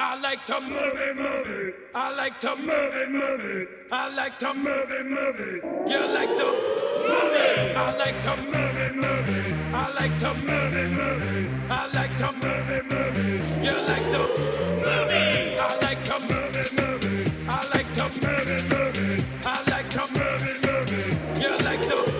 I like to move it, move it. I like to move it, move it. I like to move it, move it. You like to move it. I like to move it, move it. I like to move it, move it. I like to move it, move it. You like to move it. I like to move it, move it. I like to move it, move it. I like to move it, move it. You like to move it.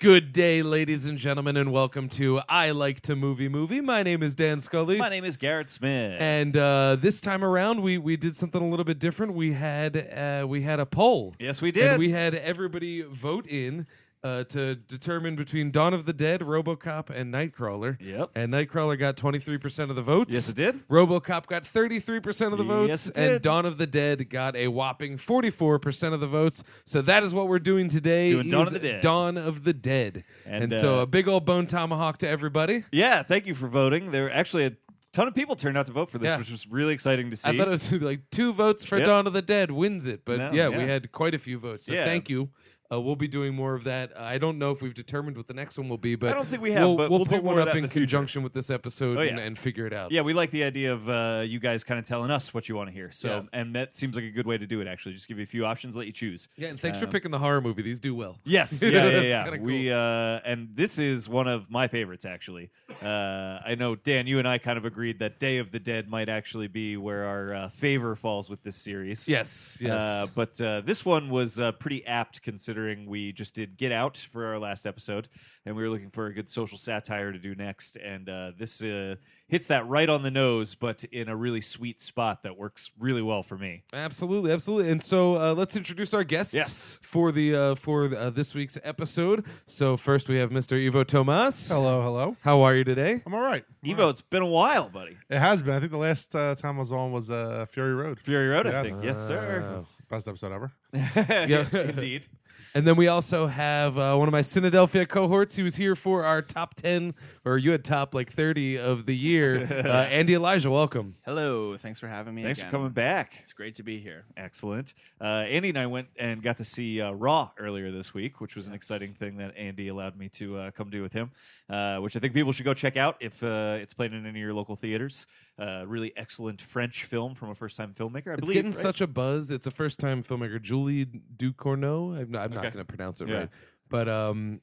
Good day, ladies and gentlemen, and welcome to I Like to Movie Movie. My name is Dan Scully. My name is Garrett Smith. and uh, this time around, we, we did something a little bit different. We had uh, we had a poll. Yes, we did. And we had everybody vote in uh, to determine between Dawn of the Dead, RoboCop, and Nightcrawler. Yep. And Nightcrawler got twenty three percent of the votes. Yes, it did. RoboCop got thirty three percent of the votes, Yes, it and did. Dawn of the Dead got a whopping forty four percent of the votes. So that is what we're doing today. Doing Dawn is of the Dead. Dawn of the Dead. And, And, so uh, a big old bone tomahawk to everybody. yeah, thank you for voting. There were actually a ton of people turned out to vote for this, Yeah. which was really exciting to see. I thought it was gonna be like two votes for Yep. Dawn of the Dead wins it, but No, yeah, we yeah. had quite a few votes. So Yeah. thank you. Uh, we'll be doing more of that. Uh, I don't know if we've determined what the next one will be, but I don't think we have, We'll, but we'll, we'll do put more one of up that in in the future. conjunction with this episode Oh, yeah. and, and figure it out. yeah, we like the idea of uh, you guys kind of telling us what you want to hear. So, Yeah. and that seems like a good way to do it. Actually, just give you a few options, let you choose. Yeah, and thanks for Um, picking the horror movie. These do well. Yes, You yeah, know, yeah, that's yeah. kinda cool. We uh, and this is one of my favorites actually. Uh, I know Dan, you and I kind of agreed that Day of the Dead might actually be where our uh, favor falls with this series. Yes, yes. Uh, but uh, this one was uh, pretty apt considering we just did Get Out for our last episode, and we were looking for a good social satire to do next. And uh, this uh, hits that right on the nose, but in a really sweet spot that works really well for me. Absolutely, absolutely. And so uh, let's introduce our guests Yes. for the uh, for uh, this week's episode. So first we have Mr. Ivo Tomas. Hello, hello. How are you today? I'm all right. Evo, it's been a while, buddy. It has been. I think the last uh, time I was on was uh, Fury Road. Fury Road, I Yes. Uh, think. Yes, sir. Best episode ever. Indeed. And then we also have uh, one of my Cynadelphia cohorts. He was here for our top 10, or you had top like 30 of the year. Uh, Andy Elijah, welcome. Hello, thanks for having me. Thanks for again. coming back. It's great to be here. Excellent. Uh, Andy and I went and got to see uh, Raw earlier this week, which was an exciting thing that Andy allowed me to uh, come do with him, uh, which I think people should go check out if uh, it's played in any of your local theaters. Uh, really excellent French film from a first time filmmaker, I It's believe. getting right? such a buzz. It's a first time filmmaker, Julie Ducournau. I'm not, I'm not Okay. going to pronounce it Yeah. right. But um,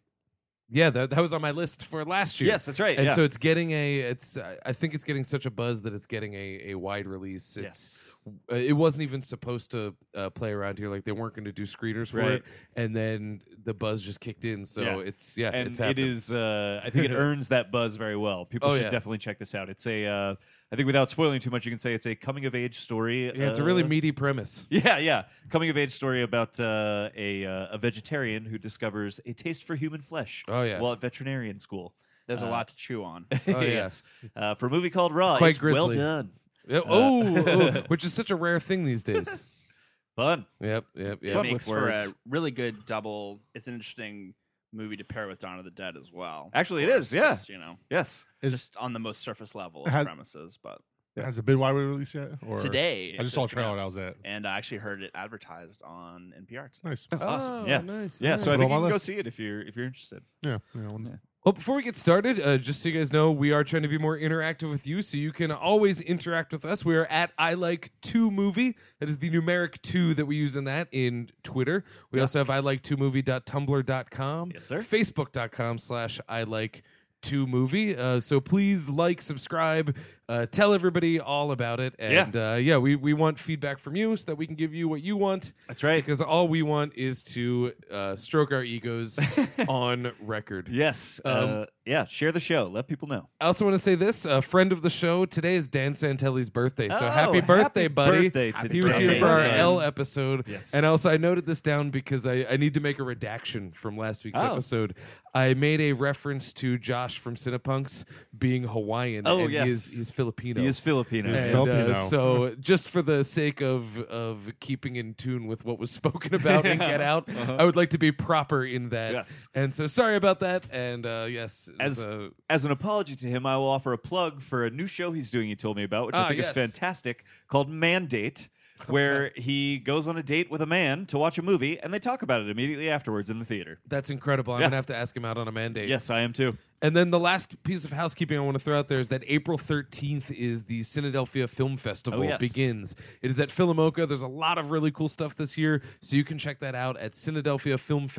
yeah, that, that was on my list for last year. Yes, that's right. And yeah. so it's getting a, it's. I I think it's getting such a buzz that it's getting a, a wide release. It's, yes. uh, it wasn't even supposed to uh, play around here. Like they weren't going to do screeners for it, Right. and then the buzz just kicked in. So Yeah. it's yeah, and it's it happening. is uh, i think it earns that buzz very well people Oh, should yeah. definitely check this out it's a uh, i think without spoiling too much you can say it's a coming of age story Yeah, it's a really uh, meaty premise. yeah yeah coming of age story about uh, a, uh, a vegetarian who discovers a taste for human flesh Oh, yeah. while at veterinarian school There's Uh, a lot to chew on. yeah. yes uh, for a movie called raw quite well grisly. done Yeah, oh, oh, which is such a rare thing these days. fun yep, yep, It yep. with makes for a words. really good double. It's an interesting movie to pair with Dawn of the Dead as well. Actually, it Or is, yeah. just, you know, yes Is- just on the most surface level of Has- premises. But Has it been widely released yet? Or today, I it just saw a came out, trailer when I was at. and I actually heard it advertised on NPR. Today. Nice. Oh, awesome. Yeah. nice. yeah nice. so i think It's on you my can go list. see it if you're if you're interested Yeah. yeah, I wanna- Well, before we get started, uh, just so you guys know, we are trying to be more interactive with you, so you can always interact with us. We are at I Like Two Movie. That is the numeric two that we use in that in Twitter. We also have I Like Two Movie.tumblr.com. Yes, sir. Facebook.com slash I Like Two Movie. Uh, so please like, subscribe, uh, tell everybody all about it. And yeah, uh, yeah we, we want feedback from you so that we can give you what you want. that's right Because all we want is to uh, stroke our egos on record. yes uh, yeah share the show let people know I also want to say this: a friend of the show today is Dan Santelli's birthday, so Oh, happy birthday, happy buddy! birthday to he was Dan. here for our Dan. L episode, Yes. and also I noted this down because I, I need to make a redaction from last week's Oh. episode. I made a reference to Josh from Cinepunks being Hawaiian, Oh, and yes. he is, he's Filipino. he is filipino He's And, Filipino. uh, so, just for the sake of of keeping in tune with what was spoken about in Get Out, I would like to be proper in that. Uh-huh. Yes. And so, sorry about that. And uh, yes, it was, As- uh, as an apology to him, I will offer a plug for a new show he's doing. He told me about, which Ah, I think yes. is fantastic, called Mandate, where he goes on a date with a man to watch a movie, and they talk about it immediately afterwards in the theater. That's incredible. I'm Yeah. gonna have to ask him out on a mandate. Yes, I am too. And then the last piece of housekeeping I want to throw out there is that April 13th is the Philadelphia Film Festival Oh, yes. begins. It is at Philomoka. There's a lot of really cool stuff this year, so you can check that out at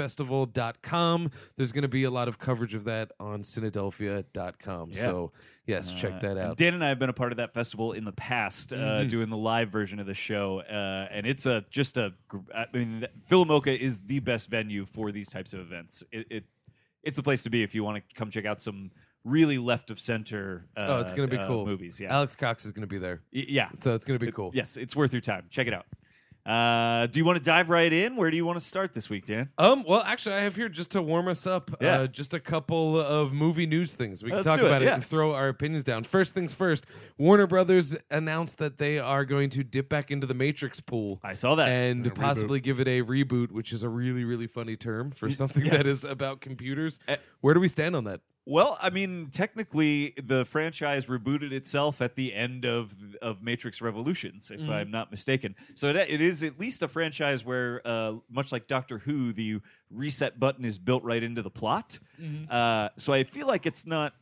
CinadelphiaFilmFestival.com. There's going to be a lot of coverage of that on Cinadelphia.com. Yeah. So, yes, check that Mm-hmm. Uh, out. Dan and I have been a part of that festival in the past, uh, doing the live version of the show, uh, and it's a just a. gr- I mean, th- Philomoka is the best venue for these types of events. It, it it's the place to be if you want to come check out some really left of center. Uh, oh, it's going to be uh, cool. movies. Yeah, Alex Cox is going to be there. Y- yeah. So, it's going to be cool. Yes, it's worth your time. Check it out. Uh, do you want to dive right in? Where do you want to start this week, Dan? Um. Well, actually, I have here just to warm us up. Yeah. Uh, just a couple of movie news things we can Let's talk do it, about it, yeah. and throw our opinions down. First things first. Warner Brothers announced that they are going to dip back into the Matrix pool. I saw that. and And a possibly give it a reboot, which is a really really funny term for something yes. that is about computers. Eh. Where do we stand on that? Well, I mean, technically, the franchise rebooted itself at the end of of Matrix Revolutions, if I'm not mistaken. So it, it is at least a franchise where, uh, much like Doctor Who, the reset button is built right into the plot. Uh, so I feel like it's not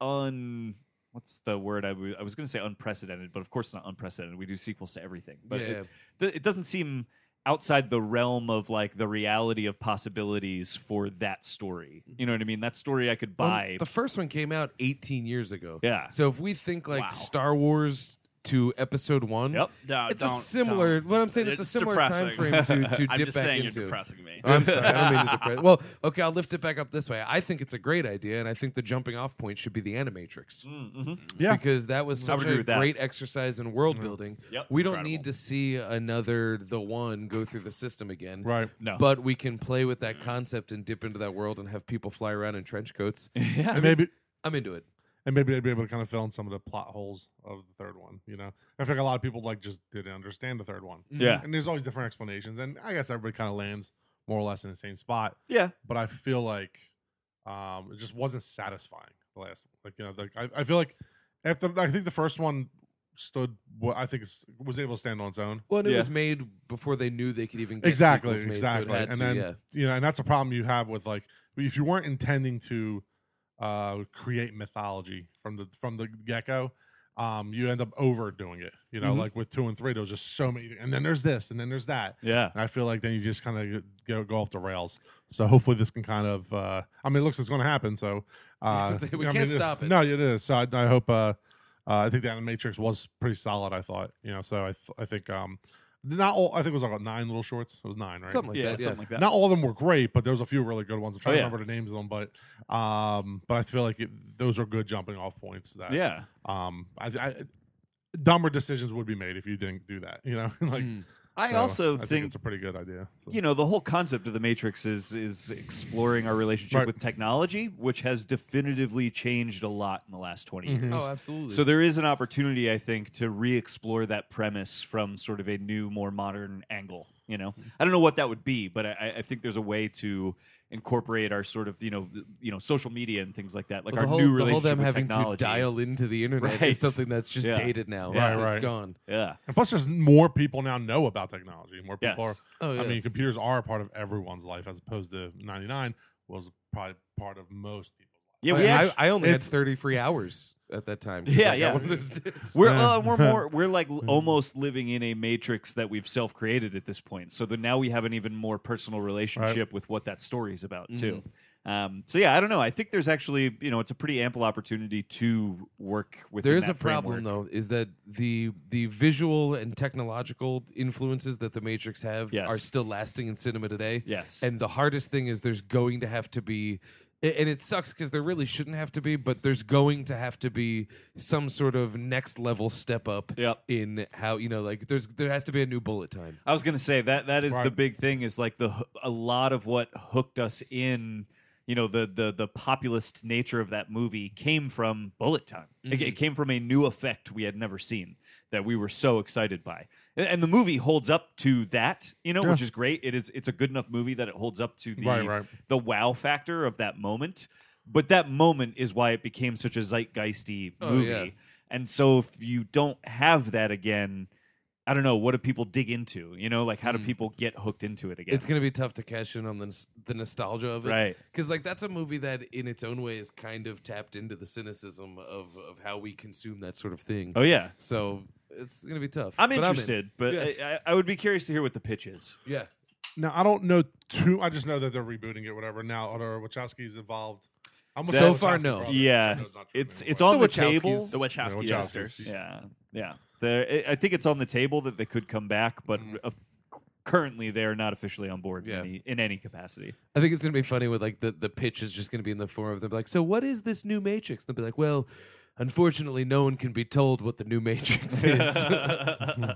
un. What's the word I wa- I was going to say unprecedented, but of course not unprecedented. We do sequels to everything, but Yeah. it, th- it doesn't seem outside the realm of like the reality of possibilities for that story. You know what I mean? That story I could Well, buy. Um, the first one came out 18 years ago. Yeah. So if we think like Wow. Star Wars to Episode One. Yep. No, It's a don't- similar. don't. What I'm saying, it's, a similar depressing. time frame to, to I'm dip just back saying into. you're depressing me. Uh, I'm sorry. I don't mean to depress. Well, okay, I'll lift it back up this way. I think it's a great idea, and I think the jumping off point should be the Animatrix. Mm, mm-hmm. Yeah. Because that was I would such agree a with that. Mm-hmm. great exercise in world building. Yep. We don't Incredible. need to see another The One go through the system again. Right. No. But we can play with that concept and dip into that world and have people fly around in trench coats. yeah. And maybe I'm into it. and maybe they'd be able to kind of fill in some of the plot holes of the third one. You know, I feel like a lot of people like just didn't understand the third one. Yeah. And there's always different explanations, and I guess everybody kind of lands more or less in the same spot. Yeah. But I feel like um, it just wasn't satisfying the last one. Like you know, like I, I feel like after I think the first one stood. What I think is, was able to stand on its own. Well, and it Yeah. was made before they knew they could even get exactly sequels made, exactly So it had and to, then yeah. you know and that's a problem you have with like if you weren't intending to uh create mythology from the from the get-go um you end up overdoing it you know Mm-hmm. Mhm. like with two and three there's just so many and then there's this and then there's that Yeah. and i feel like then you just kind of go, go off the rails so hopefully this can kind of uh i mean it looks it's going to happen so uh We I can't mean, stop it. no it is so i, I hope uh uh, I think the Animatrix was pretty solid. I thought, you know, so I, th- I think, um, not all. I think it was like nine little shorts. It was nine, right? Something like that. yeah. Oh, Yeah. Something like that. Not all of them were great, but there was a few really good ones. I'm trying yeah. to remember the names of them, but um, but I feel like it, those are good jumping off points. That yeah. um, I, I, dumber decisions would be made if you didn't do that. You know, like Hmm. I so also I think, think it's a pretty good idea. So. you know the whole concept of the matrix is is exploring our relationship Right. with technology which has definitively changed a lot in the last 20 years Oh, absolutely. so there is an opportunity i think to re-explore that premise from sort of a new more modern angle you know i don't know what that would be but i, I think there's a way to incorporate our sort of you know th- you know social media and things like that like Well, our the whole, new the whole relationship them with having technology to dial into the internet Right. is something that's just Yeah. dated now. Yeah. It's- Right, It's right. gone. yeah And plus, there's more people now know about technology. More people Yes. are. Oh, yeah. I mean, computers are a part of everyone's life, as opposed to 99 was probably part of most people's life. yeah I, we mean, I- actually- I only had it's- 30 free hours at that time. 'cause Yeah, I got yeah. one of those discs. We're Yeah. uh, we're more we're like l- almost living in a matrix that we've self created at this point. So that now we have an even more personal relationship with what that story is about too. Mm-hmm. Um, so yeah, I don't know. I think there's actually you know it's a pretty ample opportunity to work with. There is a problem though, is that the the visual and technological influences that the Matrix have Yes. are still lasting in cinema today. Yes. and the hardest thing is there's going to have to be, a- and it sucks because there really shouldn't have to be, but there's going to have to be some sort of next level step up Yep. in how you know, like there's there has to be a new bullet time. I was gonna say that that is the Right. big thing is like the hoo- a lot of what hooked us in. You know the the the populist nature of that movie came from Bullet Time. It, Mm-hmm. it came from a new effect we had never seen that we were so excited by, and, and the movie holds up to that. You know, which is great. It is it's a good enough movie that it holds up to the Right, right. the wow factor of that moment. But that moment is why it became such a zeitgeisty Oh, movie. yeah. And so if you don't have that again, I don't know, what do people dig into? You know, like how do Mm. people get hooked into it again? It's gonna be tough to cash in on the nos- the nostalgia of it, right. Because like that's a movie that, in its own way, is kind of tapped into the cynicism of of how we consume that sort of thing. Oh yeah. So it's gonna be tough. I'm but in. interested, but, I, I, I would be curious to hear what the pitch is. Yeah, Now I don't know too. I just know that they're rebooting it, whatever. Now other Wachowski's involved. I'm So far, no. Oh, Yeah. It's it's on the, The table. Wachowskis. The Witch House The Wachowskis. sisters. Yeah, yeah. The, I I think it's on the table that they could come back, but Mm. uh, currently they're not officially on board Yeah. in, any, in any capacity. I think it's gonna be funny with like the the pitch is just gonna be in the form of them like, so what is this new Matrix? And they'll be like, well, unfortunately, no one can be told what the new Matrix is. uh,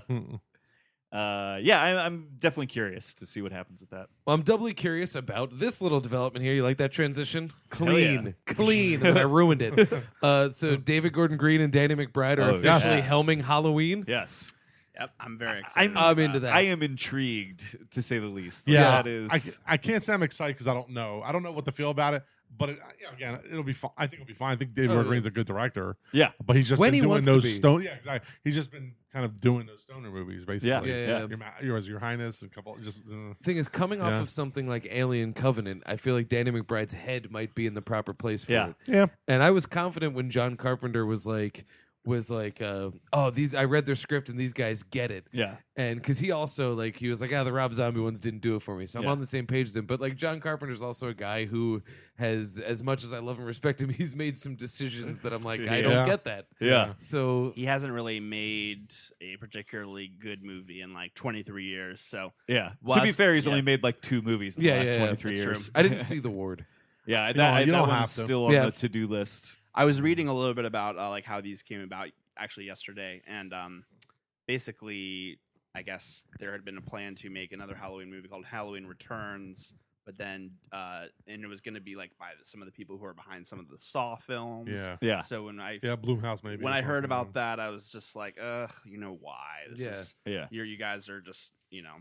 yeah, I, I'm definitely curious to see what happens with that. Well, I'm doubly curious about this little development here. You like that transition? Hell yeah. Clean, clean. and I ruined it. Uh, so David Gordon Green and Danny McBride are Oh, officially yes. helming Halloween. Yes, Yep, I'm very excited. I'm, I'm into that. I am intrigued to say the least. Like, Yeah, that is. I, I can't say I'm excited because I don't know. I don't know what to feel about it. But it, yeah, again, it'll be. Fine. I think it'll be fine. I think David Oh, Gordon yeah. Green's a good director, yeah, but he's just When been he doing wants to those be. stone. Yeah, exactly. He's just been kind of doing those stoner movies, basically. Yeah, yeah. Your, Ma- yours, your Highness, a couple. Just uh, Thing is, coming Yeah. off of something like Alien Covenant, I feel like Danny McBride's head might be in the proper place for Yeah. it. yeah. And I was confident when John Carpenter was like, was like, uh, oh, these. I read their script and these guys get it. yeah. and because he also like he was like ah the Rob Zombie ones didn't do it for me, so I'm Yeah. on the same page as him. But like John Carpenter's also a guy who has, as much as I love and respect him, he's made some decisions that I'm like I Yeah. don't get that. Yeah. So he hasn't really made a particularly good movie in like 23 years. So Yeah. Well, to be that's- fair, he's yeah. only made like two movies in the Yeah, last yeah, yeah. 23 That's years. true. I didn't see the ward. yeah, that, know, I, you that don't one's have to. still on Yeah. the to-do list. I Mm-hmm. was reading a little bit about uh, like how these came about actually yesterday, and um, basically, I guess there had been a plan to make another Halloween movie called Halloween Returns, but then uh, and it was going to be like by some of the people who are behind some of the Saw films. Yeah. Yeah. So when I Yeah. Bloomhouse, maybe. when or I heard something. about that, I was just like, ugh, you know why? This Yeah. is Yeah. you you guys are just you know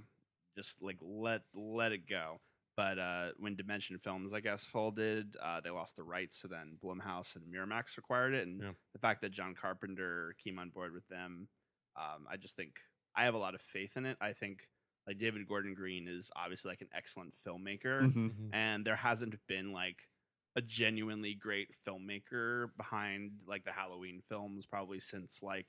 just like let let it go. But uh, when Dimension Films, I guess, folded, uh, they lost the rights. So then Blumhouse and Miramax acquired it, and Yeah. the fact that John Carpenter came on board with them, um, I just think I have a lot of faith in it. I think like David Gordon Green is obviously like an excellent filmmaker, Mhm. Mhm. and there hasn't been like a genuinely great filmmaker behind like the Halloween films probably since like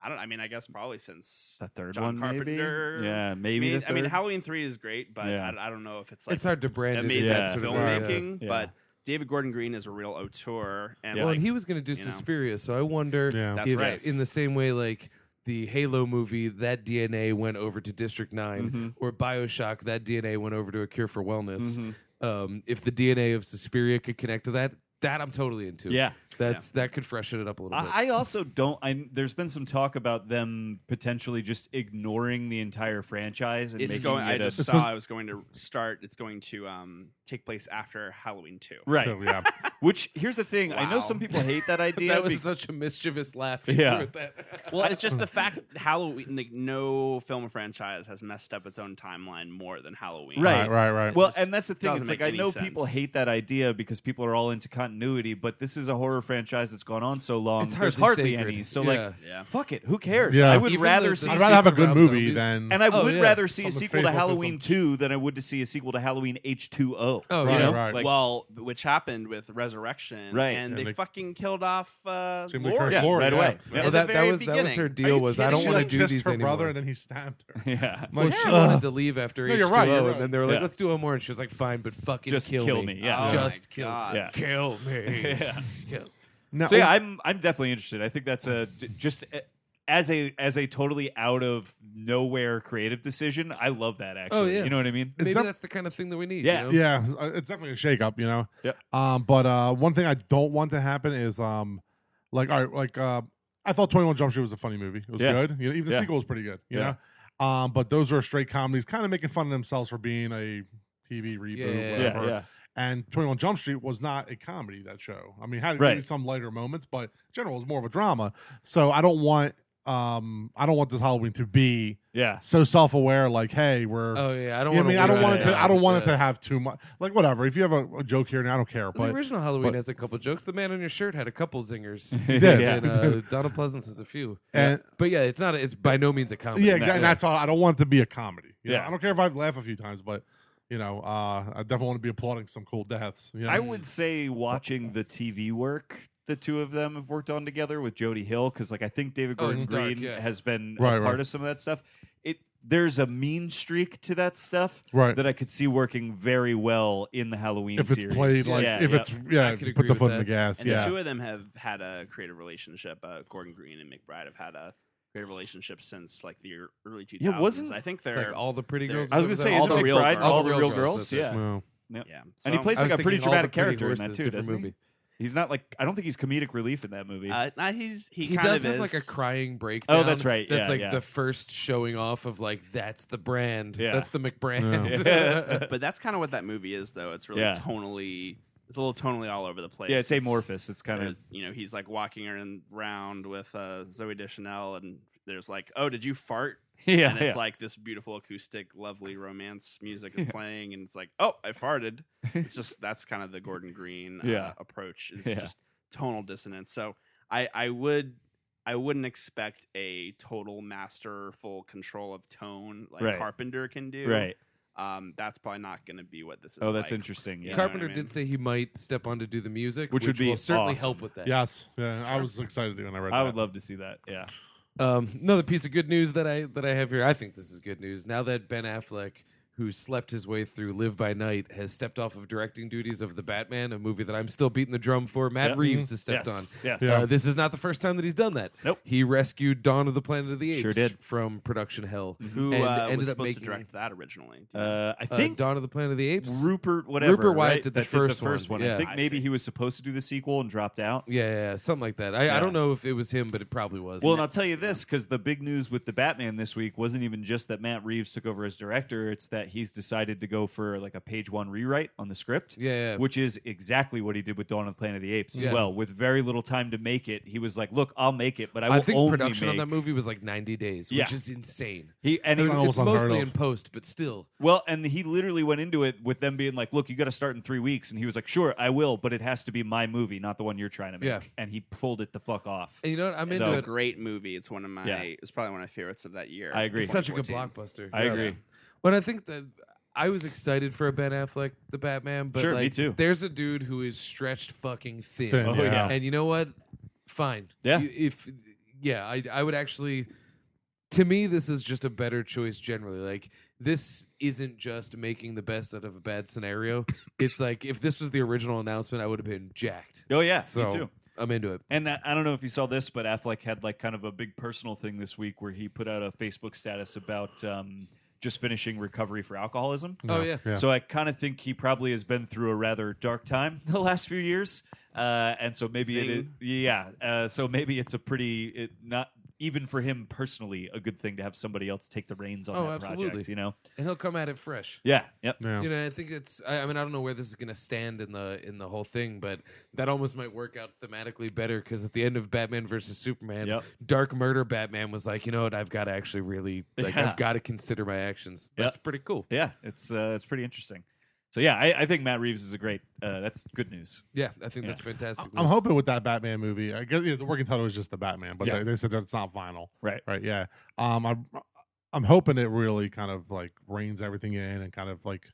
I don't I mean I guess probably since The third John one, Carpenter. maybe. Yeah, I maybe. mean, the I mean third. Halloween 3 is great but Yeah. I, I don't know if it's like it's hard to brand it amazing as Yeah. that sort of movie. filmmaking Yeah. but David Gordon Green is a real auteur and Well, like, and he was going to do you know. Suspiria, so I wonder Yeah. That's if, right. in the same way, like the Halo movie, that DNA went over to District 9 Mm-hmm. Mhm. or Bioshock, that DNA went over to A Cure for Wellness. Mhm. Mm-hmm. Um, if the DNA of Suspiria could connect to that, that I'm totally into. Yeah. That's that could freshen it up a little bit. I I also don't. I there's been some talk about them potentially just ignoring the entire franchise and it's making going It I a- just saw I was going to start it's going to um take place after Halloween 2 right. So, yeah. Which here's the thing. I know Wow. some people hate that idea. that was be- such a mischievous laugh. you Yeah. threw at that. Well, it's just the fact that Halloween, like no film franchise has messed up its own timeline more than Halloween. Right. right. Right. Right. well, just and that's the thing. doesn't It's like make I any know people sense. hate that idea because people are all into continuity, but this is a horror franchise that's gone on so long. It's there's hardly hardly sacred. any. So Yeah. like, Yeah. fuck it. Who cares? Yeah. I would Even rather the- see. I'd rather have a Secret good Rob movie zombies. than. And I Oh, would yeah. rather see a Something sequel to faithful to Halloween some- 2 than I would to see a sequel to Halloween H2O. Oh, you yeah. know? Right, Like, well, which happened with Resurrection, Right. And Yeah, they, they- fucking killed off uh, Jim Lee Laura. Curtis Yeah, Laurie, right away. Yeah. Well, the that, that very was that was her beginning. deal Are you was I kidding? don't She, want to like, do kissed these her anymore. brother and then he stabbed her. yeah. Well, Like, she "Ugh." wanted to leave after No, H2O, you're right, you're right. and then they were like, Yeah. "Let's do one more," and she was like, "Fine, but fucking Just kill, kill me, yeah. Oh just my kill, God. Yeah. kill me." yeah. Kill. Now, So yeah, I'm I'm definitely interested. I think that's a d- just a- as a as a totally out of nowhere creative decision. I love that actually. Oh, yeah. You know what I mean? Maybe that- that's the kind of thing that we need. Yeah. you know? Yeah, uh, it's definitely a shakeup, you know. Yep. Um, but uh, one thing I don't want to happen is um, like all right, like uh, I thought Twenty One Jump Street was a funny movie. It was Yeah. good. You know, even the Yeah. sequel was pretty good. You Yeah. know. Um, but those are straight comedies, kind of making fun of themselves for being a TV reboot, Yeah, yeah, Yeah, whatever. yeah. And Twenty One Jump Street was not a comedy that show. I mean, it had Right. maybe some lighter moments, but in general, it was more of a drama. So I don't want um, I don't want this Halloween to be Yeah. so self aware. Like, hey, we're. Oh yeah, I don't. you know what I wanna mean, I wear don't want it that to. I out. don't want it Yeah. to have too much. Like, whatever. If you have a, a joke here and I don't care, Well, but the original Halloween but- has a couple jokes. The man on your shirt had a couple zingers. did. Yeah. And uh, Donald Pleasance has a few. And- but yeah, it's not. It's by no means a comedy. yeah, exactly. That's all. I don't want it to be a comedy. yeah, Yeah. I don't care if I laugh a few times, but you know, uh, I definitely want to be applauding some cool deaths. You know? I would say watching the TV work the two of them have worked on together with Jody Hill because like I think David Oh, Gordon it's dark, Green yeah. has been Right, a right. part of some of that stuff. It there's a mean streak to that stuff Right. that I could see working very well in the Halloween Uh, if it's series. played like yeah, if yeah. it's yeah, I could put agree the with foot in the that. gas. And yeah, the two of them have had a creative relationship. Uh, Gordon Green and McBride have had a creative relationship since like the early 2000s. Yeah, wasn't- I think It's they're like all the pretty they're- girls. I was or gonna something. say all isn't the real McBride girls. all the real girls? that's it. Yeah. Well, yeah. And he So, plays I like was a pretty thinking All dramatic the Pretty character in that Horses, too, different doesn't movie. he? He's not like I don't think he's comedic relief in that movie. Uh, nah, he's he, He kind does of have like is. a crying breakdown. Oh, that's right, That's yeah, like yeah. the first showing off of like that's the brand. Yeah. That's the McBrand. Yeah. but that's kind of what that movie is, though. It's really Yeah. tonally. It's a little tonally all over the place. yeah, it's amorphous. It's kind of there's, you know, he's like walking around with uh, Zoe Deschanel, and there's like, oh, did you fart? yeah, and it's yeah. like this beautiful acoustic, lovely romance music is playing, and it's like, oh, I farted. It's just that's kind of the Gordon Green uh, Yeah. approach. It's Yeah. just tonal dissonance. So I, I would, I wouldn't expect a total masterful control of tone like Right. Carpenter can do. right. Um, that's probably not going to be what this is. Oh, that's like. interesting. You Yeah. know what I Carpenter mean? did say he might step on to do the music, Which would be will certainly awesome. help with that. yes, yeah. I was excited when I read. I that. would love to see that. Yeah. Um, another piece of good news that I that I have here. I think this is good news. Now that Ben Affleck, who slept his way through Live by Night, has stepped off of directing duties of the Batman, a movie that I'm still beating the drum for. Matt Yeah. Reeves has stepped yes. on. Yes. Yeah. Uh, this is not the first time that he's done that. Nope. He rescued Dawn of the Planet of the Apes Sure did. from production hell. Who and uh, ended was up supposed making- to direct that originally? Do you know? Uh, I Uh, think Dawn of the Planet of the Apes. Rupert whatever Rupert Wyatt right? did the that first the first one. one. Yeah. I think I maybe see. he was supposed to do the sequel and dropped out. yeah, yeah, yeah, something like that. I, I Yeah. don't know if it was him, but it probably was. Well, and I'll tell you this because the big news with the Batman this week wasn't even just that Matt Reeves took over as director; it's that he's decided to go for like a page one rewrite on the script. Yeah, yeah. which is exactly what he did with Dawn of the Planet of the Apes Yeah. as well. With very little time to make it, he was like, "Look, I'll make it, but I will I think only production on make-" that movie was like 90 days, which Yeah. is insane. He and he, It's almost it's mostly unheard of. in post, but still. Well, and he literally went into it with them being like, "Look, you got to start in three weeks," and he was like, "Sure, I will, but it has to be my movie, not the one you're trying to make." Yeah. And he pulled it the fuck off. And you know what? I'm So- into It's it. a great movie. It's one of my. Yeah. It's probably one of my favorites of that year. I agree. It's such a good 2014. blockbuster. I agree. But I think that I was excited for a Ben Affleck, the Batman. But Sure, me like, too. There's a dude who is stretched fucking thin. Thin, Oh, yeah. yeah. And you know what? Fine. Yeah. You- if yeah, I I would actually. To me, this is just a better choice generally. Like this isn't just making the best out of a bad scenario. it's like if this was the original announcement, I would have been jacked. Oh yeah, So me too. I'm into it. And that, I don't know if you saw this, but Affleck had like kind of a big personal thing this week where he put out a Facebook status about um, just finishing recovery for alcoholism. Oh yeah. Yeah. So I kind of think he probably has been through a rather dark time the last few years, uh, and so maybe it is, Zing. yeah. Uh, so maybe it's a pretty it, not even for him personally a good thing to have somebody else take the reins on Oh, that absolutely. project. You know? And he'll come at it fresh. Yeah. Yep. Yeah. you know i think it's I, I mean i don't know where this is going to stand in the in the whole thing but that almost might work out thematically better because at the end of batman versus superman Yep. dark murder batman was like you know what i've got to actually really like Yeah. i've got to consider my actions that's Yep. pretty cool Yeah. It's uh, it's pretty interesting. So yeah, I, I think Matt Reeves is a great. Uh, that's good news. yeah i think Yeah. that's fantastic I'm news. hoping with that Batman movie. I guess you know, the working title is just the Batman, but Yeah. they, they said that it's not final. Right. Right. Yeah. Um. I'm I'm hoping it really kind of like reins everything in and kind of like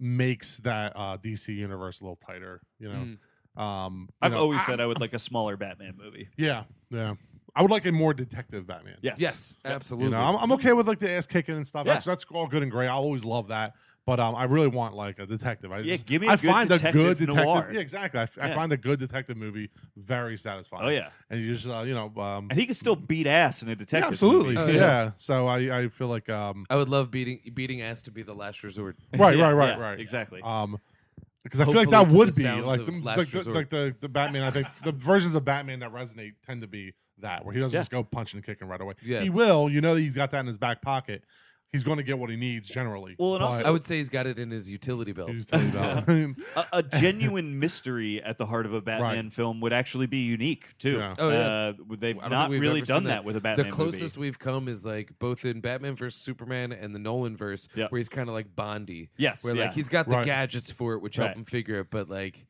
makes that uh DC universe a little tighter. You know. Um. you Mm. I've know, always I- said I would like a smaller Batman movie. Yeah. Yeah. I would like a more detective Batman. Yes. yes absolutely You know, I'm, I'm okay with like the ass kicking and stuff. Yeah. That's that's all good and great. I always love that. But um, I really want like a detective. I Yeah, just- give me I a good find a detective good detective. noir. Yeah, exactly. I, f- I Yeah. find a good detective movie very satisfying. Oh yeah. and you just uh, you know um, And he can still beat ass in a detective. yeah, absolutely movie. Oh, yeah. yeah. So I I feel like um i would love beating beating ass to be the last resort right Yeah, right right yeah, right Exactly. um because I feel like Hopefully that to would the be sounds like of the, Last like, the, Resort. like the the Batman. I think the versions of Batman that resonate tend to be that where he doesn't Yeah. just go punching and kicking right away. Yeah. He will. You know that he's got that in his back pocket. he's going to get what he needs generally. Well, and also- I would say he's got it in his utility belt. he's totally valid. a, a genuine mystery at the heart of a Batman film would actually be unique too. Yeah. Oh, yeah. Uh, they've I don't not think we've really ever done seen that. that. with a the Batman closest movie. we've come is like both in Batman versus Superman and the Nolan verse, Yeah. where he's kind of like Bondy. Yes, where yeah. like he's got the Right. gadgets for it, which Right. help him figure it. But like,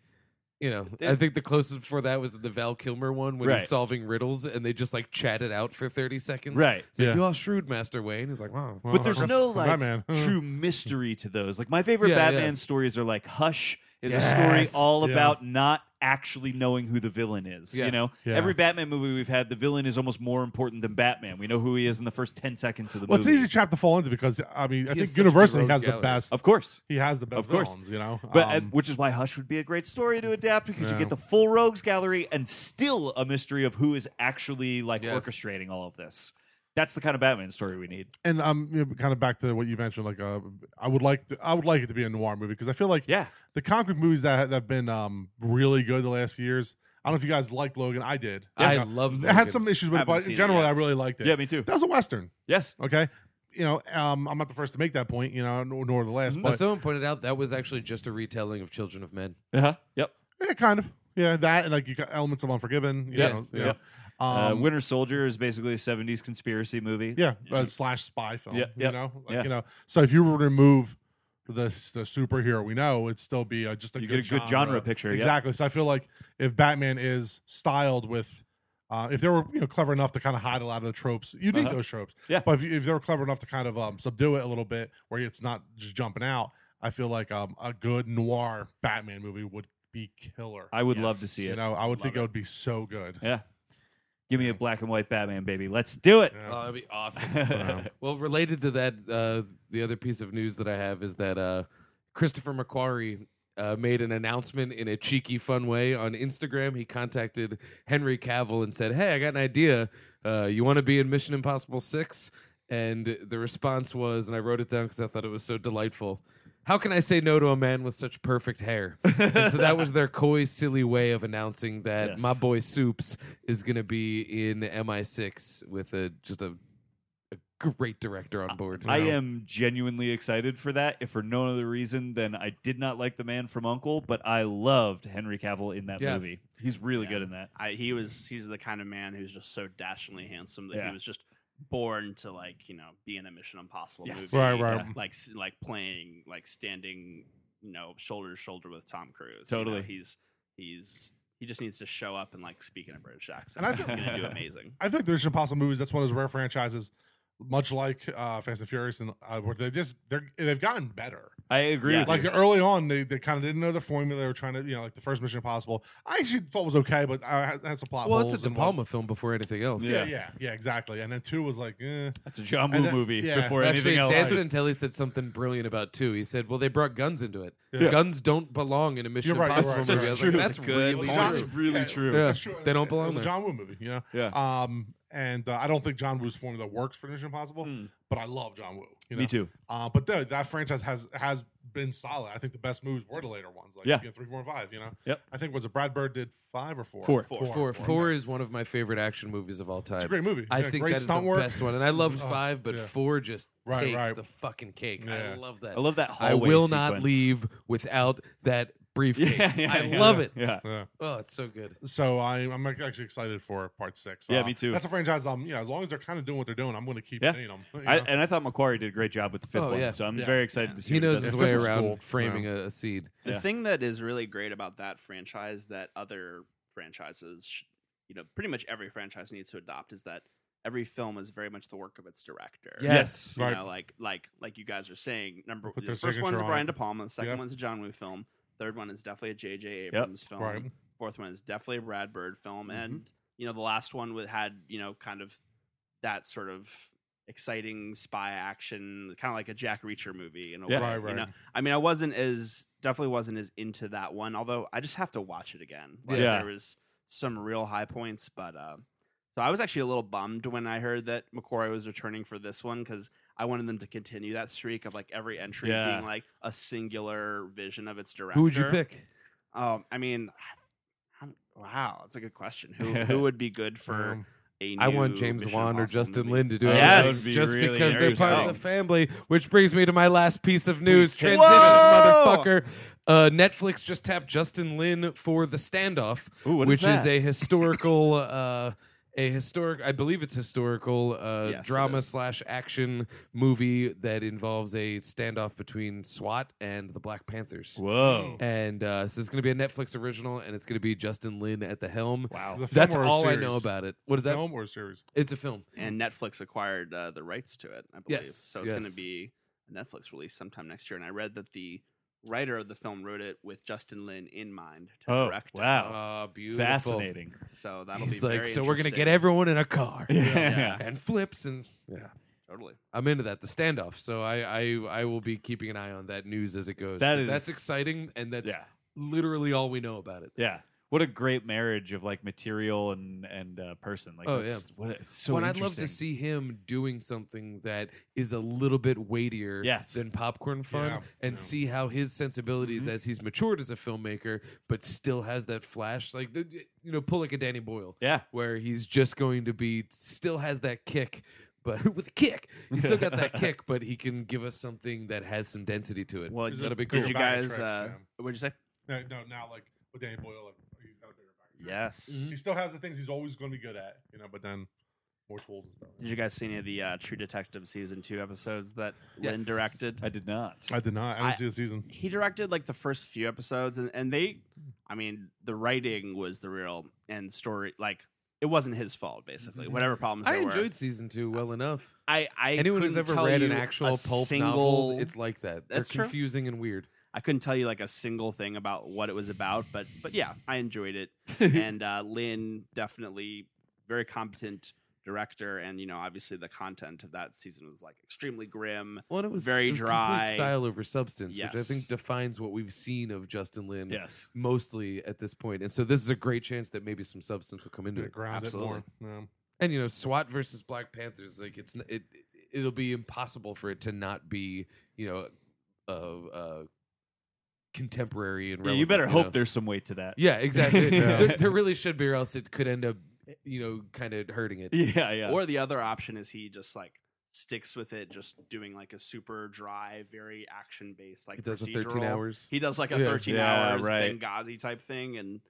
you know, They- I think the closest before that was the Val Kilmer one when Right. he's solving riddles and they just like chat it out for thirty seconds. Right. It's like, Yeah. you all shrewd, Master Wayne. He's like, wow. But there's no like Batman. true mystery to those. Like my favorite Yeah, yeah. Batman stories are like Hush is a story Yes. all Yeah. about not actually knowing who the villain is. Yeah. You know, Yeah. every Batman movie we've had, the villain is almost more important than Batman. We know who he is in the first ten seconds of the well, it's movie. an easy trap to fall into because I mean, I He has think such a good universally he rogues has the gallery. best. of course. He has the best Of course. villains, you know. But uh, Um, which is why Hush would be a great story to adapt because you Yeah. get the full rogues gallery and still a mystery of who is actually like Yeah. orchestrating all of this. That's the kind of Batman story we need. and um, you know, kind of back to what you mentioned, like uh, I would like to, I would like it to be a noir movie because I feel like Yeah. the comic book movies that that have been um really good the last few years. I don't know if you guys liked Logan. I did. I You know, love. I had some issues with it, I haven't but seen it in general, yet. I really liked it. Yeah, me too. That was a western. Yes. Okay, you know, um, I'm not the first to make that point. You know, nor, nor the last, But but someone pointed out that was actually just a retelling of Children of Men. Uh-huh. Yep. yeah, kind of. Yeah, that and like you got elements of Unforgiven. You Yeah, know, yeah. yeah. uh, Um, Winter Soldier is basically a 70s conspiracy movie. yeah, uh, slash spy film. Yeah, yeah, you know, like, yeah. you know. So if you were to remove the the superhero we know, it'd still be uh, just a You good get a good genre picture, yeah. Exactly. So I feel like if Batman is styled with. Uh, if they were you know clever enough to kind of hide a lot of the tropes, you need Uh-huh. those tropes. Yeah. But if, you, if they were clever enough to kind of um, subdue it a little bit, where it's not just jumping out, I feel like um, a good noir Batman movie would be killer. I would love to see you it. know, I would Love think it. it. would be so good. Yeah. Give me a black and white Batman, baby. Let's do it. Yeah. Oh, that'd be awesome. Well, related to that, uh, the other piece of news that I have is that uh, Christopher McQuarrie uh, made an announcement in a cheeky, fun way on Instagram. He contacted Henry Cavill and said, "Hey, I got an idea. Uh, you want to be in Mission Impossible 6? And the response was, and I wrote it down because I thought it was so delightful. How can I say no to a man with such perfect hair? And so that was their coy, silly way of announcing that Yes. my boy Soups is going to be in MI6 with a just a great director on board. I am genuinely excited for that, if for no other reason than I did not like the man from Uncle, but I loved Henry Cavill in that Yeah. movie. He's really Yeah. good in that. I, he was he's the kind of man who's just so dashingly handsome that Yeah. he was just born to like you know be in a Mission Impossible Yes. movie, Right, right. Like Like s- like playing like standing you know shoulder to shoulder with Tom Cruise. you know? Totally. he's he's he just needs to show up and like speak in a British accent. And I he's think- gonna do amazing. I feel like the Mission Impossible movies. That's one of those rare franchises, much like uh, Fast and Furious, and uh, where they just they're they've gotten better. I agree Yeah. with Like you. Yes. early on, they, they kind of didn't know the formula. They were trying to you know like the first Mission Impossible. I actually thought was okay, but I had, had some plot well, it's holes a De and what- Palma film before anything else. Yeah, yeah, yeah, exactly. And then two was like, eh. That's a John And Woo then- movie yeah. before Actually, anything else. Dan Santelli said something brilliant about two. He said, "Well, they brought guns into it. Yeah. Guns don't belong in a Mission You're right, Impossible that's- movie." I that's was true. Like, That's That's a good really point. smart. That's really true. Yeah. That's true. They don't It belong was a there. John Woo movie, you know. Yeah. Um, and uh, I don't think John Woo's formula works for Mission Impossible, Mm. but I love John Woo. You know? Me too. Uh, but though that franchise has has been solid. I think the best movies were the later ones, like Yeah. you know, three, four, and five. You know, Yep. I think was it Brad Bird did five or four? Four. Four. Four, Four. four is one of my favorite action movies of all time. It's a great movie. I Yeah, think great that's the stunt work. best one, and I loved Oh, five, but yeah. four just Right, takes right. the fucking cake. Yeah. I love that. I love that I hallway will not sequence. leave without that briefcase. Yeah, yeah, I yeah. love it. Yeah. Yeah. Oh, it's so good. So I, I'm actually excited for part six. Uh, Yeah, me too. That's a franchise. Um, yeah, as long as they're kind of doing what they're doing, I'm going to keep Yeah. seeing them. you I, know? and I thought Macquarie did a great job with the fifth Oh, one, yeah. so I'm Yeah. very excited to see. He what knows does. his That's way what's around cool. framing a, a seed. The Yeah. thing that is really great about that franchise that other franchises, sh- you know, pretty much every franchise needs to adopt is that every film is very much the work of its director. Yeah. Yes. You Right. know, like like like you guys are saying, number Put the their first one's signature a on Brian it. De Palma, the second Yep. one's a John Woo film, third one is definitely a J.J. Abrams film, um, Right. Mm-hmm. fourth one is definitely a Brad Bird film, and you know the last one wa- had you know kind of that sort of exciting spy action, kind of like a Jack Reacher movie in a Yeah. way. Right, you right. know? I mean, I wasn't as definitely wasn't as into that one. Although I just have to watch it again. Like, Yeah. there was some real high points, but uh, so I was actually a little bummed when I heard that McCory was returning for this one because I wanted them to continue that streak of like every entry Yeah. being like a singular vision of its director. Who would you pick? Um, I mean, I'm- wow, that's a good question. Who who would be good for? Um, a I want new James Mission Wan or Impossible Justin movie. Lin to do it. Yes. with us, That would be just really because they're part of the interesting. family. Which brings me to my last piece of news: take- transitions, Whoa! motherfucker. Uh, Netflix just tapped Justin Lin for the standoff, Ooh, what is which is that? a historical, uh, a historic. I believe it's historical uh, Yes, it drama is. slash action movie that involves a standoff between SWAT and the Black Panthers. Whoa. And uh, so it's going to be a Netflix original, and it's going to be Justin Lin at the helm. Is it a film That's or a all I series? know about it. What is that? Film or series? It's a film. and Netflix acquired uh, the rights to it, I believe. Yes, so it's yes. going to be a Netflix release sometime next year. And I read that the writer of the film wrote it with Justin Lin in mind to Oh, direct it. wow. Ah, beautiful. Fascinating. So that'll He's be like, very so we're gonna interesting." get everyone in a car Yeah. and flips and yeah. totally. I'm into that. The standoff. So I, I I will be keeping an eye on that news as it goes. That 'cause is- that's exciting, and that's Yeah. literally all we know about it. Yeah. What a great marriage of like material and and uh, person. Like, Oh, that's- what it's so. when I'd love to interesting. see him doing something that is a little bit weightier Yes. Mm-hmm. than popcorn fun Yeah, and yeah. see how his sensibilities as he's matured as a filmmaker but still has that flash like the- you know pull like a Danny Boyle Yeah. where he's just going to be still has that kick but with a kick he's still got that kick but he can give us something that has some density to it Well, Is did, it that'll be did cool you bigger bag guys? of tricks, uh, what'd you say? No, no, not like with Danny Boyle. Like he's got a bigger bag. Yes. Mhm. He still has the things he's always going to be good at, you know. But then more tools and stuff. Did you guys see any of the uh, True Detective season two episodes that Lin Yes. directed? I did not. I did not. I didn't I- see the season. he directed like the first few episodes and, and they i mean the writing was the real and story like it wasn't his fault basically whatever problems Mm-hmm. I there enjoyed were season 2 well enough i i anyone who's Uh, couldn't ever tell read an you actual a pulp single, novel it's like that they're That's true. confusing and weird i couldn't tell you like a single thing about what it was about but but yeah i enjoyed it and uh lynn definitely very competent director and you know obviously the content of that season was like extremely grim Well, and it was Very it was complete dry. style over substance, which I Yes. think defines what we've seen of Justin Lin yes. mostly at this point. And so this is a great chance that maybe some substance will come into Gonna it. ground it more. Yeah. And you know, SWAT versus Black Panthers, like it's n- it it'll be impossible for it to not be you know, uh, uh contemporary and Yeah, relevant, you better hope know? there's some weight to that. yeah exactly Yeah. There, there really should be or else it could end up you know kind of hurting it. Yeah. Yeah. Or the other option is he just like sticks with it, just doing like a super dry, very action based, like It does a procedural. thirteen hours. He does like a Yeah. thirteen Yeah, hours right. Benghazi type thing, and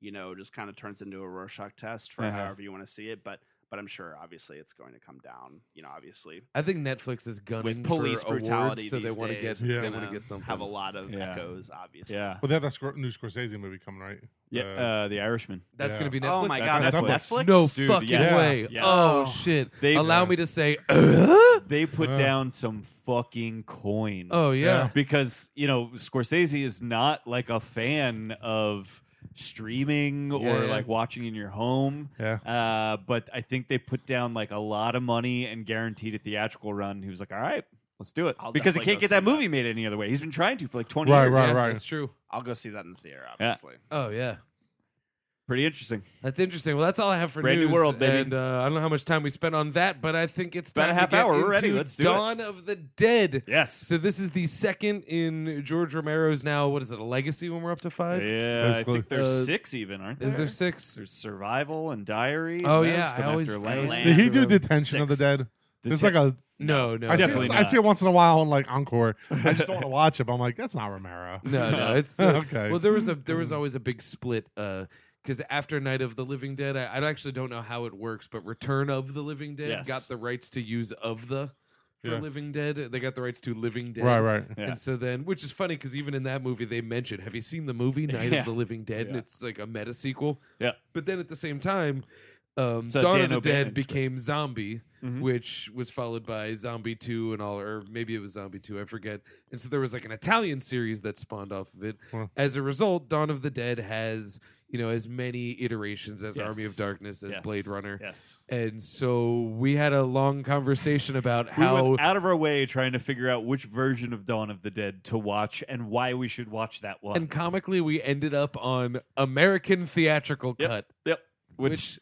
you know, just kind of turns into a Rorschach test for Uh-huh. however you want to see it. But but I'm sure obviously it's going to come down. You know, obviously I think Netflix is gunning with police for awards, brutality, so they these want to get days, Yeah. it's they gonna want to get something. Have a lot of Yeah. echoes, obviously. yeah. Well, they have that Scor- new Scorsese movie coming, right? Yeah. Uh, Uh, the Irishman. That's Yeah. going to be Netflix. Oh my That's god, on that's Netflix. Netflix. No Dude, fucking yes. way. Yes. Oh shit. They- Allow me to say oh, They put Yeah. down some fucking coin. Oh yeah. because you know Scorsese is not like a fan of streaming or yeah. like watching in your home. Yeah. Uh, but I think they put down like a lot of money and guaranteed a theatrical run. He was like, "All right, let's do it," I'll because he definitely can't go get that see that. movie made any other way. He's been trying to for like twenty Right, years. right. Yeah, That's true. I'll go see that in the theater, Yeah. obviously. Oh yeah. Pretty interesting. That's interesting. Well, that's all I have for Brand new news, world, baby. And uh, I don't know how much time we spent on that, but I think it's About time a half to get hour. We're ready. into Let's do it. Dawn of the Dead. Yes. So this is the second in George Romero's now. What is it? A legacy when we're up to five? Yeah, I think Basically. there's Uh, six even, aren't there? Is there six? There's survival and diary. Oh, and yeah, that's come I always- after I always Land. Did he do After the Detention of the six. Dead? There's like a No, no. I see, Definitely it, no. I not. see it once in a while on like Encore. I just don't want to watch it. But I'm like, that's not Romero. No, no, it's uh, Okay. Well, there was a there was Mm. always a big split because after Night of the Living Dead, I, I actually don't know how it works, but Return of the Living Dead Yes. got the rights to use of the for Yeah. Living Dead. They got the rights to Living Dead, Right, right. Yeah. And so then, which is funny because even in that movie, they mention, "Have you seen the movie Night Yeah. of the Living Dead?" And Yeah. it's like a meta sequel. Yeah. But then at the same time, um, So Dawn Dan of the O'Bannon Dead script. became Zombie, Mhm. which was followed by Zombie Two and all, or maybe it was Zombie Two, I forget. And so there was like an Italian series that spawned off of it. Wow. As a result, Dawn of the Dead has you know as many iterations as Yes. Army of Darkness, as Yes. Blade Runner. Yes. And so we had a long conversation about how we went out of our way trying to figure out which version of Dawn of the Dead to watch and why we should watch that one. And comically, we ended up on American theatrical Yep. cut. yep, which,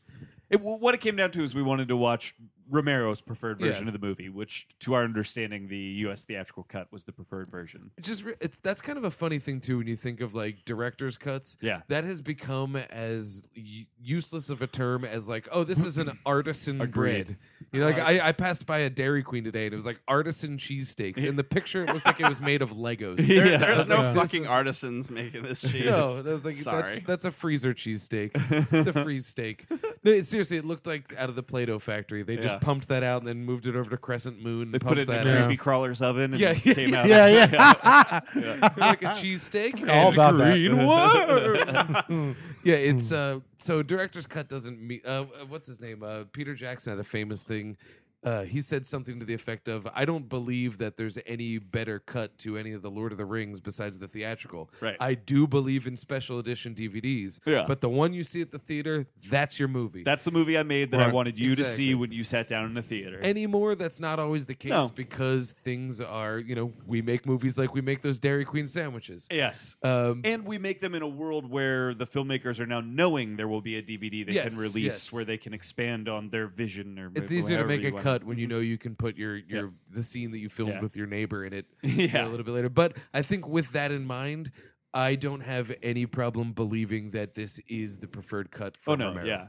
it, what it came down to is we wanted to watch Romero's preferred Yeah. version of the movie, which, to our understanding, the U.S. theatrical cut was the preferred version. It just re- it's that's kind of a funny thing too when you think of like director's cuts. Yeah. that has become as u- useless of a term as like, oh, this is an artisan bread. You know, like Uh-huh. I, I passed by a Dairy Queen today and it was like artisan cheesesteaks, and the picture it looked like it was made of Legos. There- Yeah. There's no Yeah. fucking artisans making this cheese. No, that was like Sorry. that's that's a freezer cheesesteak. It's a freeze steak. No, it, seriously, it looked like out of the Play-Doh factory. They just Yeah. pumped that out and then moved it over to Crescent Moon. They pumped put it in that the out. creepy crawler's oven and Yeah, it yeah, came out. yeah, yeah. like a cheesesteak All and about that. Uh-huh. green worms. yeah, it's Hmm. uh, so director's cut doesn't meet. Uh, what's his name? Uh, Peter Jackson had a famous thing. Uh, he said something to the effect of, "I don't believe that there's any better cut to any of the Lord of the Rings besides the theatrical. Right. I do believe in special edition DVDs. Yeah. But the one you see at the theater, that's your movie. That's the movie I made that I Right. wanted you to Exactly. see when you sat down in the theater. anymore that's not always the case No. because things are you know we make movies like we make those dairy queen sandwiches yes. um and we make them in a world where the filmmakers are now knowing there will be a DVD they Yes, can release yes. where they can expand on their vision or It's wh- easier to however make you a wanna- cut when you know you can put your your Yeah. the scene that you filmed Yeah. with your neighbor in it you know, a yeah. little bit later. But I think with that in mind, I don't have any problem believing that this is the preferred cut. Oh From no, Romero. yeah.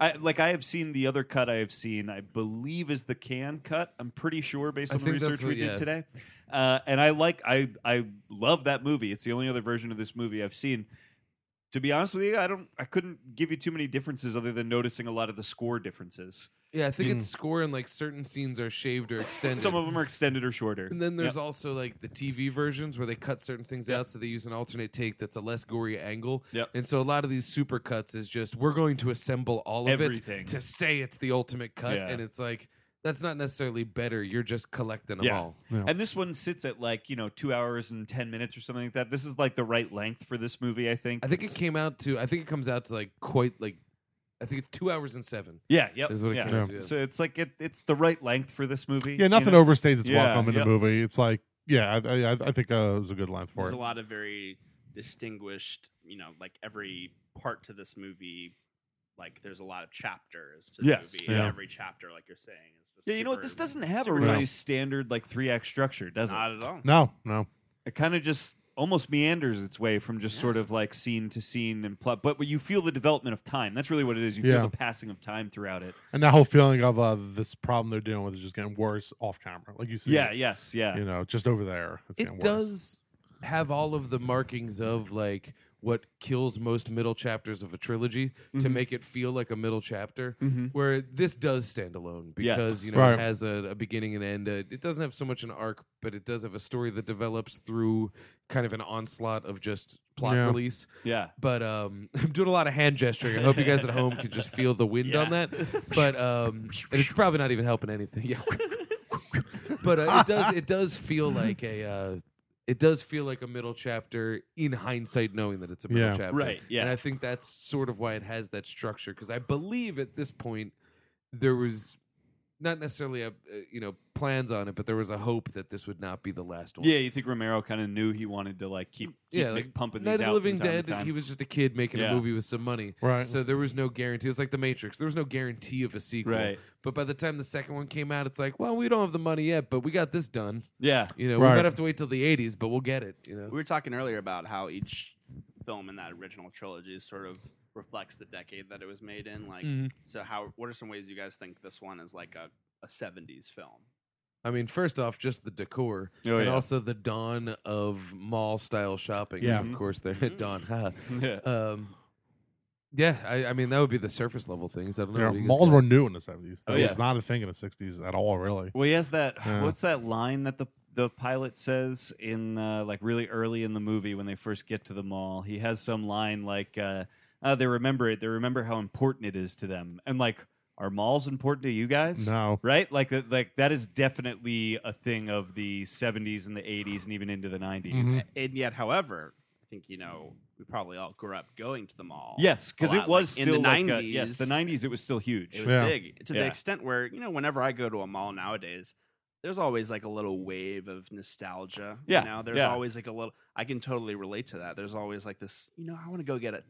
I, like I have seen the other cut I have seen, I believe is the can cut. I'm pretty sure based I on the think that's research we what- did yeah. today. Uh, and I like I I love that movie. It's the only other version of this movie I've seen. To be honest with you, I don't I couldn't give you too many differences other than noticing a lot of the score differences. yeah. I think it's score and like certain scenes are shaved or extended. Mm. Some of them are extended or shorter. and then there's Yeah. also like the TV versions where they cut certain things out, so they use an alternate take that's a less gory angle. Yep. And so a lot of these super cuts is just we're going to assemble all of Everything. it to say it's the ultimate cut, Yeah. and it's like that's not necessarily better. You're just collecting them Yeah. all. And this one sits at like, you know, two hours and 10 minutes or something like that. This is like the right length for this movie, I think. I think it It's- came out to. I think it comes out to like quite like. I think it's two hours and seven. Yeah, yep. Is what it yeah. came out to, yeah. So it's like, it, it's the right length for this movie. Yeah, you nothing know? overstays its Yeah, welcome in yep. the movie. It's like, yeah, I, I, I think uh, it was a good line for There's it. a lot of very distinguished, you know, like every part to this movie. Like there's a lot of chapters to the Yes, movie, and yeah. every chapter, like you're saying, is just Yeah, you know what? super- This doesn't have a super really tight. standard like three act structure, does it? not at all. No, no. It kind of just almost meanders its way from just sort of like scene to scene and plot. But you feel the development of time. That's really what it is. You Yeah. feel the passing of time throughout it. And that whole feeling of uh, this problem they're dealing with is just getting worse off camera. Like you see, Yeah. it, Yes. Yeah. you know, just over there. It's getting It worse. does have all of the markings of like what kills most middle chapters of a trilogy to make it feel like a middle chapter. Where this does stand alone Yes. because you know Right. it has a, a beginning and end. Uh, it doesn't have so much an arc, but it does have a story that develops through kind of an onslaught of just plot Yeah. release. Yeah. but um, I'm doing a lot of hand gesturing. I hope you guys at home can just feel the wind on that. But um, and it's probably not even helping anything. Yeah. but uh, it does. It does feel like a. Uh, it does feel like a middle chapter in hindsight, knowing that it's a middle Yeah. chapter. Right, yeah. And I think that's sort of why it has that structure because I believe at this point there was not necessarily a uh, you know plans on it, but there was a hope that this would not be the last one. Yeah, you think Romero kind of knew he wanted to like keep, keep Yeah, like, like, pumping Night these of out the from Living time to Dead. time. He was just a kid making Yeah. a movie with some money, Right. So there was no guarantee. It's like The Matrix. There was no guarantee of a sequel. Right. But by the time the second one came out, it's like, well, we don't have the money yet, but we got this done. yeah, You know, we Right. might have to wait till the '80s, but we'll get it. You know, We were talking earlier about how each film in that original trilogy sort of reflects the decade that it was made in. Like, Mm-hmm. Mhm. so how? What are some ways you guys think this one is like a, a '70s film? I mean, first off, just the decor, Oh, and yeah. also the dawn of mall-style shopping. Yeah. of course, there at dawn. Haha. yeah. um, yeah, I, I mean that would be the surface level things. I don't know. You know, what do you guys malls think? were new in the seventies. Oh, That yeah. was not a thing in the sixties at all, really. Well, he has that. Yeah. What's that line that the the pilot says in uh, like really early in the movie when they first get to the mall? He has some line like, uh, uh, "They remember it. They remember how important it is to them." And like, are malls important to you guys? No. right? Like, that- like that is definitely a thing of the '70s and the '80s and even into the '90s. Mhm. Mm-hmm. And yet, however, I think you know we probably all grew up going to the mall. Yes, because a lot. it was Like, still in the like, uh, '90s. yes, the '90s. It was still huge. It was Yeah. big to Yeah. the extent where you know whenever I go to a mall nowadays, there's always like a little wave of nostalgia. Yeah, you know, there's yeah. always like a little. I can totally relate to that. There's always like this. You know, I want to go get a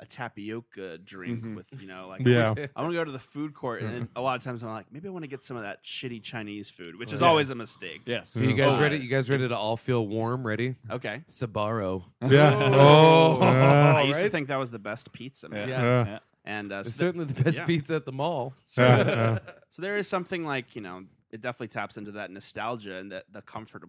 a tapioca drink Mhm. with you know like Yeah. I want to go to the food court, and then a lot of times I'm like, maybe I want to get some of that shitty Chinese food, which is Yeah. always a mistake. Yes. You guys Oh, ready? yes. You guys ready to all feel warm? Ready? Okay. Sabaro. Yeah. Oh, I used to right? think that was the best pizza, man. Yeah. Yeah. And uh, It's so, certainly the best yeah. pizza at the mall. Yeah, so, yeah. so there is something like you know, it definitely taps into that nostalgia and that the comfort, of,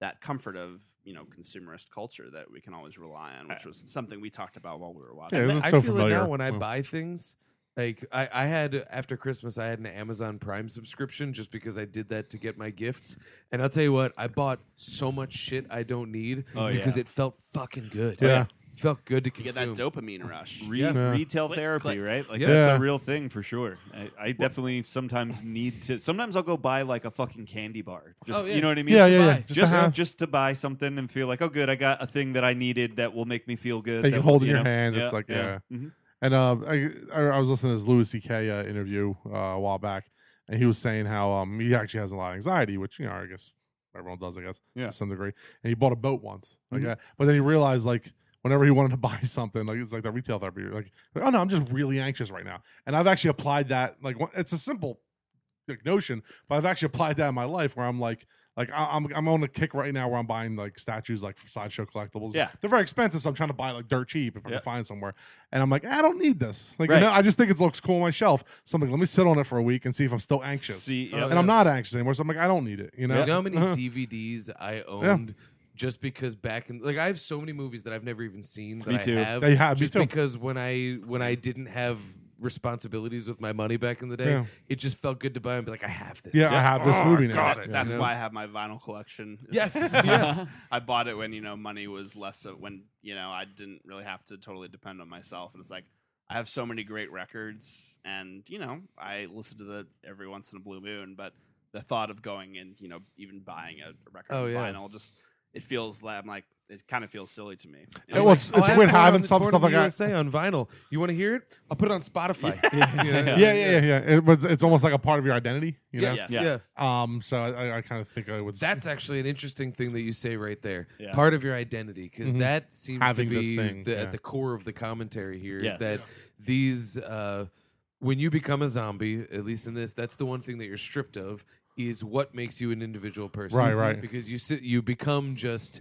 that comfort of you know consumerist culture that we can always rely on, which was something we talked about while we were watching. Yeah, And this is I so feel it familiar. now when I Wow. buy things. Like I, I had after Christmas, I had an Amazon Prime subscription just because I did that to get my gifts. And I'll tell you what, I bought so much shit I don't need Oh, because yeah. it felt fucking good. Yeah. felt good to You consume. get that dopamine rush. Re- Yeah. Retail therapy, right? Like Yeah. that's Yeah. a real thing for sure. I, I definitely sometimes need to. Sometimes I'll go buy like a fucking candy bar. Just, Oh, yeah. You know what I mean? Yeah, Just- yeah, yeah. buy. Just, Just to just to, have- buy something and feel like, oh, good, I got a thing that I needed that will make me feel good. That you will- hold in your know? hand, it's like, Mhm. And uh, I, I I was listening to this Louis C.K. Uh, interview uh, a while back, and he was saying how um he actually has a lot of anxiety, which you know I guess everyone does, I guess, Yeah. Mm-hmm. to some degree. And he bought a boat once, like that. But then he realized like whenever he wanted to buy something, like it's like that retail therapy, like, like, oh no, I'm just really anxious right now. And I've actually applied that like one- it's a simple like, notion, but I've actually applied that in my life where I'm like. Like I- I'm, I'm on a kick right now where I'm buying like statues like for sideshow collectibles. Yeah. they're very expensive, so I'm trying to buy like dirt cheap if I Yeah. can find somewhere and I'm like, I don't need this. Like, you Right. know, I just think it looks cool on my shelf. So I'm like, let me sit on it for a week and see if I'm still anxious. See, Oh, yeah. and I'm not anxious anymore. So I'm like, I don't need it. You know? You know how many Uh-huh. DVDs I owned just because back in like I have so many movies that I've never even seen that Me too. I have. They have- me just too. because when I when I didn't have responsibilities with my money back in the day, Yeah. it just felt good to buy and be like, I have this. yeah, I have this Oh, movie now. God, Yeah. That's Yeah. why I have my vinyl collection. Yes. Yeah. I bought it when you know money was less. Of, when you know I didn't really have to totally depend on myself, and it's like I have so many great records, and you know I listen to the every once in a blue moon. But the thought of going and you know even buying a record Oh, on yeah. vinyl just it feels like I'm like it kind of feels silly to me. It was- it's Oh, I have Born weird on having the- some Born stuff in the like that. USA on vinyl. You want to hear it? I'll put it on Spotify. Yeah, Yeah, yeah, yeah, yeah. It, was, it's almost like a part of your identity. You know? Yes, yeah. Um. So I, I kind of think I would. That's actually an interesting thing that you say right there. Yeah. Part of your identity, because Mhm. that seems Having to this be thing, the, yeah. at the core of the commentary here. Is Yes. that these, uh, when you become a zombie, at least in this, that's the one thing that you're stripped of is what makes you an individual person. Right, right. Because you sit, you become just,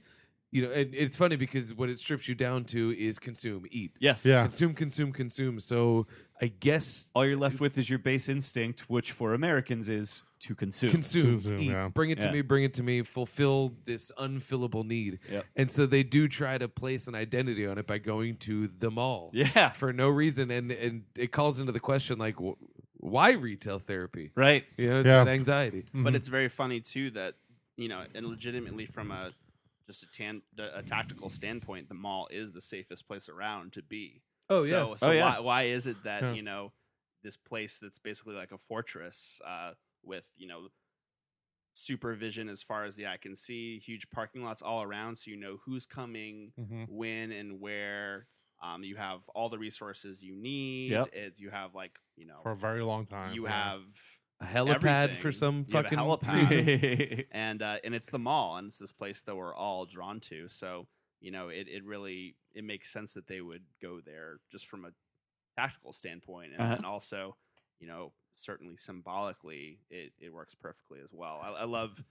you know, and it's funny because what it strips you down to is consume, eat, Yes. Yeah. consume, consume, consume. So I guess All you're left with is your base instinct, which for Americans is to consume. consume, Consume, eat, yeah. bring it to Yeah. me, bring it to me, fulfill this unfillable need. Yep. And so they do try to place an identity on it by going to the mall. Yeah. For no reason. And, and it calls into the question, like, wh- why retail therapy? Right. You know, it's Yeah. that anxiety. but it's very funny too that you know and legitimately from a just a, tan, a tactical standpoint the mall is the safest place around to be Oh, so, yeah. so Oh, yeah. why, why is it that Yeah. you know this place that's basically like a fortress uh, with you know supervision as far as the eye can see huge parking lots all around so you know who's coming Mhm. when and where um, you have all the resources you need Yep. it, you have like you know for a very long time. you yeah. have A helipad everything. for some You have a fucking helipad. reason. and uh, and it's the mall, and it's this place that we're all drawn to. So you know, it, it really it makes sense that they would go there just from a tactical standpoint, and, Uh-huh. and also you know certainly symbolically it, it works perfectly as well. I, I love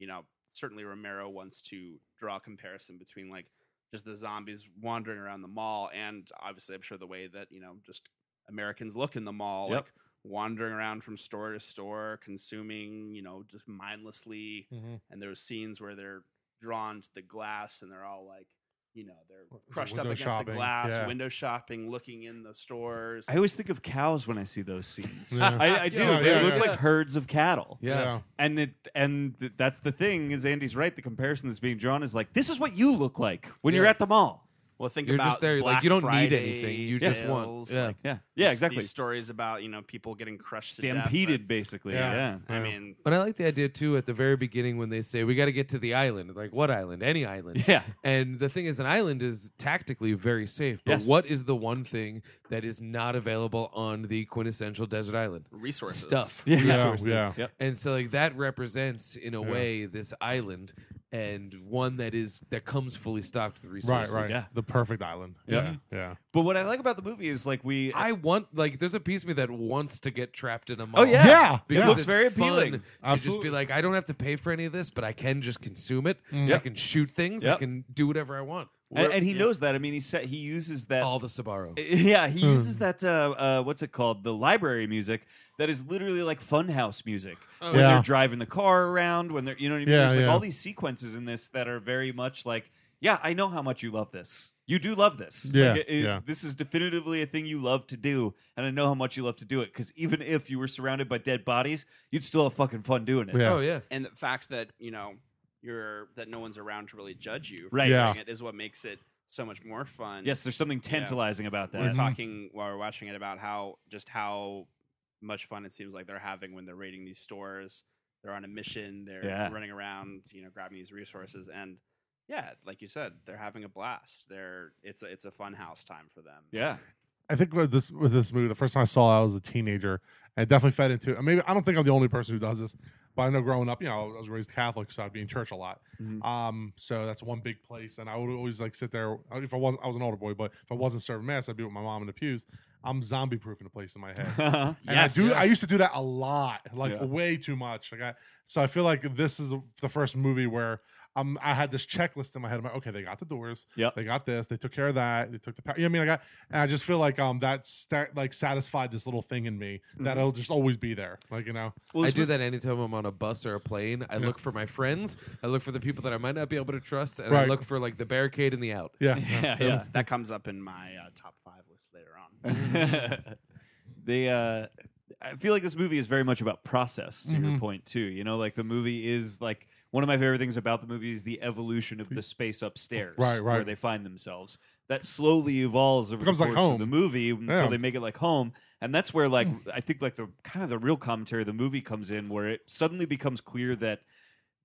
you know certainly Romero wants to draw a comparison between like just the zombies wandering around the mall, and obviously I'm sure the way that you know just Americans look in the mall, Yep. like wandering around from store to store, consuming you know just mindlessly Mhm. and there's scenes where they're drawn to the glass and they're all like you know they're What is it, crushed up window against the shopping, glass yeah. window shopping looking in the stores I always think of cows when I see those scenes. Yeah. I, I do. Yeah, they yeah, look yeah. like herds of cattle. Yeah. And it and th- that's the thing is Andy's right. The comparison that's being drawn is like this is what you look like when you're Yeah. at the mall. well think You're about just there, like, you Black don't need Friday anything, you just want- sales, yeah. like, Yeah, yeah, these- exactly. these stories about you know people getting crushed to death, Stampeded, basically. Yeah. Yeah. but, i mean But I like the idea, too, at the very beginning when they say, we got to get to the island. Like, what island? Any island. Yeah. And the thing is, an island is tactically very safe. But Yes. what is the one thing that is not available on the quintessential desert island? resources Stuff, Yeah. Yeah. resources. Yeah. Yep. And so, like, that represents, in a way, this island. and one that is that comes fully stocked with Right, resources. right. Yeah. The perfect island. Yeah. Yeah. yeah. But what I like about the movie is like we. I want like there's a piece of me that wants to get trapped in a mall. oh yeah, Yeah. Because it looks it's very fun appealing. To just Absolutely. be like, I don't have to pay for any of this, but I can just consume it. I Mm. Yep. can shoot things. I Yep. can do whatever I want. And, and he knows that. I mean, he said he uses that. All the Sabaro. Yeah, he Hmm. uses that. Uh, uh, what's it called? The library music that is literally like funhouse music Oh, when yeah. they're driving the car around. When they're, you know what I mean? Yeah, There's like yeah. all these sequences in this that are very much like, yeah, I know how much you love this. You do love this. Yeah, Like, it- it- yeah. This is definitively a thing you love to do, and I know how much you love to do it. Because even if you were surrounded by dead bodies, you'd still have fucking fun doing it. Yeah. Oh yeah. and the fact that you know you're that no one's around to really judge you for Right. Yeah. doing it is what makes it so much more fun. Yes, there's something tantalizing about we were that. talking while we we're watching it about how just how much fun it seems like they're having when they're raiding these stores. They're on a mission. They're Yeah. running around, you know, grabbing these resources, and yeah, like you said, they're having a blast. They're it's a it's a fun house time for them. Yeah. I think with this with this movie, the first time I saw it, I was a teenager, and it definitely fed into. And maybe I don't think I'm the only person who does this, but I know growing up, you know, I was raised Catholic, so I'd be in church a lot. Mhm. Um, so that's one big place, and I would always like sit there. uh, If I wasn't, I was an older boy, but if I wasn't serving mass, I'd be with my mom in the pews. I'm zombie proofing the place in my head. And Yes. I do. I used to do that a lot, like Yeah. way too much. Like I, so I feel like this is the- the first movie where um I had this checklist in my head. I'm like, okay, they got the doors. Yep. they got this. They took care of that. They took the. power. You know what I mean? Like I, and I just feel like um that sta- like satisfied this little thing in me Mm-hmm. that it'll just always be there. Like you know, Well, I it's do that anytime I'm on a bus or a plane. I look for my friends. I look for the people that I might not be able to trust, and I Right. look for like the barricade and the out. yeah, Yeah, yeah. that comes up in my uh, top five list later on. they uh I feel like this movie is very much about process to Mm-hmm. your point too. You know, like the movie is like one of my favorite things about the movie is the evolution of the space upstairs. Right, right. Where they find themselves. That slowly evolves over Becomes the like course of home. the movie until Yeah. Mm. they make it like home. And that's where like I think like the kind of the real commentary of the movie comes in where it suddenly becomes clear that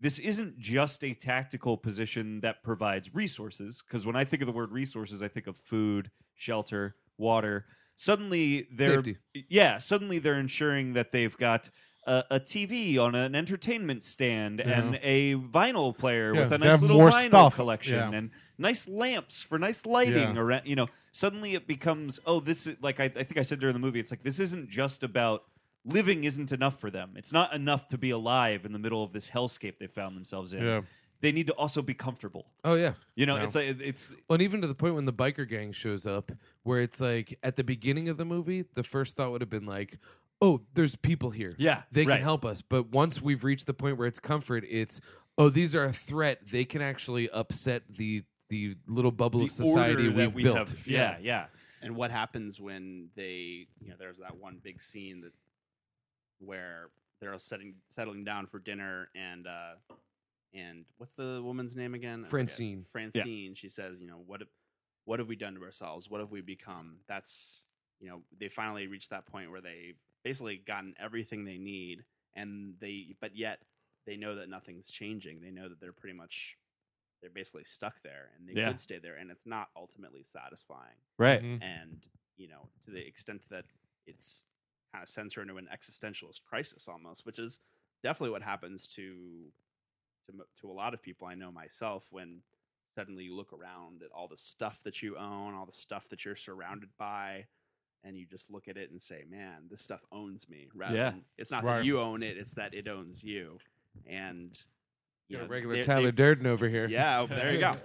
this isn't just a tactical position that provides resources because when i think of the word resources i think of food shelter water suddenly they're Safety. yeah suddenly they're ensuring that they've got a, a tv on an entertainment stand and a vinyl player Yeah, with a they nice have little more vinyl stuff. collection Yeah. and nice lamps for nice lighting Yeah. around you know suddenly it becomes oh this is like I, I think i said during the movie it's like this isn't just about living isn't enough for them it's not enough to be alive in the middle of this hellscape they found themselves in Yeah. they need to also be comfortable Oh yeah. you know Yeah. it's like it's Well, and even to the point when the biker gang shows up, where it's like at the beginning of the movie, the first thought would have been like, "Oh, there's people here. Yeah, they right. can help us." But once we've reached the point where it's comfort, it's, "Oh, these are a threat. They can actually upset the the little bubble the of society order that we've we built." have- yeah yeah and what happens when they you know there's that one big scene that where they're setting settling down for dinner and uh and what's the woman's name again I forget. Francine. francine she says you know what have- what have we done to ourselves what have we become that's you know they finally reached that point where they basically gotten everything they need and they but yet they know that nothing's changing they know that they're pretty much they're basically stuck there and they Yeah. could stay there and it's not ultimately satisfying right Mhm. and you know to the extent that it's kind of sends her into an existentialist crisis almost which is definitely what happens to to, mo- to a lot of people i know myself when suddenly you look around at all the stuff that you own all the stuff that you're surrounded by and you just look at it and say man this stuff owns me rather Yeah. than it's not Right. that you own it it's that it owns you and you Got a know, regular they- they- Tyler Durden over here. yeah, oh, there you go.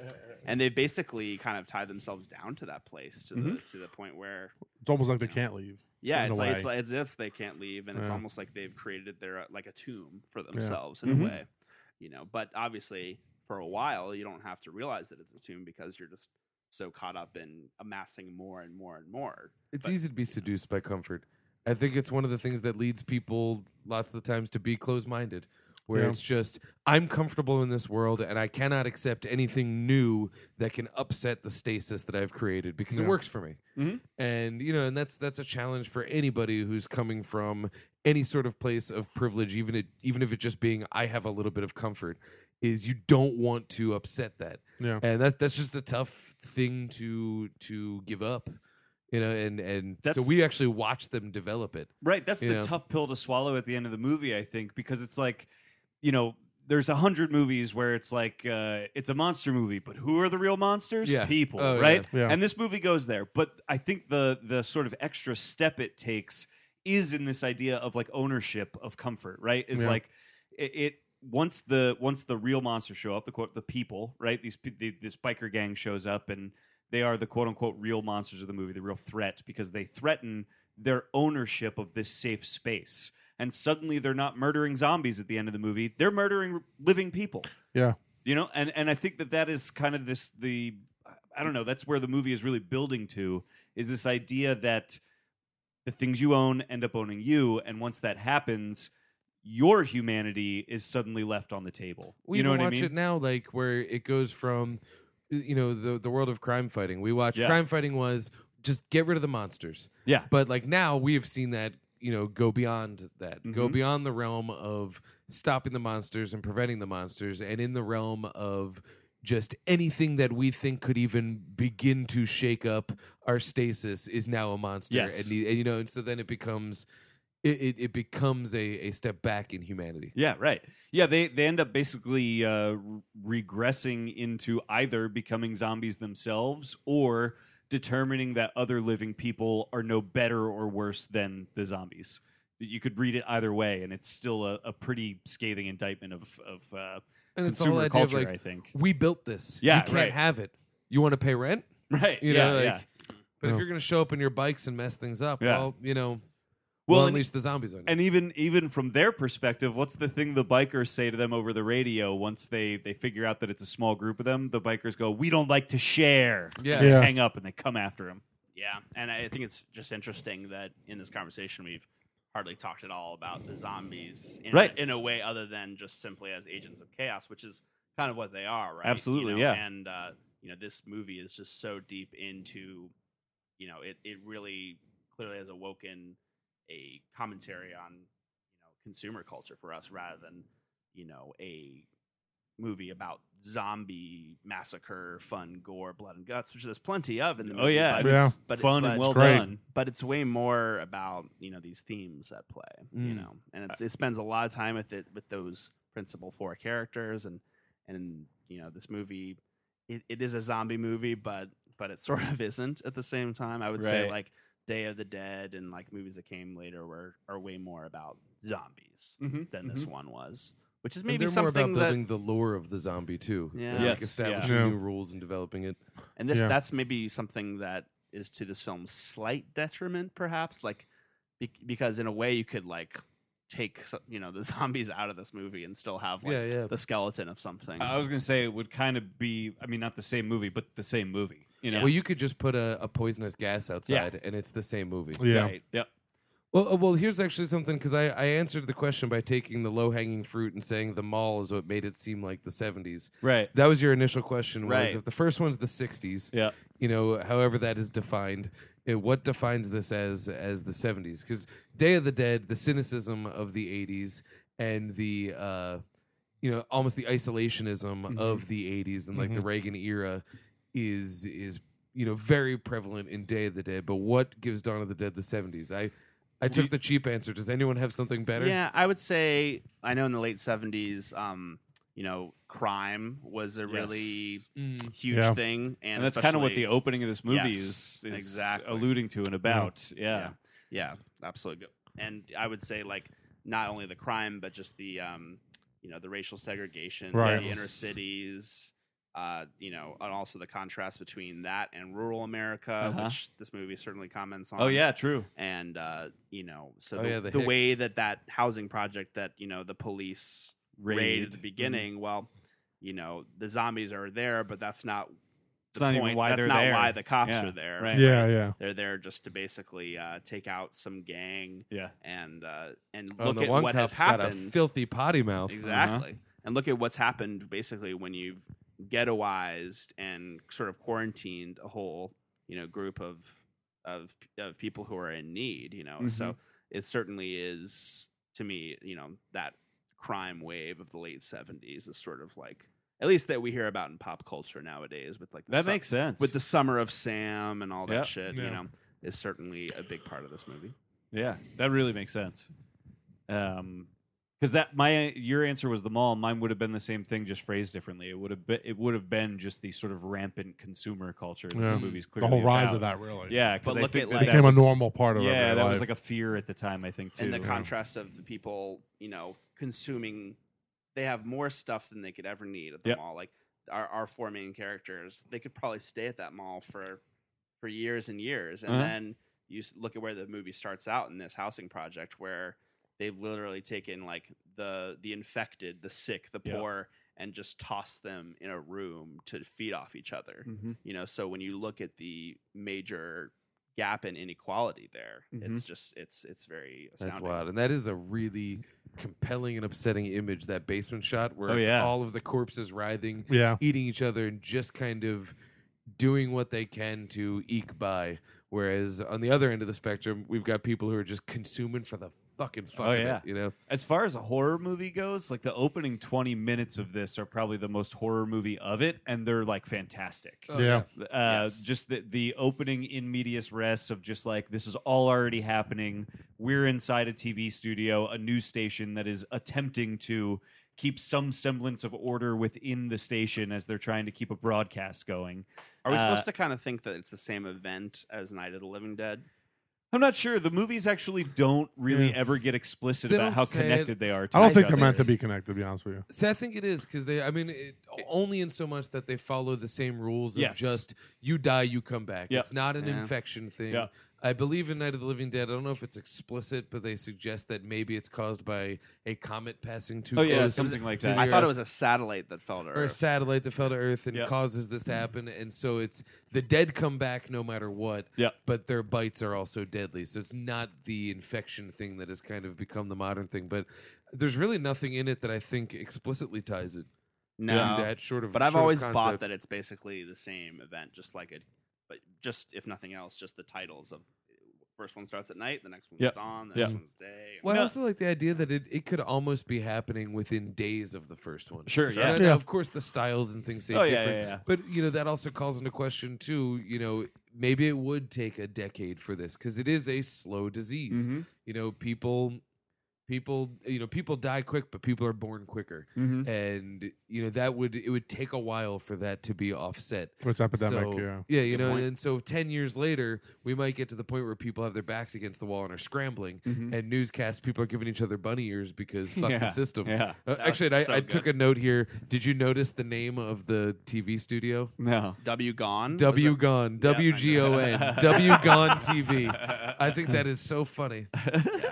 And they basically kind of tied themselves down to that place to the Mhm. to the point where it's almost like they can't leave. yeah, Mm-hmm. In it's a like, it's way. like as if they can't leave, and it's Yeah. almost like they've created their uh, like a tomb for themselves in Mhm. Mm-hmm. a way, you know. But obviously, for a while, you don't have to realize that it's a tomb because you're just so caught up in amassing more and more and more. It's But- easy to be seduced by comfort. I think it's one of the things that leads people lots of the times to be closed minded, where Yeah. it's just, I'm comfortable in this world and I cannot accept anything new that can upset the stasis that I've created because it Yeah. Mm-hmm. works for me. And you know, and that's that's a challenge for anybody who's coming from any sort of place of privilege, even it, even if it just being I have a little bit of comfort, is you don't want to upset that Yeah, and that that's just a tough thing to to give up you know and and so That's- we actually watched them develop it Right. That's the Yeah. tough pill to swallow at the end of the movie, I think, because it's like, you know, there's a hundred movies where it's like uh, it's a monster movie, but who are the real monsters? Yeah. People, Oh, right? yeah. Yeah. And this movie goes there, but I think the the sort of extra step it takes is in this idea of like ownership of comfort, right? Is Yeah. like it. it once the once the real monsters show up, the quote the people, right? These pe- the, this biker gang shows up, and they are the quote unquote real monsters of the movie, the real threat, because they threaten their ownership of this safe space. And suddenly they're not murdering zombies at the end of the movie, they're murdering living people. Yeah. You know, and, and I think that that is kind of this the I don't know, that's where the movie is really building to is this idea that the things you own end up owning you and once that happens your humanity is suddenly left on the table. We you know even what I watch mean? it now, like where it goes from, you know, the the world of crime fighting. We watch Yeah. crime fighting was just get rid of the monsters. Yeah. But like now we have seen that, you know, go beyond that. Go Mhm. beyond the realm of stopping the monsters and preventing the monsters and in the realm of just anything that we think could even begin to shake up our stasis is now a monster. Yes. And, the- and, you know, and so then it becomes it, it, it becomes a, a step back in humanity. Yeah, right. Yeah, they they end up basically uh, re- regressing into either becoming zombies themselves or determining that other living people are no better or worse than the zombies. You could read it either way, and it's still a, a pretty scathing indictment of of uh, And it's all consumer idea culture. of like I think. we built this. Yeah, you can't right. have it. You want to pay rent, Right. you yeah. know, like, yeah. But Yeah. if you're going to show up in your bikes and mess things up, Yeah. well, you know, we'll, Well, and- unleash the zombies on you. And even even from their perspective, what's the thing the bikers say to them over the radio once they they figure out that it's a small group of them? The bikers go, "We don't like to share." Yeah. And they Yeah. hang up and they come after him. Yeah, and I think it's just interesting that in this conversation we've hardly talked at all about the zombies in, Right. in a way other than just simply as agents of chaos, which is kind of what they are, right? You Absolutely, know, yeah. And uh, you know, this movie is just so deep into, you know, it it really clearly has awoken a commentary on you know consumer culture for us rather than you know a movie about zombie massacre, fun gore, blood and guts, which there's plenty of in the Oh, movie. yeah. but Yeah. it's- but but it- fun but, and well great. done. But it's way more about you know these themes at play, you Mm. know, and it's, it spends a lot of time with it with those principal four characters, and and you know this movie, it, it is a zombie movie, but but it sort of isn't at the same time. I would say Right. like Day of the Dead and like movies that came later were are way more about zombies Mhm, than this one was, which is Mm-hmm. And maybe they're more about something that building the lore of the zombie too. Yeah. Than, Yes, like yeah. establishing Yeah. new rules and developing it. And this Yeah. that's maybe something that is to this film's slight detriment, perhaps. Like be- because in a way you could like take so- you know the zombies out of this movie and still have like yeah, yeah. the skeleton of something. Mm-hmm. I was gonna say it would kind of be. I mean, not the same movie, but the same movie. You know. Well, you could just put a, a poisonous gas outside, and it's the same movie. Yeah. Right. Yep. Well, uh, well, here's actually something because I, I answered the question by taking the low hanging fruit and saying the mall is what made it seem like the 70s. Right. That was your initial question. Was Right. if the first one's the 60s, Yeah. you know, however that is defined. uh, what defines this as as the 70s? Because Day of the Dead, the cynicism of the 80s, and the uh, you know almost the isolationism Mm-hmm. of the 80s and like the Reagan era is is you know very prevalent in Day of the Dead. But what gives Dawn of the Dead the 70s? I I took the cheap answer. Does anyone have something better? Yeah, I would say I know in the late seventies, um, you know, crime was a really Mm. huge Yeah. thing, and, And that's kind of what especially- the opening of this movie Yes, is, is exactly. alluding to and about. Yeah. Yeah, absolutely. Go- And I would say like not only the crime, but just the um, you know, the racial segregation, Right. the inner cities, uh, you know, and also the contrast between that and rural America, Uh-huh. which this movie certainly comments on. Oh yeah, true. and uh, you know, so Oh, the, yeah, the, the way Hicks. that that housing project that you know the police raid, at the Mhm. beginning, well, you know, the zombies are there, but that's not. It's not even point- why that's they're not there. why the cops Yeah, are there. right. Yeah. Yeah. They're there just to basically uh, take out some gang Yeah. and uh, and Oh, look and the at one what has cop's got a happened. filthy potty mouth. exactly, and look at what's happened basically when you've ghettoized and sort of quarantined a whole you know group of of of people who are in need. You know, so Mm-hmm. it certainly is to me. You know that crime wave of the late seventies is sort of like at least that we hear about in pop culture nowadays with like the That su- makes sense. with the summer of Sam and all that Yeah. shit. You Yeah. know, is certainly a big part of this movie. Yeah, that really makes sense. Um, 'cause because that my your answer was the mall. Mine would have been the same thing, just phrased differently. It would have been it would have been just the sort of rampant consumer culture that Yeah. the movies the clearly whole rise of about. that really Yeah, because But I look think at, that like- It became that was- a normal part of Yeah, everyday that was life. like a fear at the time. I think too. and the contrast of the people, you know, consuming. They have more stuff than they could ever need at the Yep. mall. Like our our four main characters, they could probably stay at that mall for for years and years. And Uh-huh. then you s- look at where the movie starts out in this housing project, where they've literally taken like the the infected, the sick, the Yeah. poor, and just tossed them in a room to feed off each other Mhm. you know so when you look at the major gap in inequality there it's just it's it's very astounding Mm-hmm. That's wild. And that is a really compelling and upsetting image, that basement shot where Oh, it's yeah. all of the corpses writhing, yeah eating each other, and just kind of doing what they can to eke by. Whereas on the other end of the spectrum, we've got people who are just consuming for the fucking fuck Oh, of yeah. it, you know? As far as a horror movie goes, like the opening 20 minutes of this are probably the most horror movie of it, and they're like fantastic. Oh, yeah Uh, Yes. Just the, the opening in medias res of just like, this is all already happening. We're inside a TV studio, a news station that is attempting to keep some semblance of order within the station as they're trying to keep a broadcast going. are we Uh, supposed to kind of think that it's the same event as night of the living dead I'm not sure. The movies actually don't really Yeah. ever get explicit They about don't how say it. connected they are to i don't each think other. they're meant to be connected to be honest with you See, I think it is because they. I mean, it, only in so much that they follow the same rules Yes. of just you die, you come back. Yeah. It's not an Yeah. infection thing. Yeah. I believe in Night of the Living Dead. I don't know if it's explicit, but they suggest that maybe it's caused by a comet passing too Oh, close. yeah, something like to that. the i thought it Earth, was a satellite that fell to or a earth satellite that fell to Earth and Yeah. causes this to happen, and so it's the dead come back no matter what. Yeah. but their bites are also deadly, so it's not the infection thing that has kind of become the modern thing. But there's really nothing in it that I think explicitly ties it no to that short of. but i've short of always concept. bought that it's basically the same event just like it but just if nothing else just the titles of first one starts at night the next one's Yeah. dawn the Yeah. next one's day Well, No. I also like the idea that it, it could almost be happening within days of the first one. Sure, Now, yeah. now, Yeah. of course, the styles and things say Oh, yeah, different. yeah, yeah. But, you know, that also calls into question, too, you know, maybe it would take a decade for this because it is a slow disease. Mhm. You know, people. People, you know, people die quick, but people are born quicker, Mhm. and you know that would it would take a while for that to be offset. it's epidemic So, yeah you know, point. and so 10 years later, we might get to the point where people have their backs against the wall and are scrambling, and newscasts, people are giving each other bunny ears because fuck Yeah, the system. yeah. Uh, That actually, was I, so I took a good. note here. Did you notice the name of the TV studio? No. w gone W Was that- Gone, Yeah, I W G O N, W Gone TV. I think that is so funny.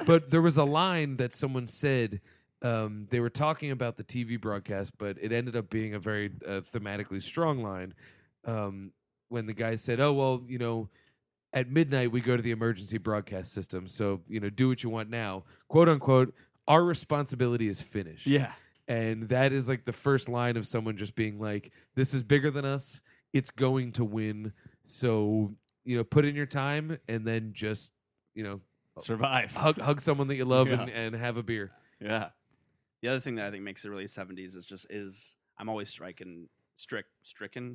But there was a line that someone said. Um, they were talking about the TV broadcast, but it ended up being a very uh, thematically strong line. Um, when the guy said, "Oh well, you know, at midnight we go to the emergency broadcast system, so you know, do what you want now." Quote unquote. Our responsibility is finished Yeah. and that is like the first line of someone just being like this is bigger than us it's going to win so you know put in your time and then just you know Survive. hug hug someone that you love Yeah. and, and have a beer Yeah. The other thing that I think makes it really seventies is just is I'm always striking strick stricken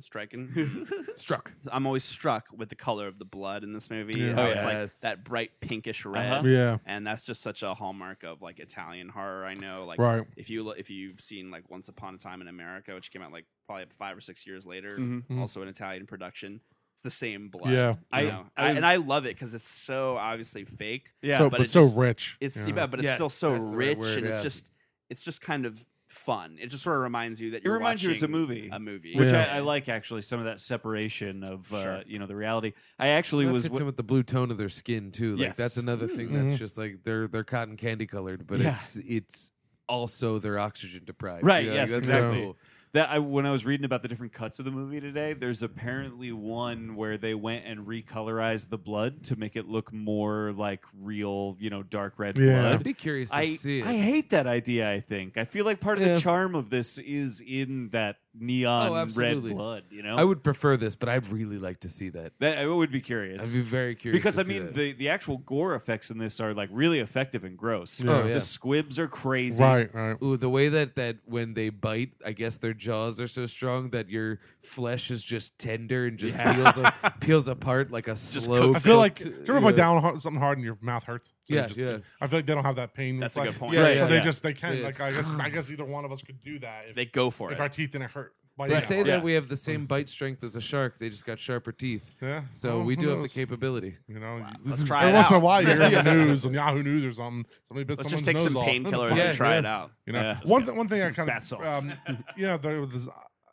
stricken. struck I'm always struck with the color of the blood in this movie. Yeah. how Oh, yes. it's like that bright pinkish red. Uh-huh. yeah And that's just such a hallmark of like Italian horror. I know, like right if you lo- if you've seen like Once Upon a Time in America, which came out like probably five or six years later, Mhm. Mhm. also an Italian production, it's the same blood. Yeah. you I- know? I was- and I love it because it's so obviously fake. Yeah. so but but, it so just- rich it's yeah. yeah, but it's Yes, still so that's the right rich word, and yeah. it's just it's just kind of fun. It just sort of reminds you that it you're reminds you it's a watching movie. A movie, Which Yeah. I, I like actually, some of that separation of uh, Sure. you know the reality. I actually that was fits in with the blue tone of their skin too like Yes. that's another thing Mhm. that's just like they're they're cotton candy colored but Yeah. it's it's also they're oxygen deprived Right, Yeah, yes, that's exactly. cool. that I, when I was reading about the different cuts of the movie today. There's apparently one where they went and recolorized the blood to make it look more like real, you know, dark red Yeah. blood. i'd be curious to I, see it I hate that idea. I think I feel like part of Yeah. the charm of this is in that neon Oh, red absolutely. blood. You know, I would prefer this, but I'd really like to see that. That, I would be curious. I'd be very curious. because to I see mean that. the, the actual gore effects in this are like really effective and gross. Yeah. Oh, yeah. The squibs are crazy. Right, right. Ooh, the way that that when they bite, I guess their jaws are so strong that your flesh is just tender and just peels a, peels apart like a slow. I feel like do cooked, you remember when yeah. down hard, something hard and your mouth hurts? you Yeah, just- yeah. I feel like they don't have that pain. That's a good reflex. point. Yeah, Right, yeah, so they yeah. just they can. Yeah, Like I guess I guess either one of us could do that if, They go for if it. our teeth didn't hurt. by They now. say yeah. Mm. that we have the same bite strength as a shark. They just got sharper teeth. So Well, we Oh, who do have the knows? capability. You know, you- Let's try every it once in a out. while you hear on the news on Yahoo News or something. Somebody bit Let's someone's just take some nose off. painkillers Yeah, and try yeah. it out. You know, Yeah. one, th- one thing I kind Bath of, salts. um, you know, there was, uh,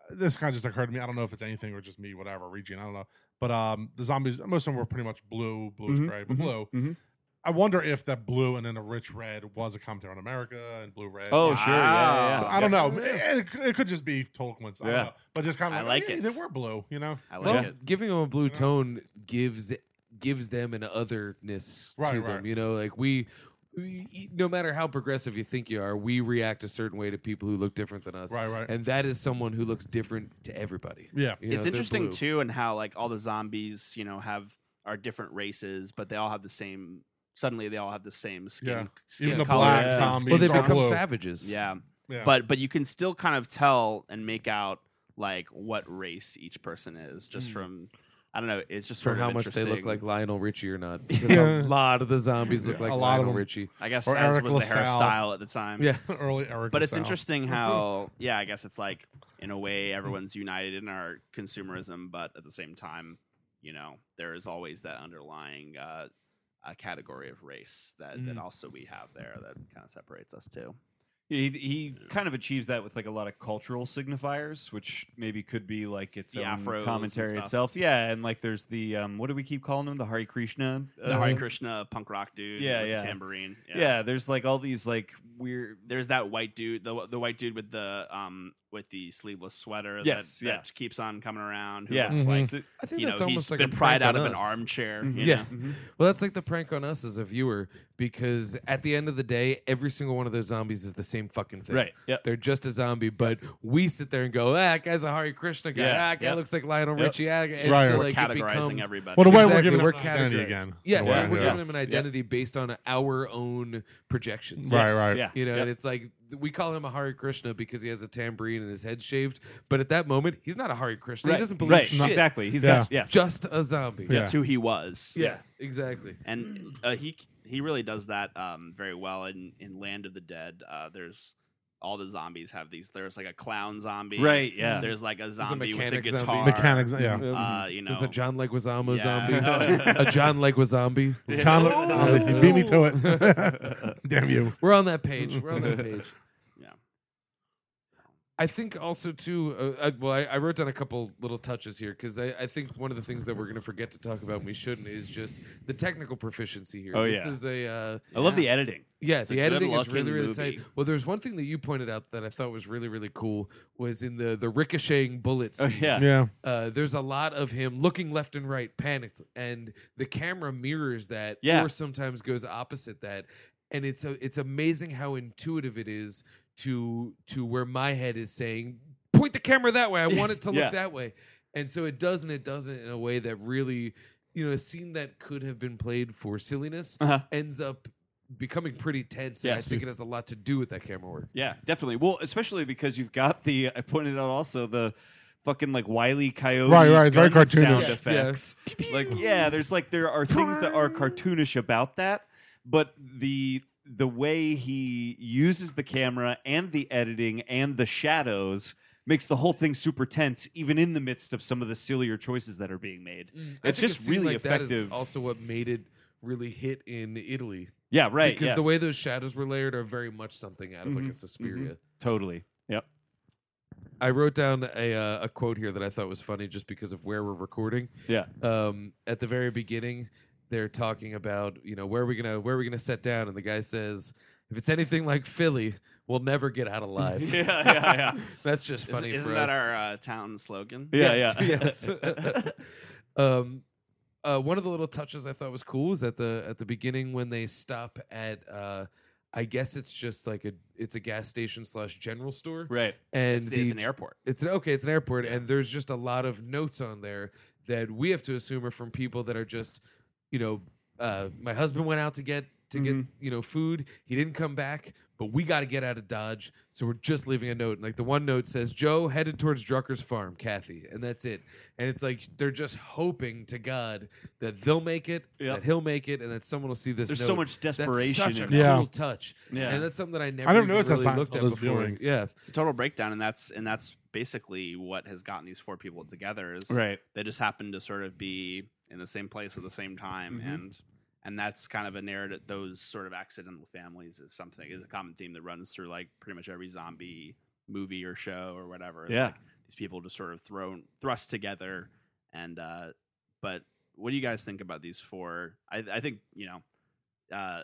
this kind of just occurred to me. I don't know if it's anything or just me, whatever region. I don't know. But um, the zombies, most of them were pretty much blue, bluish Mhm, gray, but blue. mhm. I wonder if that blue and then a rich red was a commentary on America and blue red. Oh sure, yeah, yeah, yeah. I don't know. It, it could just be total coincidence. I Yeah. don't know. But just kind I of like, like hey, it. They were blue, you know. I like Well, it. giving them a blue tone gives gives them an otherness Right, to right. them. You know, like we, we- no matter how progressive you think you are, we react a certain way to people who look different than us. Right, right. And that is someone who looks different to everybody. Yeah. You know, it's they're interesting blue. too, and how like all the zombies, you know, have are different races, but they all have the same. Suddenly, they all have the same skin. Yeah. skin Even the color, black same zombies Well, they are become blue. savages. Yeah. Yeah. but but you can still kind of tell and make out like what race each person is Hmm. just from I don't know. It's just For sort of how much they look interesting. like Lionel Richie or not. Because Yeah. a lot of the zombies look Yeah, like a lot of Lionel them. Richie. I guess or as Eric was the LaSalle. hairstyle at the time. Yeah. early Eric. but it's LaSalle. Mm-hmm. interesting how yeah, I guess it's like in a way everyone's united in our consumerism, but at the same time, you know, there is always that underlying uh, uh, category of race that that Mm-hmm. Mm. also we have there that kind of separates us too. He, he kind of achieves that with like a lot of cultural signifiers, which maybe could be like its The own afros and commentary stuff. itself. Yeah, and like there's the um, what do we keep calling them? The Hare Krishna. The Uh-huh. Hare Krishna punk rock dude, yeah, with the yeah. tambourine, Yeah. there's like all these like weird. there's that white dude, the the white dude with the um with the sleeveless sweater Yes, that, yeah. that keeps on coming around. Who Yeah, looks like The- I think you know that's he's almost like a been prank pried out on of an us. Mm-hmm. armchair. Mhm. you Yeah. know? Mm-hmm. Well, that's like the prank on us as a viewer because at the end of the day, every single one of those zombies is the same fucking thing. right. Yeah, They're just a zombie, but we sit there and go, ah, that guy's a Hare Krishna guy. Yeah, Ah, that guy yep. looks like Lionel Yep. Richie. Ah, and Right, so, we're We're like, it categorizing becomes- everybody. Well, in a way, Exactly, we're giving we're them an identity categorizing- again. Yes, Yeah, we're giving yeah. him an Yes, yeah. identity based on our own projections. Right, right. Yeah, You know, yeah. and it's like we call him a Hare Krishna because he has a tambourine and his head shaved. But at that moment, he's not a Hare Krishna. right. He doesn't believe right. shit. Exactly. He's Yeah. got yes. Just a zombie. Yeah. That's who he was. Yeah, exactly. and uh, he he really does that um, very well in in Land of the Dead. Uh, there's all the zombies have these. There's like a clown zombie, Right, yeah. There's like a zombie with a mechanic guitar, zombie. Mechanics. Yeah. Uh, you know, There's a John Leguizamo Yeah. zombie. Oh. a John Leguizamo. John, Lu- Oh. you beat me to it. Damn you. We're on that page. We're on that page. Yeah. I think also too. Uh, I, well, I, I wrote down a couple little touches here because I, I think one of the things that we're going to forget to talk about and we shouldn't is just the technical proficiency here. Oh, this yeah. is a uh, I love the editing. yeah. a the good editing is looking really really movie. tight. Well, there's one thing that you pointed out that I thought was really really cool was in the the ricocheting bullets. Oh, yeah. Yeah. uh, there's a lot of him looking left and right, panicked, and the camera mirrors that, Yeah. or sometimes goes opposite that, and it's a, it's amazing how intuitive it is to to where my head is saying, point the camera that way. I want it to look Yeah. that way, and so it does, and it doesn't in a way that really, you know, a scene that could have been played for silliness Uh-huh. ends up becoming pretty tense. And I Yes. think it has a lot to do with that camera work. Yeah, definitely. Well, especially because you've got the I pointed out also the fucking like wily coyote Right, right, it's very gun cartoonish. sound Yes, effects. Like yeah, there's like there are things that are cartoonish about that, but the the way he uses the camera and the editing and the shadows makes the whole thing super tense even in the midst of some of the sillier choices that are being made. I It's think just a scene really like that is effective. also what made it really hit in Italy. yeah, right. because the yes. Mm-hmm. way those shadows were layered are very much something out of like a Suspiria. totally. Yep. I wrote down a uh, a quote here that I thought was funny just because of where we're recording. Yeah. Um, at the very beginning, they're talking about you know where are we gonna where are we gonna set down, and the guy says, "If it's anything like Philly, we'll never get out alive." Yeah, yeah, yeah. That's just Isn't, funny. isn't for that us. our uh, town slogan? Yeah, yes, yeah. yes. um, uh, one of the little touches I thought was cool was at the at the beginning when they stop at. Uh, I guess it's just like a it's a gas station slash general store, Right. and It's, the, it's an airport. It's an, okay. It's an airport, and there's just a lot of notes on there that we have to assume are from people that are just, you know, uh, my husband went out to get to Mm-hmm. get you know food. He didn't come back, but we got to get out of Dodge, so we're just leaving a note. And like the one note says, "Joe headed towards Drucker's farm, Kathy," and that's it. And it's like they're just hoping to God that they'll make it, Yeah. that he'll make it, and that someone will see this. There's note. so much desperation That's such in a it. Yeah. cool touch, Yeah. and that's something that I never. I don't even notice how really Seinfeld looked at is before. doing. Yeah, It's a total breakdown, and that's and that's basically what has gotten these four people together. Is Right. they just happen to sort of be in the same place at the same time, and and that's kind of a narrative. Those sort of accidental families is something is a common theme that runs through like pretty much every zombie movie or show or whatever. It's Yeah. like these people just sort of thrown thrust together, and uh, but what do you guys think about these four? I, I think you know uh,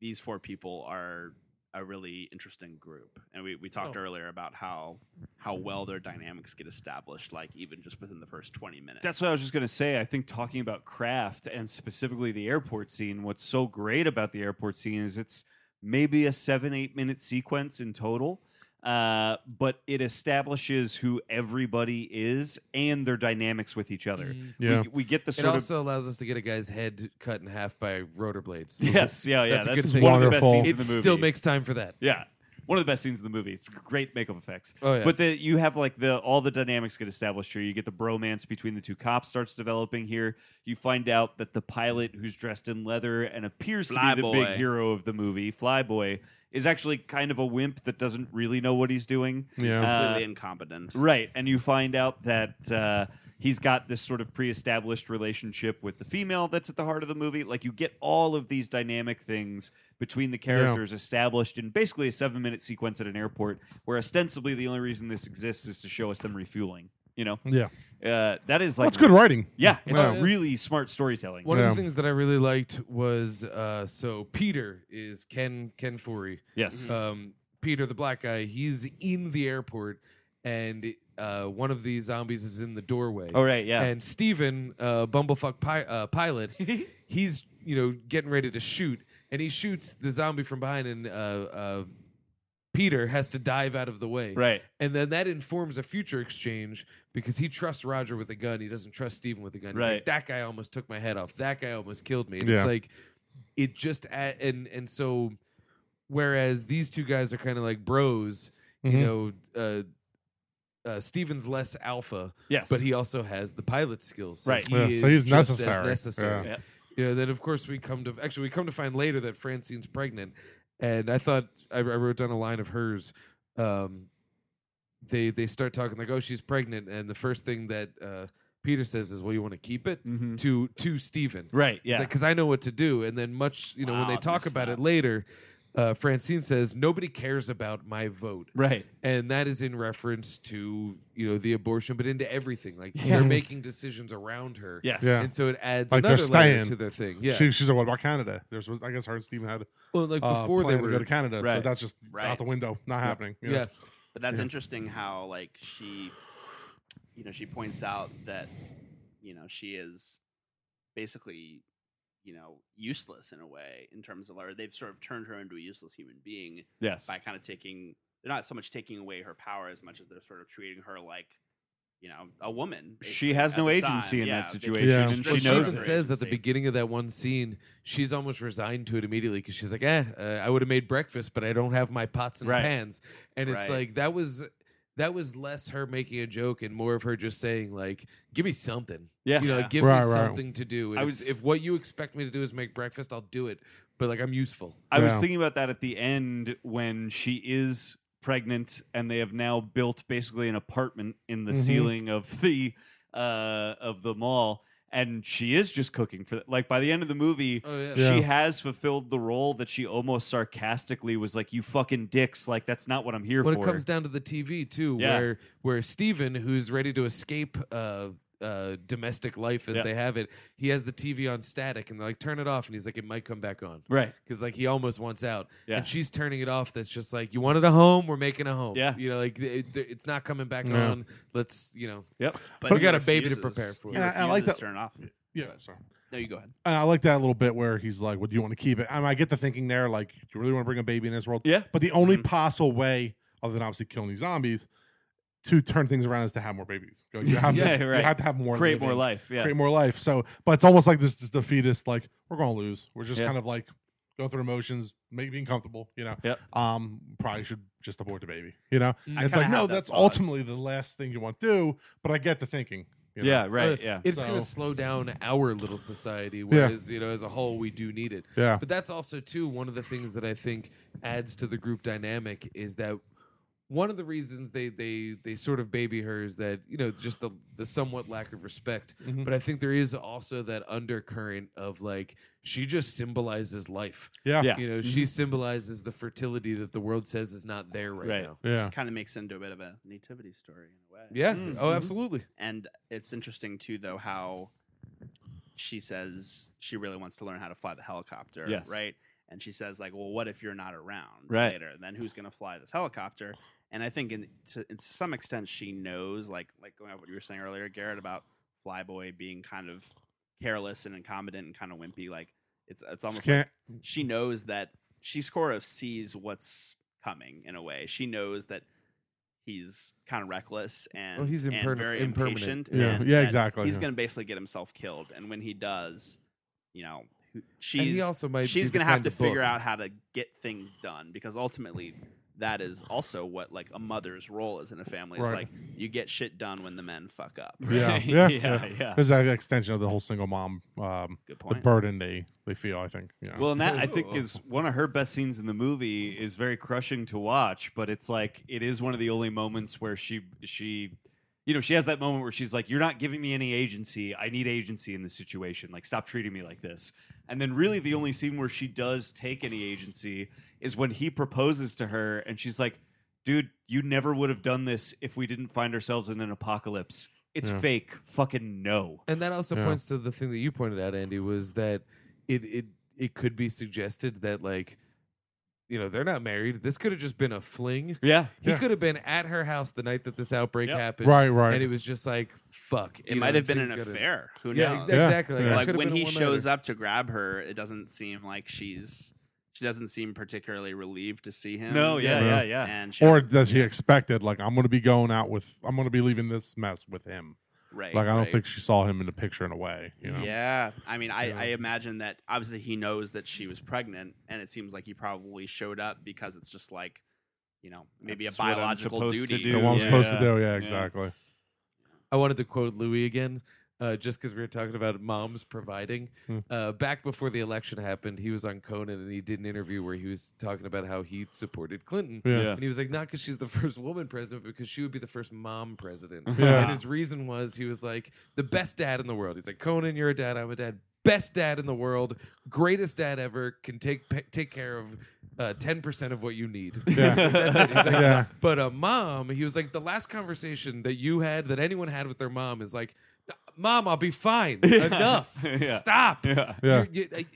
these four people are a really interesting group, and we, we talked Oh. earlier about how how well their dynamics get established, like even just within the first twenty minutes. That's what I was just going to say. I think talking about craft and specifically the airport scene, what's so great about the airport scene is it's maybe a seven, eight minute sequence in total, uh, but it establishes who everybody is and their dynamics with each other. Yeah. We, we get the Mm. It sort of. also allows us to get a guy's head cut in half by rotor blades. Yes, yeah, yeah. That's That's, a good thing. one of the best Wonderful. scenes in It the movie. still makes time for that. Yeah. One of the best scenes in the movie. It's great makeup effects. Oh, yeah. But the, you have like the all the dynamics get established here. You get the bromance between the two cops starts developing here. You find out that the pilot who's dressed in leather and appears to be the Flyboy. big hero of the movie, Flyboy, is actually kind of a wimp that doesn't really know what he's doing. Yeah. completely Uh, incompetent. Right, and you find out that uh, he's got this sort of pre-established relationship with the female that's at the heart of the movie. Like you get all of these dynamic things between the characters established in basically a seven-minute sequence at an airport, where ostensibly the only reason this exists is to show us them refueling. You know, Yeah. uh, that is like That's good writing. Yeah, it's Yeah. really smart storytelling. One of Yeah. the things that I really liked was uh, so Peter is Ken Ken Foree. Yes, Mm-hmm. Um, Peter, the black guy, he's in the airport, and uh, one of the zombies is in the doorway. Oh, right, yeah. And Steven, uh, bumblefuck pi- uh, pilot, he's you know getting ready to shoot, and he shoots the zombie from behind, and uh, uh, Peter has to dive out of the way. Right. And then that informs a future exchange because he trusts Roger with a gun. He doesn't trust Steven with a gun. He's like, Right. that guy almost took my head off. That guy almost killed me. And Yeah. It's like it just a and and so whereas these two guys are kind of like bros, Mm-hmm. you know, uh, uh, Steven's less alpha, Yes. but he also has the pilot skills, so Right. He Yeah, is so he's just as necessary. necessary. Yeah. Yeah. You know, then of course we come to actually we come to find later that Francine's pregnant, and I thought I, I wrote down a line of hers. Um, they they start talking like, oh, she's pregnant, and the first thing that uh, Peter says is, well, you want to keep it Mm-hmm. Mhm. to to Steven. right, yeah, Because I know what to do. And then, much, you know, when Wow, they I talk missed about that. it later, uh, Francine says, nobody cares about my vote. right. And that is in reference to, you know, the abortion, but into everything. Like they're making decisions around her. Yes. Yeah. And so it adds Like, they're another layer staying. to their thing. Yeah. She, she's like, what about Canada? There's, I guess her and Steven had well, like uh, before they plan to were. go to Canada, so Right. that's just Right. out the window, not happening. you know? yeah. But that's interesting how like she, you know, she points out that you know she is basically you know useless in a way in terms of or they've sort of turned her into a useless human being Yes, by kind of taking they're not so much taking away her power as much as they're sort of treating her like you know a woman She basically, has at no the time. agency in Yeah, that they- situation, Yeah. and Well, she she knows even it. says at the Agency. beginning of that one scene, she's almost resigned to it immediately because she's like, "Eh, uh, I would have made breakfast, but I don't have my pots and Right. pans." And it's Right. like that was that was less her making a joke and more of her just saying like, "Give me something, Yeah. you know, Yeah. give Right, me right. something to do." And I if, was- if what you expect me to do is make breakfast, I'll do it, but like I'm useful. I was Yeah. thinking about that at the end when she is pregnant and they have now built basically an apartment in Mm-hmm. the ceiling of the uh, of the mall and she is just cooking for like by the end of the movie Oh, yeah. she Yeah. has fulfilled the role that she almost sarcastically was like you fucking dicks like that's not what I'm here When for it comes down to the TV too, Yeah. where where Steven, who's ready to escape uh, uh, domestic life as Yeah. they have it, he has the TV on static, and they're like, "Turn it off," and he's like, "It might come back on," right Because like he almost wants out, Yeah. and she's turning it off. That's just like, "You wanted a home? We're making a home." Yeah. you know, like it, it- it's not coming back Yeah. on. Let's you know, yep But we he got a baby to refuses- prepare for. he And I- I like refuses that- to turn it off. Yeah. So. No, you go ahead. And I like that little bit where he's like, "Well, do you want to keep it?" And I get the thinking there, like, "Do you really want to bring a baby in this world?" Yeah. But the only Mhm. possible way, other than obviously killing these zombies, to turn things around is to have more babies. Like, You have, Yeah, to, you right. have to have more. Create more living, life. Yeah. Create more life. So, but it's almost like this, this defeatist. Like we're gonna lose. We're just Yeah. kind of like going through emotions, maybe being comfortable. You know. Yep. Um. Probably should just abort the baby. You know. I it's Mm, kinda like had no, that that's thought. ultimately the last thing you want to do. But I get the thinking. you know? Yeah. Right. Uh, Yeah. It's going So- to slow down our little society, whereas, you know, as a whole, we do need it. Yeah. But that's also, too, one of the things that I think adds to the group dynamic is that one of the reasons they, they, they sort of baby her is that, you know, just the, the somewhat lack of respect. But I think there is also that undercurrent of like, she just symbolizes life. Yeah. Yeah. You know, she symbolizes the fertility that the world says is not there right, Right. now. Yeah. Kind of makes it into a bit of a nativity story in a way. Yeah. Oh, absolutely. And it's interesting too, though, how she says she really wants to learn how to fly the helicopter, Yes. right? And she says, like, well, what if you're not around Right. later? Then who's going to fly this helicopter? And I think, in to, in some extent, she knows, like, like going off what you were saying earlier, Garrett, about Flyboy being kind of careless and incompetent and kind of wimpy. Like, it's it's Just almost like can't. she knows that she sort of sees what's coming in a way. She knows that he's kind of reckless and, Well, Oh, he's and imperna- very impermanent. impatient. Yeah. and Yeah, that exactly, He's yeah. going to basically get himself killed, and when he does, you know, who- and he she's also might she's going going to have to figure out how to get things done because ultimately. That is also what like a mother's role is in a family. It's Right. like you get shit done when the men fuck up. Yeah. Yeah. Yeah. yeah. There's an extension of the whole single mom, um, Good the point. burden they they feel. I think. Yeah. Well, and that I think is one of her best scenes in the movie is very crushing to watch, but it's like it is one of the only moments where she she you know, she has that moment where she's like, You're not giving me any agency. I need agency in this situation. Like, stop treating me like this. And then, really, the only scene where she does take any agency is when he proposes to her and she's like, Dude, you never would have done this if we didn't find ourselves in an apocalypse. It's Yeah. fake. Fucking no. And that also Yeah. points to the thing that you pointed out, Andy, was that it it it could be suggested that like, you know, they're not married. This could have just been a fling. Yeah. He Yeah. could have been at her house the night that this outbreak Yep. happened. right. Right. And it was just like, fuck. It you might know, have been an things gotta- affair. Who knows? Yeah, ex- Yeah. exactly. Yeah. it like could have when been a he one-nighter. shows up to grab her, it doesn't seem like she's she doesn't seem particularly relieved to see him. No, yeah, Yeah. yeah, yeah. and she or does he expect it? Like I'm going to be going out with. I'm going to be leaving this mess with him. right, Like I don't right. think she saw him in the picture in a way. You know. Yeah, I mean, I, Yeah. I imagine that obviously he knows that she was pregnant, and it seems like he probably showed up because it's just like, you know, maybe That's a what I'm biological supposed to duty. do. The one I'm Yeah. supposed to do. Yeah. Yeah. Exactly. I wanted to quote Louis again, uh, just because we were talking about moms providing. Hmm. Uh, back before the election happened, he was on Conan and he did an interview where he was talking about how he supported Clinton. Yeah. Yeah. And he was like, not because she's the first woman president, but because she would be the first mom president. Yeah. And his reason was he was like, the best dad in the world. He's like, Conan, you're a dad, I'm a dad. Best dad in the world, greatest dad ever, can take pe- take care of uh, ten percent of what you need. Yeah. That's it. He's like, Yeah. But a mom, he was like, the last conversation that you had that anyone had with their mom is like, "Mom, I'll be fine. Enough. Yeah. Stop. Yeah. Yeah. You're- you- I- I-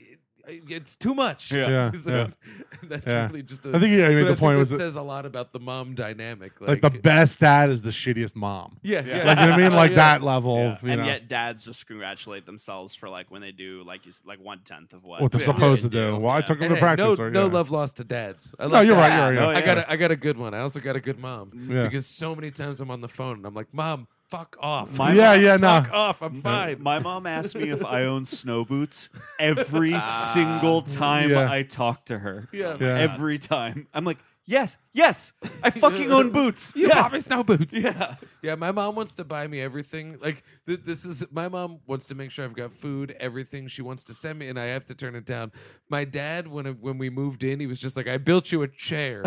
it's too much." Yeah. Yeah. He's yeah. like, That's Yeah. really just. A, I think but yeah, you made the think point. that Was that- says a lot about the mom dynamic. like the best dad is the shittiest mom. Yeah, yeah. Like you know what I mean? Oh, Like yeah. that level. Yeah. You and know. yet dads just congratulate themselves for like when they do like you s- like one tenth of what what they're they supposed to did do. Well, I took him And to hey, practice. no, or- no yeah. love lost to dads. I No, love you're that. right. You're right. Yeah. yeah. Oh, I got a, I got a good one. I also got a good mom Yeah. because so many times I'm on the phone and I'm like, "Mom, fuck off." My yeah, mom- yeah, no. fuck off. I'm fine. My mom asked me if I own snow boots every single time Yeah. I talk to her. Ah. Yeah. Yeah. Every time. I'm like, yes, yes, I fucking own boots. You yes. bought me snow boots. Yeah. Yeah, my mom wants to buy me everything. Like th- this is my mom wants to make sure I've got food, everything she wants to send me, and I have to turn it down. My dad, when when we moved in, he was just like, "I built you a chair."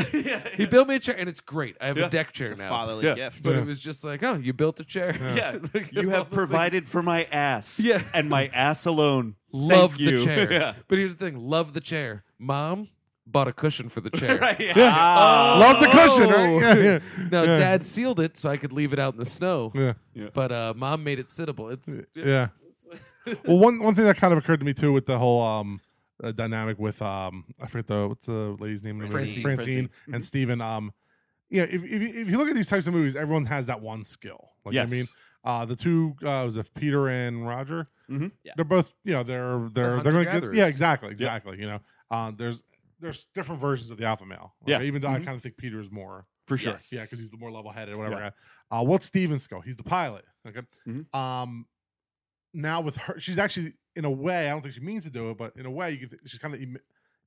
He built me a chair, and it's great. I have Yeah. a deck chair It's a now. fatherly Yeah. gift. But it was just like, "Oh, you built a chair." Yeah. Like, You all have the things. provided for my ass. Yeah. And my ass alone. Thank Love you. the chair. yeah. But here's the thing: love the chair. Mom bought a cushion for the chair. Right, yeah. Uh, Ah, Love the cushion, Oh. right? Yeah, yeah. Now, Yeah. Dad sealed it so I could leave it out in the snow. Yeah. But uh, Mom made it sittable. It's Yeah. well, one one thing that kind of occurred to me too with the whole um uh, dynamic with um I forget the what's the lady's name Francine. Francine, Francine. and Steven. Um, you know, if, if you- if you look at these types of movies, everyone has that one skill. Like I Yes. mean, Uh, the two uh, was it Peter and Roger? Mhm. Yeah. They're both you know they're they're they're, gonna get, hunter-gatherers. yeah exactly exactly you know uh, there's there's different versions of the alpha male. Like, Yeah. even though I Mhm. kind of think Peter is more for sure. Yes. yeah, because he's the more level-headed, whatever. Yeah. guy. Uh, what's Stevens go? He's the pilot. Okay. Mhm. Um, now with her, she's actually in a way. I don't think she means to do it, but in a way, you could, she's kind of em-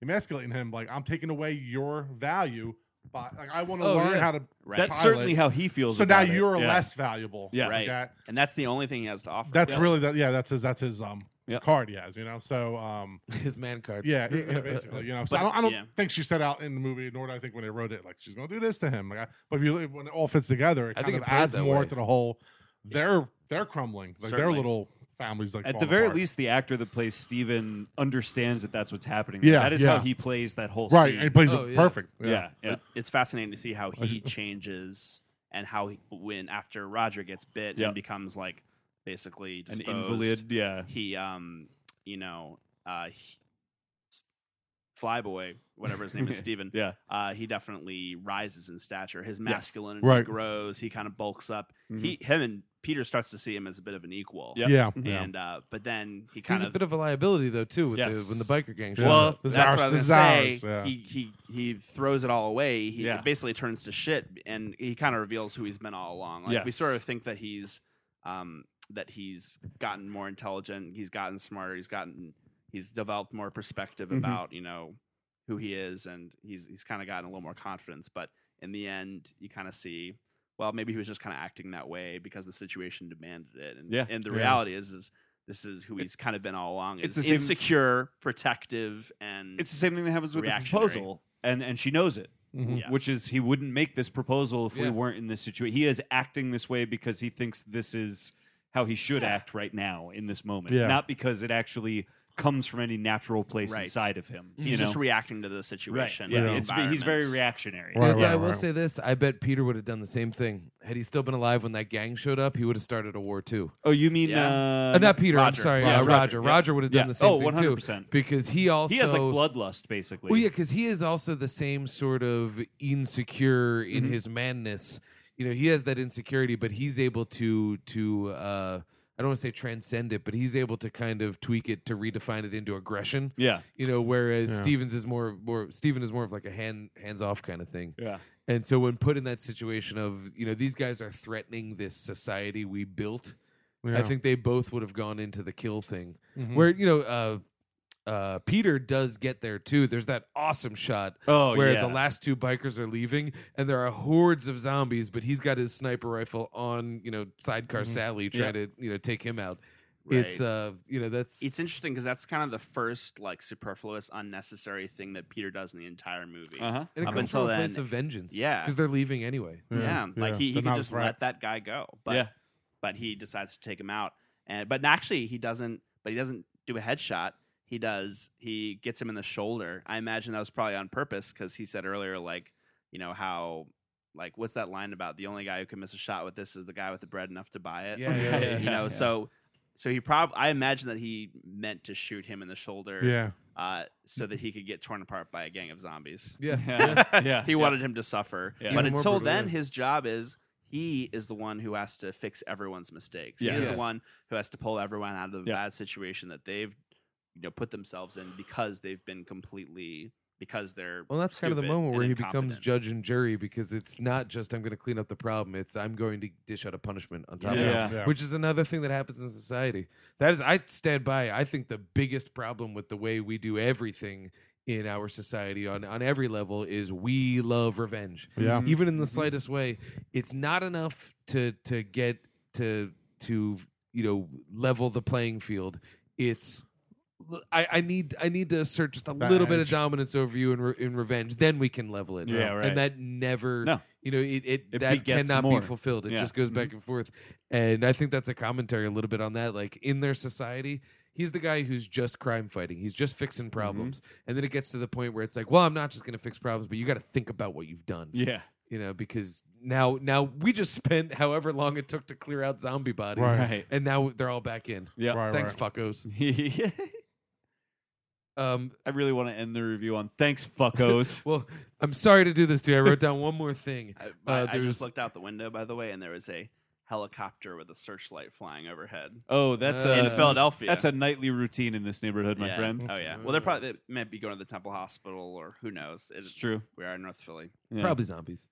emasculating him. Like I'm taking away your value, but like I want to Oh, learn yeah. how to. Right. That's Pilot. certainly how he feels. So now about it. you're Yeah. less valuable. Yeah. okay? Right. and that's the only thing he has to offer. That's Yeah. really that. Yeah, that's his. That's his um Yeah. card he has. You know. So um His man card. yeah, e, yeah, yeah, basically. You know. So I But- don't. I don't yeah. think she set out in the movie, nor do I think when they wrote it like she's gonna do this to him. Like, I- but if you when it all fits together, it I kind think of it plays adds that more way. to the whole. They're they're crumbling. Like their Certainly. little families. Like At the falling very apart. least, the actor that plays Steven understands that that's what's happening. Yeah, that is yeah. how he plays that whole right? scene. And he plays Oh, it yeah. perfect. yeah, yeah. It- it's fascinating to see how he changes and how he, when after Roger gets bit Yeah. and becomes like basically an disposed, invalid. Yeah, He, um, you know, uh, he, Flyboy, whatever his name is, Steven, yeah. uh, he definitely rises in stature. His masculinity Right. grows. He kind of bulks up. Mhm. He, him, and Peter starts to see him as a bit of an equal. Yeah. Yeah. And uh, but then he kind He's a of bit of a liability though too with Yes. the, when the biker gang. Yeah. shows Well, up. This is that's ours- what I this was is gonna say. ours, yeah. He he he throws it all away. He Yeah. basically turns to shit, and he kind of reveals who he's been all along. Like we Yes. sort of think that he's um, that he's gotten more intelligent. He's gotten smarter. He's gotten he's developed more perspective Mm-hmm. Mhm. about you know who he is, and he's he's kind of gotten a little more confidence. But in the end, you kind of see. Well, maybe he was just kind of acting that way because the situation demanded it, and Yeah. and the Yeah. reality is is this is who he's kind of been all along. It's It's the same- insecure, protective, and It's the same thing that happens with the Reactionary. proposal, and and she knows it. Mm-hmm. Mhm. Yes. which is he wouldn't make this proposal if we Yeah. weren't in this situation. He is acting this way because he thinks this is how he should act right now in this moment, Yeah. not because it actually comes from any natural place Right. inside of him. he's you just know? reacting to the right. situation. Yeah, and the It's, he's very environment. reactionary. Right, And right, I will right. say this: I bet Peter would have done the same thing had he still been alive when that gang showed up. He would have started a war too. Oh, you mean Yeah. uh, Uh, not Peter. Roger. I'm sorry, Yeah, uh, Roger. Roger. Roger, Yeah. would have done Yeah. the same Oh, thing too 100%. because he also he has like bloodlust, basically. Well, yeah, because he is also the same sort of insecure in his madness. You know, he has that insecurity, but he's able to to uh, I don't want to say transcend it, but he's able to kind of tweak it to redefine it into aggression. yeah, You know, whereas Yeah. Stevens is more more Steven is more of like a hand hands off kind of thing. yeah. And so when put in that situation of, you know, these guys are threatening this society we built, Yeah. I think they both would have gone into the kill thing. Mhm. Hmm. Where, you know, uh, uh, Peter does get there too. There's that awesome shot Oh, where yeah. the last two bikers are leaving and there are hordes of zombies, but he's got his sniper rifle on, you know, sidecar Sally trying to, you know, take him out. It's, Mm-hmm. Right. uh, you know, that's. It's interesting because that's kind of the first like superfluous, unnecessary thing that Peter does in the entire movie. Uh huh. and it up comes until from a then- place of vengeance. Yeah. Because they're leaving anyway. Yeah, like he, he They're could not just right. let that guy go, but Yeah. but he decides to take him out, and but actually he doesn't. But he doesn't do a headshot. He does. He gets him in the shoulder. I imagine that was probably on purpose because he said earlier, like you know how. Like what's that line about? The only guy who can miss a shot with this is the guy with the bread enough to buy it. Yeah, yeah, yeah, you yeah, know, yeah. so so he probably I imagine that he meant to shoot him in the shoulder, Yeah. uh, so that he could get torn apart by a gang of zombies. Yeah. Yeah. Yeah. He wanted him to suffer. Yeah. But Even more until brutal, then, yeah. his job is he is the one who has to fix everyone's mistakes. He is Yes. the one who has to pull everyone out of the Yeah. bad situation that they've you know put themselves in because they've been completely because they're Well, that's kind of the stupid moment and where he becomes incompetent. judge and jury because it's not just I'm going to clean up the problem; it's I'm going to dish out a punishment on top of Yeah. that, which is another thing that happens in society. That is, I stand by. I think the biggest problem with the way we do everything in our society on on every level is we Mm-hmm. love revenge, Yeah. Mm-hmm. even in the slightest way. It's not enough to to get to to you know level the playing field. It's I, I need I need to assert just a little bit of Revenge. dominance over you in, re- in revenge. Then we can level it. Yeah, right. And that never, No. you know, it, it, It that begets cannot more. be fulfilled. It Yeah. Mm-hmm. just goes back and forth. And I think that's a commentary a little bit on that. Like in their society, he's the guy who's just crime fighting. He's just fixing Mm-hmm. problems. And then it gets to the point where it's like, well, I'm not just going to fix problems, but you got to think about what you've done. Yeah. You know, because now now we just spent however long it took to clear out zombie bodies, Right. and now they're all back in. Yeah. Right, Thanks, right. fuckos. Yeah. Um, I really want to end the review on thanks, fuckos. Well, I'm sorry to do this to you. I wrote down one more thing. I, Uh, I- I there's- just looked out the window, by the way, and there was a helicopter with a searchlight flying overhead Oh, that's Uh, a, in Philadelphia. That's a nightly routine in this neighborhood, my Yeah. friend. Oh yeah. Well, they're probably they might be going to the Temple Hospital or who knows. It It's is, true. we are in North Philly. Yeah. Probably zombies.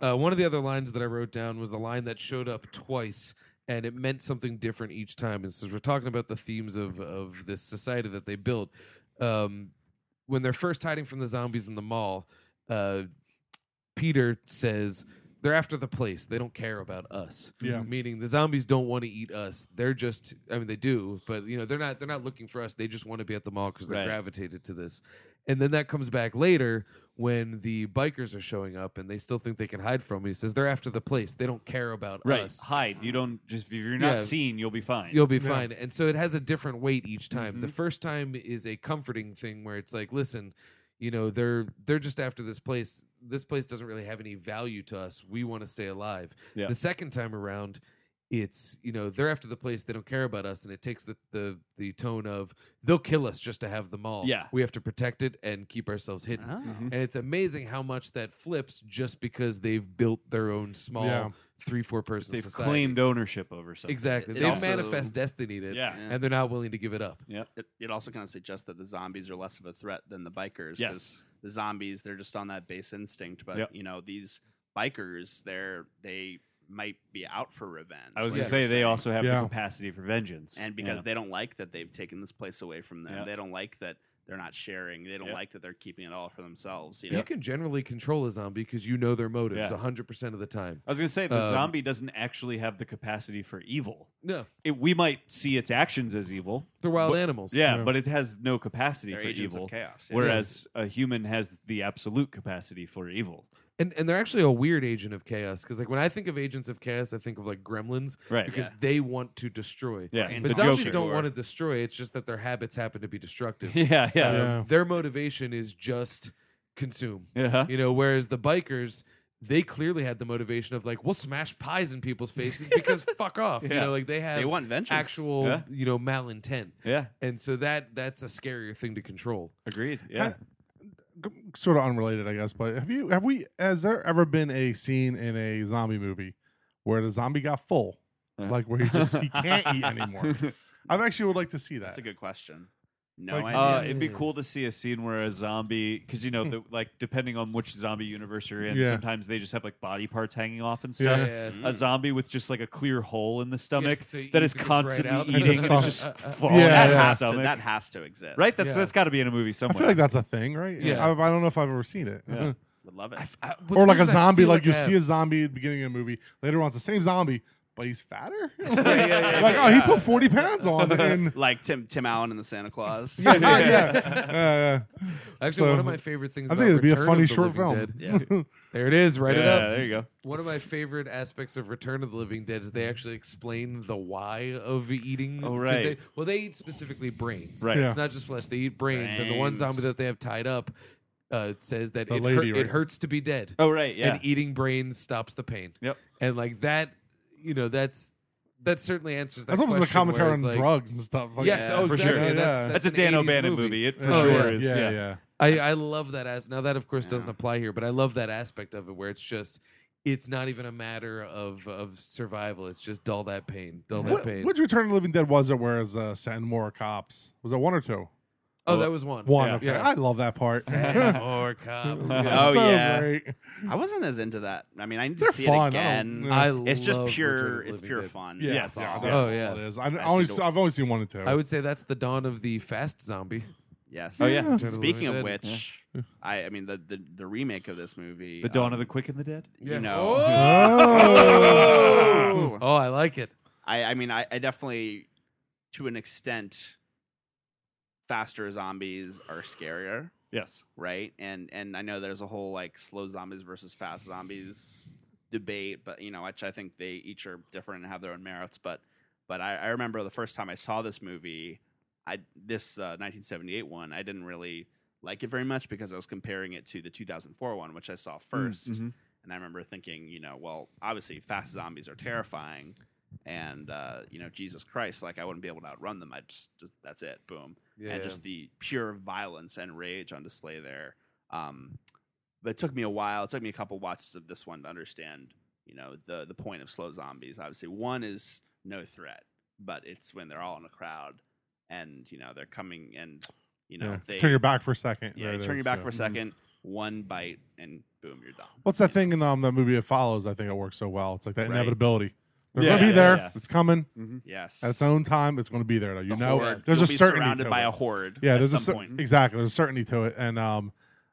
Yeah. Uh, one of the other lines that I wrote down was a line that showed up twice, and it meant something different each time. And since we're talking about the themes of of this society that they built, um, when they're first hiding from the zombies in the mall, uh, Peter says. They're after the place. They don't care about us. Yeah. Meaning the zombies don't want to eat us. They're just I mean they do, but you know, they're not they're not looking for us. They just want to be at the mall cuz they're Right. gravitated to this. And then that comes back later when the bikers are showing up and they still think they can hide from him. He says, They're after the place. They don't care about Right. us. Uh, Hide. You don't just if you're not Yeah. seen, you'll be fine. You'll be Yeah. fine. And so it has a different weight each time. The Mm-hmm. first time is a comforting thing where it's like, listen, you know, they're they're just after this place. This place doesn't really have any value to us. We want to stay alive. Yeah. The second time around, it's you know they're after the place they don't care about us, and it takes the the the tone of they'll kill us just to have the mall. Yeah. we have to protect it and keep ourselves hidden. Mm-hmm. Mhm. And it's amazing how much that flips just because they've built their own small Yeah. three four person They've society. claimed ownership over something. Exactly. It They also- manifest destiny to Yeah. Yeah. and they're not willing to give it up. It, it also kind of suggests that the zombies are less of a threat than the bikers. 'cause Yes. The zombies, they're just on that base instinct, but Yep. you know these bikers, they're they might be out for revenge. I was Yeah. gonna say they also have Yeah. the capacity for vengeance. and because Yeah. they don't like that they've taken this place away from them, Yeah. they don't like that they're not sharing. They don't Yeah. like that they're keeping it all for themselves. You You know, can generally control a zombie because you know their motives Yeah. 100% of the time. I was gonna say the Um, zombie doesn't actually have the capacity for evil. No, It, we might see its actions as evil. they're wild But- animals. Yeah, but it has no capacity they're for agents evil. of chaos. yeah. Whereas a human has the absolute capacity for evil. And and they're actually a weird agent of chaos because like when I think of agents of chaos, I think of like gremlins Right. because Yeah. they want to destroy. Yeah, Right. But the zombies Joker. don't want to destroy. It's just that their habits happen to be destructive. Yeah, yeah, Yeah. Their motivation is just consume. yeah. Uh-huh. You know, whereas the bikers, they clearly had the motivation of like, we'll smash pies in people's faces because fuck off. You Yeah. know, like they have They want vengeance. actual, Yeah. you know, malintent. Yeah, And so that that's a scarier thing to control. agreed. Yeah, G- sort of unrelated, I guess. But have you have we has there ever been a scene in a zombie movie where the zombie got full, Yeah. like where he just he can't eat anymore? I actually would like to see that. That's a good question. No Like, idea. Uh, Yeah. it'd be cool to see a scene where a zombie, because you know, the, like depending on which zombie universe you're in, Yeah. sometimes they just have like body parts hanging off and Yeah. stuff. Mm. A zombie with just like a clear hole in the stomach Yeah, so he that eats is it, gets right constantly out. eating and it's Stuff. just falling Yeah, out that, of yeah. the has to, stomach. that has to exist. right? That's Yeah. that's got to be in a movie I somewhere. feel like that's a thing, right? Yeah. I, I don't know if I've ever seen it. Yeah. Would love it. I f- I- what's Or like weird a is I zombie, feel like you I see a have- zombie at the beginning of a movie. Later on, it's the same zombie, but he's fatter. yeah, like, oh, he yeah. put forty pounds on. in like Tim Tim Allen and the Santa Claus. yeah, yeah. Uh, Actually, one So, of my favorite things. I about think it'd be a Return of funny the short Living film. Dead- Yeah. There it is. Write yeah, it up. there you go. One of my favorite aspects of Return of the Living Dead is they actually explain the why of eating. Oh, 'cause right. they- well, they eat specifically brains. Right. Yeah. It's not just flesh; they eat brains. And the one Brains. zombie that they have tied up uh, says that The it, lady, hurt- right? it hurts to be dead. Oh, right. Yeah. and eating brains stops the pain. Yep. And like that, you know, that's that certainly answers that. that's almost a question commentary where it's on like- drugs and stuff. Like, Yes, oh, for exactly. Sure. That's, yeah. that's, that's a an Dan 80s O'Bannon movie. movie. It for Oh, sure yeah. is. yeah, Yeah. yeah. I, I love that as now that of course doesn't apply here, but I love that aspect of it where it's just it's not even a matter of of survival. It's just dull that pain, dull that What, pain. which Return of the Living Dead was it? Whereas uh, Send More Cops was it one or two? oh, that was one. One. Yeah. okay. Yeah. I love that part. Send more cops. Oh, so yeah. great. I wasn't as into that. I mean, I need They're to see fun. it again. I don't- I Oh, it's just love Return pure. of the It's Living pure Dead. fun. Yeah, That's yeah, all. that's Oh, all yeah. it is. I, I see only, the- I've only seen one and two. I would say that's the dawn of the fast zombie. Yes. Oh, yeah. Return of the Speaking Living Dead. of which, I I mean the the, the remake of this movie, um, The Dawn of the Quick and the Dead. you Yeah. know. Oh. Oh. Oh, I like it. I I mean I, I definitely, to an extent, faster zombies are scarier. Yes. right? And and I know there's a whole like slow zombies versus fast zombies debate, but you know, which I think they each are different and have their own merits. But but I, I remember the first time I saw this movie, I this uh, 1978 one, I didn't really like it very much because I was comparing it to the 2004 one, which I saw Mm-hmm. 1st mhm. and I remember thinking, you know, well, obviously fast zombies are terrifying, and uh, you know, Jesus Christ, like I wouldn't be able to outrun them. I just, just that's it, boom Yeah. and just the pure violence and rage on display there. Um, but it took me a while. It took me a couple watches of this one to understand you know the the point of slow zombies. Obviously, one is no threat, but it's when they're all in a crowd and you know they're coming and you know Yeah. they turn your back for a second. yeah There you it turn your is, back yeah. for a second, one bite and boom, you're done. What's that thing in um, that movie? It follows. I think it works so well. It's like that Right. inevitability. They're Yeah, gonna be yeah, there. yeah. It's coming Yes, at its own time. It's gonna be there. Though. You The know, horde. there's You'll a be certainty surrounded to by it. a horde. Yeah, at there's a some cer- point. exactly. There's a certainty to it, and um,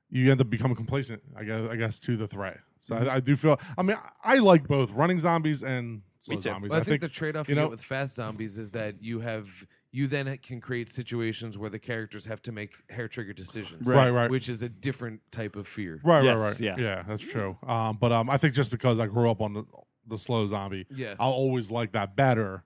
you end up becoming complacent. I guess. I guess to the threat. So Mm-hmm. I, I do feel. I mean, I, I like both running zombies and slow Me too. zombies. Well, I, I think, the trade-off you, you know- get with fast zombies is that you have you then can create situations where the characters have to make hair trigger decisions, Right, right. Which is a different type of fear. Right, Yes, right, right. yeah. Yeah, yeah, that's true. Um, but um, I think just because I grew up on the, the slow zombie, Yeah. I'll always like that better.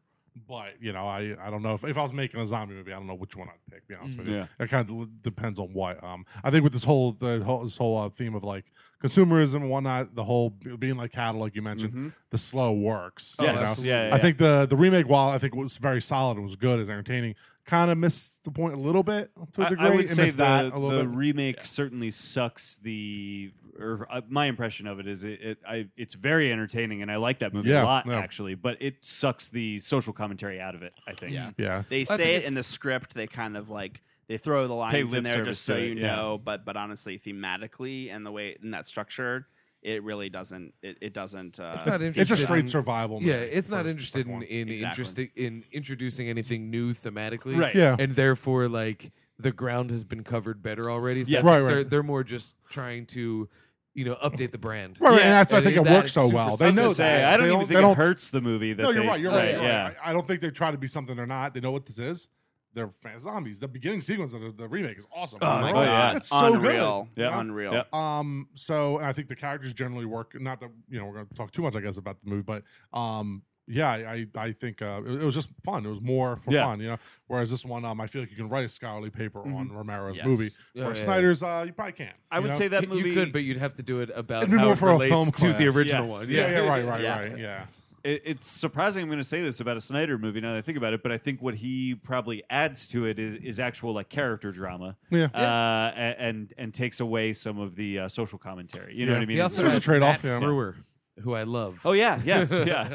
But you know, I I don't know if, if I was making a zombie movie, I don't know which one I'd pick. To be honest with you, Yeah. it kind of depends on what. Um, I think with this whole the whole this whole uh, theme of like consumerism and whatnot, the whole be- being like cattle, like you mentioned, the slow works. Yes. you know? absolutely. Yeah, yeah, Oh, I yeah. think the the remake, while I think was very solid, and was good, is entertaining. Kind of missed the point a little bit to a I- degree. I would It say the, missed that a little the bit. remake certainly sucks. The or uh, my impression of it is it, it I it's very entertaining and I like that movie Yeah, a lot yeah. actually, but it sucks the social commentary out of it. I think. Yeah. yeah, They think say it in the it's- script. They kind of like they throw the Pay lines lip in there service just so to you it, yeah. know. But but honestly, thematically and the way in that structure, it really doesn't. It, it doesn't. Uh, It's not interesting. it's a straight in- survival. Yeah, movie, it's not Oh, first- interested first in one. in, Exactly. interesting, in introducing anything new thematically, Right. Yeah. And therefore, like the ground has been covered better already. So Yes. Right, right. They're, they're more just trying to, you know, update the brand. Right, right, and that's why I I think it think that works it's so super well. sus- They I was know gonna say, that. I don't They even don't- think they it don't- hurts the movie. That No, you're they- uh, right. You're right. you're right. Yeah. I, I don't think they try to be something they're not. They know what this is. They're fan zombies. The beginning sequence of the, the remake is awesome. oh my Oh, god, yeah. It's so unreal. good. Yeah, Yeah. unreal. Yeah. Um. So and I think the characters generally work. Not that you know we're going to talk too much, I guess, about the movie, but um. Yeah, I I I think uh, it, it was just fun. It was more for Yeah. fun, you know. Whereas this one, um, I feel like you can write a scholarly paper on Romero's Yes. movie. Yeah, where yeah, yeah. Snyder's, uh, you probably can't. I would you know? say that movie you could, but you'd have to do it about It'd be how more it for a relates film to the class. original Yes. one. Yeah, yeah, right, right, Yeah. right, yeah. it, it's surprising I'm going to say this about a Snyder movie now that I think about it, but I think what he probably adds to it is, is actual like character drama, Yeah. uh, a- and and takes away some of the uh, social commentary. You know Yeah. what I mean? He also There's a has trade-off, Matt yeah. Frewer, who I love. oh yeah, yes, yeah.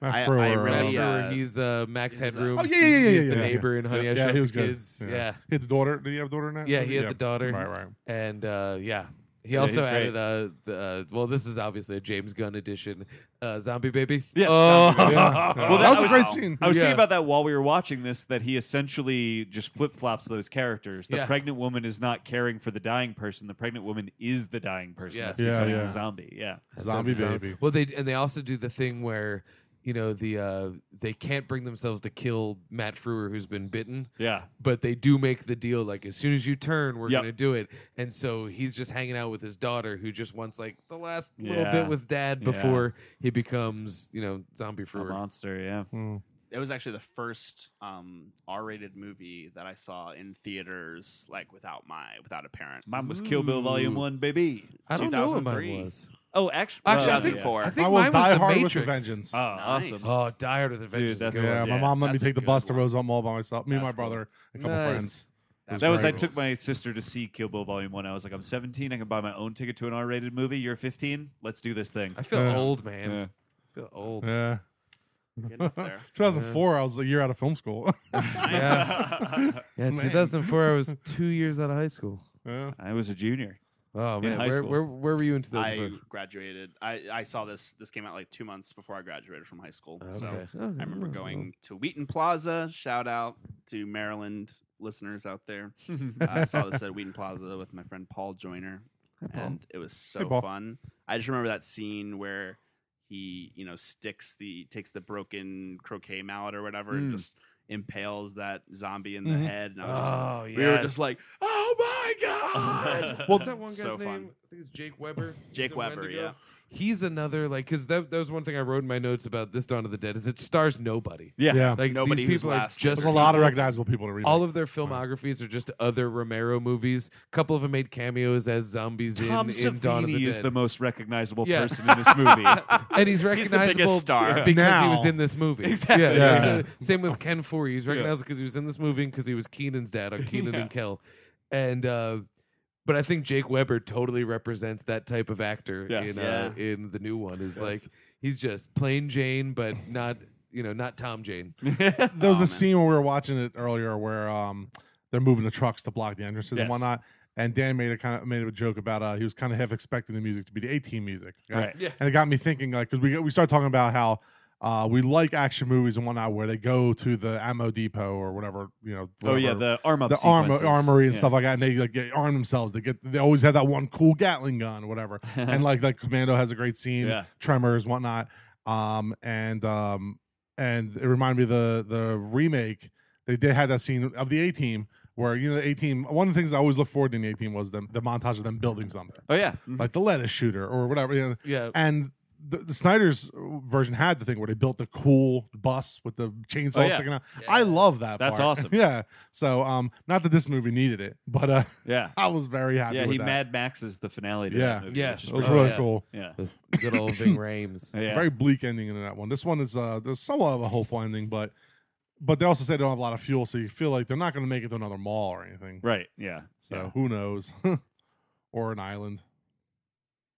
Matt I- I Frewer, really uh, Matt Yeah. Frewer, he's uh, Max Headroom. Oh yeah, yeah, yeah, he's yeah, the yeah, neighbor yeah. in Honey yeah, I Shrunk he was the good. Kids. Yeah. he had the daughter. Did he have a daughter in that? Yeah, he had Yeah. the daughter. Right, right. And uh, yeah, he he's also great. added uh, the, uh, well, this is obviously a James Gunn edition, uh, Zombie Baby. Yes, Oh. Zombie Yeah. Well, that, that was a great was- scene. I was Yeah. thinking about that while we were watching this. That he essentially just flip flops those characters. The Yeah. pregnant woman is not caring for the dying person. The pregnant woman is the dying person. Yeah. That's Yeah, becoming yeah. the zombie. Yeah. Zombie Zombie. baby. Well, they and they also do the thing where you know the uh, they can't bring themselves to kill Matt Frewer, who's been bitten. Yeah. But they do make the deal like as soon as you turn, we're Yep. gonna do it. And so he's just hanging out with his daughter, who just wants like the last little Yeah. bit with dad Yeah. before he becomes you know zombie A Frewer. monster. Yeah. Hmm. It was actually the first um, R-rated movie that I saw in theaters, like without my without a parent. Mine was Kill Bill Volume One, baby. I don't know what mine 2003. was. Oh, actually, Actually, I well, think yeah. four. I I think was mine was Die the Hard with Matrix. a Vengeance. Oh, Nice. awesome. Oh, Die Hard with a Vengeance. that's is a good a- yeah, one. my yeah, mom let me that's a take the good bus to one. Rosemont Mall by myself. Me and my That's cool. brother, and a couple Nice. friends. It That was I great. took my sister to see Kill Bill Volume One. I was like, I'm 17. I can buy my own ticket to an R-rated movie. You're 15. Let's do this thing. I feel Yeah. old, man. Yeah. I feel old. Yeah. Getting up there. 2004. I was a year out of film school. Yeah, 2004. I was two years out of high school. yeah. I was a junior. Oh man, high where, school. where where were you in 2004? I graduated. I, I saw this. This came out like two months before I graduated from high school. So Okay. I Okay, remember yeah, so- going to Wheaton Plaza. Shout out to Maryland listeners out there. Uh, I saw this at Wheaton Plaza with my friend Paul Joyner, Paul. and it was so Hey, Paul. fun. I just remember that scene where he, you know, sticks the takes the broken croquet mallet or whatever and Mm. just impales that zombie in the Mhm. head. And I was just, oh we were just like, oh my god. well, that one guy's so name? fun. I think it's Jake Weber. Jake He's a Weber, Wendigo. yeah. He's another like because that that was one thing I wrote in my notes about this Dawn of the Dead is it stars nobody. Yeah. Yeah. Like Nobody these who's people are last. just There's a lot of people- recognizable people to read. All of their filmographies are just other Romero movies. A couple of them made cameos as zombies in, Tom in Dawn of Savini the is Dead. the most recognizable Yeah. person in this movie. and he's He's the recognizable biggest star. because he Now. was in this movie. Exactly. Yeah, he's a- same with Ken Foree. He's recognizable because he was in this movie because he was Keenan's dad on Keenan and Kel. And uh, but I think Jake Weber totally represents that type of actor Yes. in uh, in the new one. Is like He's just plain Jane, but not you know not Tom Jane. There was Aw, a man. scene when we were watching it earlier where um they're moving the trucks to block the entrances Yes. and whatnot. And Dan made a kind of made a joke about uh he was kind of half expecting the music to be the A team music, okay? Right. Yeah. And it got me thinking like because we we started talking about how. Uh, we like action movies and whatnot where they go to the ammo depot or whatever you know. Oh yeah, whatever the arm up. the armor, sequences. armory and Yeah. stuff like that, and they like get arm themselves. They get they always have that one cool Gatling gun, or whatever. and like like Commando has a great scene, Uh-huh. Yeah. Tremors, whatnot. Um and um and it reminded me of the the remake. They did had that scene of the A team where you know the A team. One of the things I always look forward to in the A team was the, the montage of them building something, Oh yeah. Mhm. like the lettuce shooter or whatever. You know, Yeah. and the, the Snyder's version had the thing where they built the cool bus with the chainsaw Oh, yeah. sticking out. I love that. That's part. awesome. yeah. So, um, not that this movie needed it, but uh, Yeah. I was very happy. Yeah. with He that. Mad Maxes the finale. To Yeah. That movie, Yeah. Which is It was pretty Oh, really yeah. cool. yeah. With good old Ving Rhames. Yeah. Very bleak ending in that one. This one is uh, there's somewhat of a hopeful ending, but but they also say they don't have a lot of fuel, so you feel like they're not going to make it to another mall or anything. Right. Yeah. So Yeah. who knows? or an island.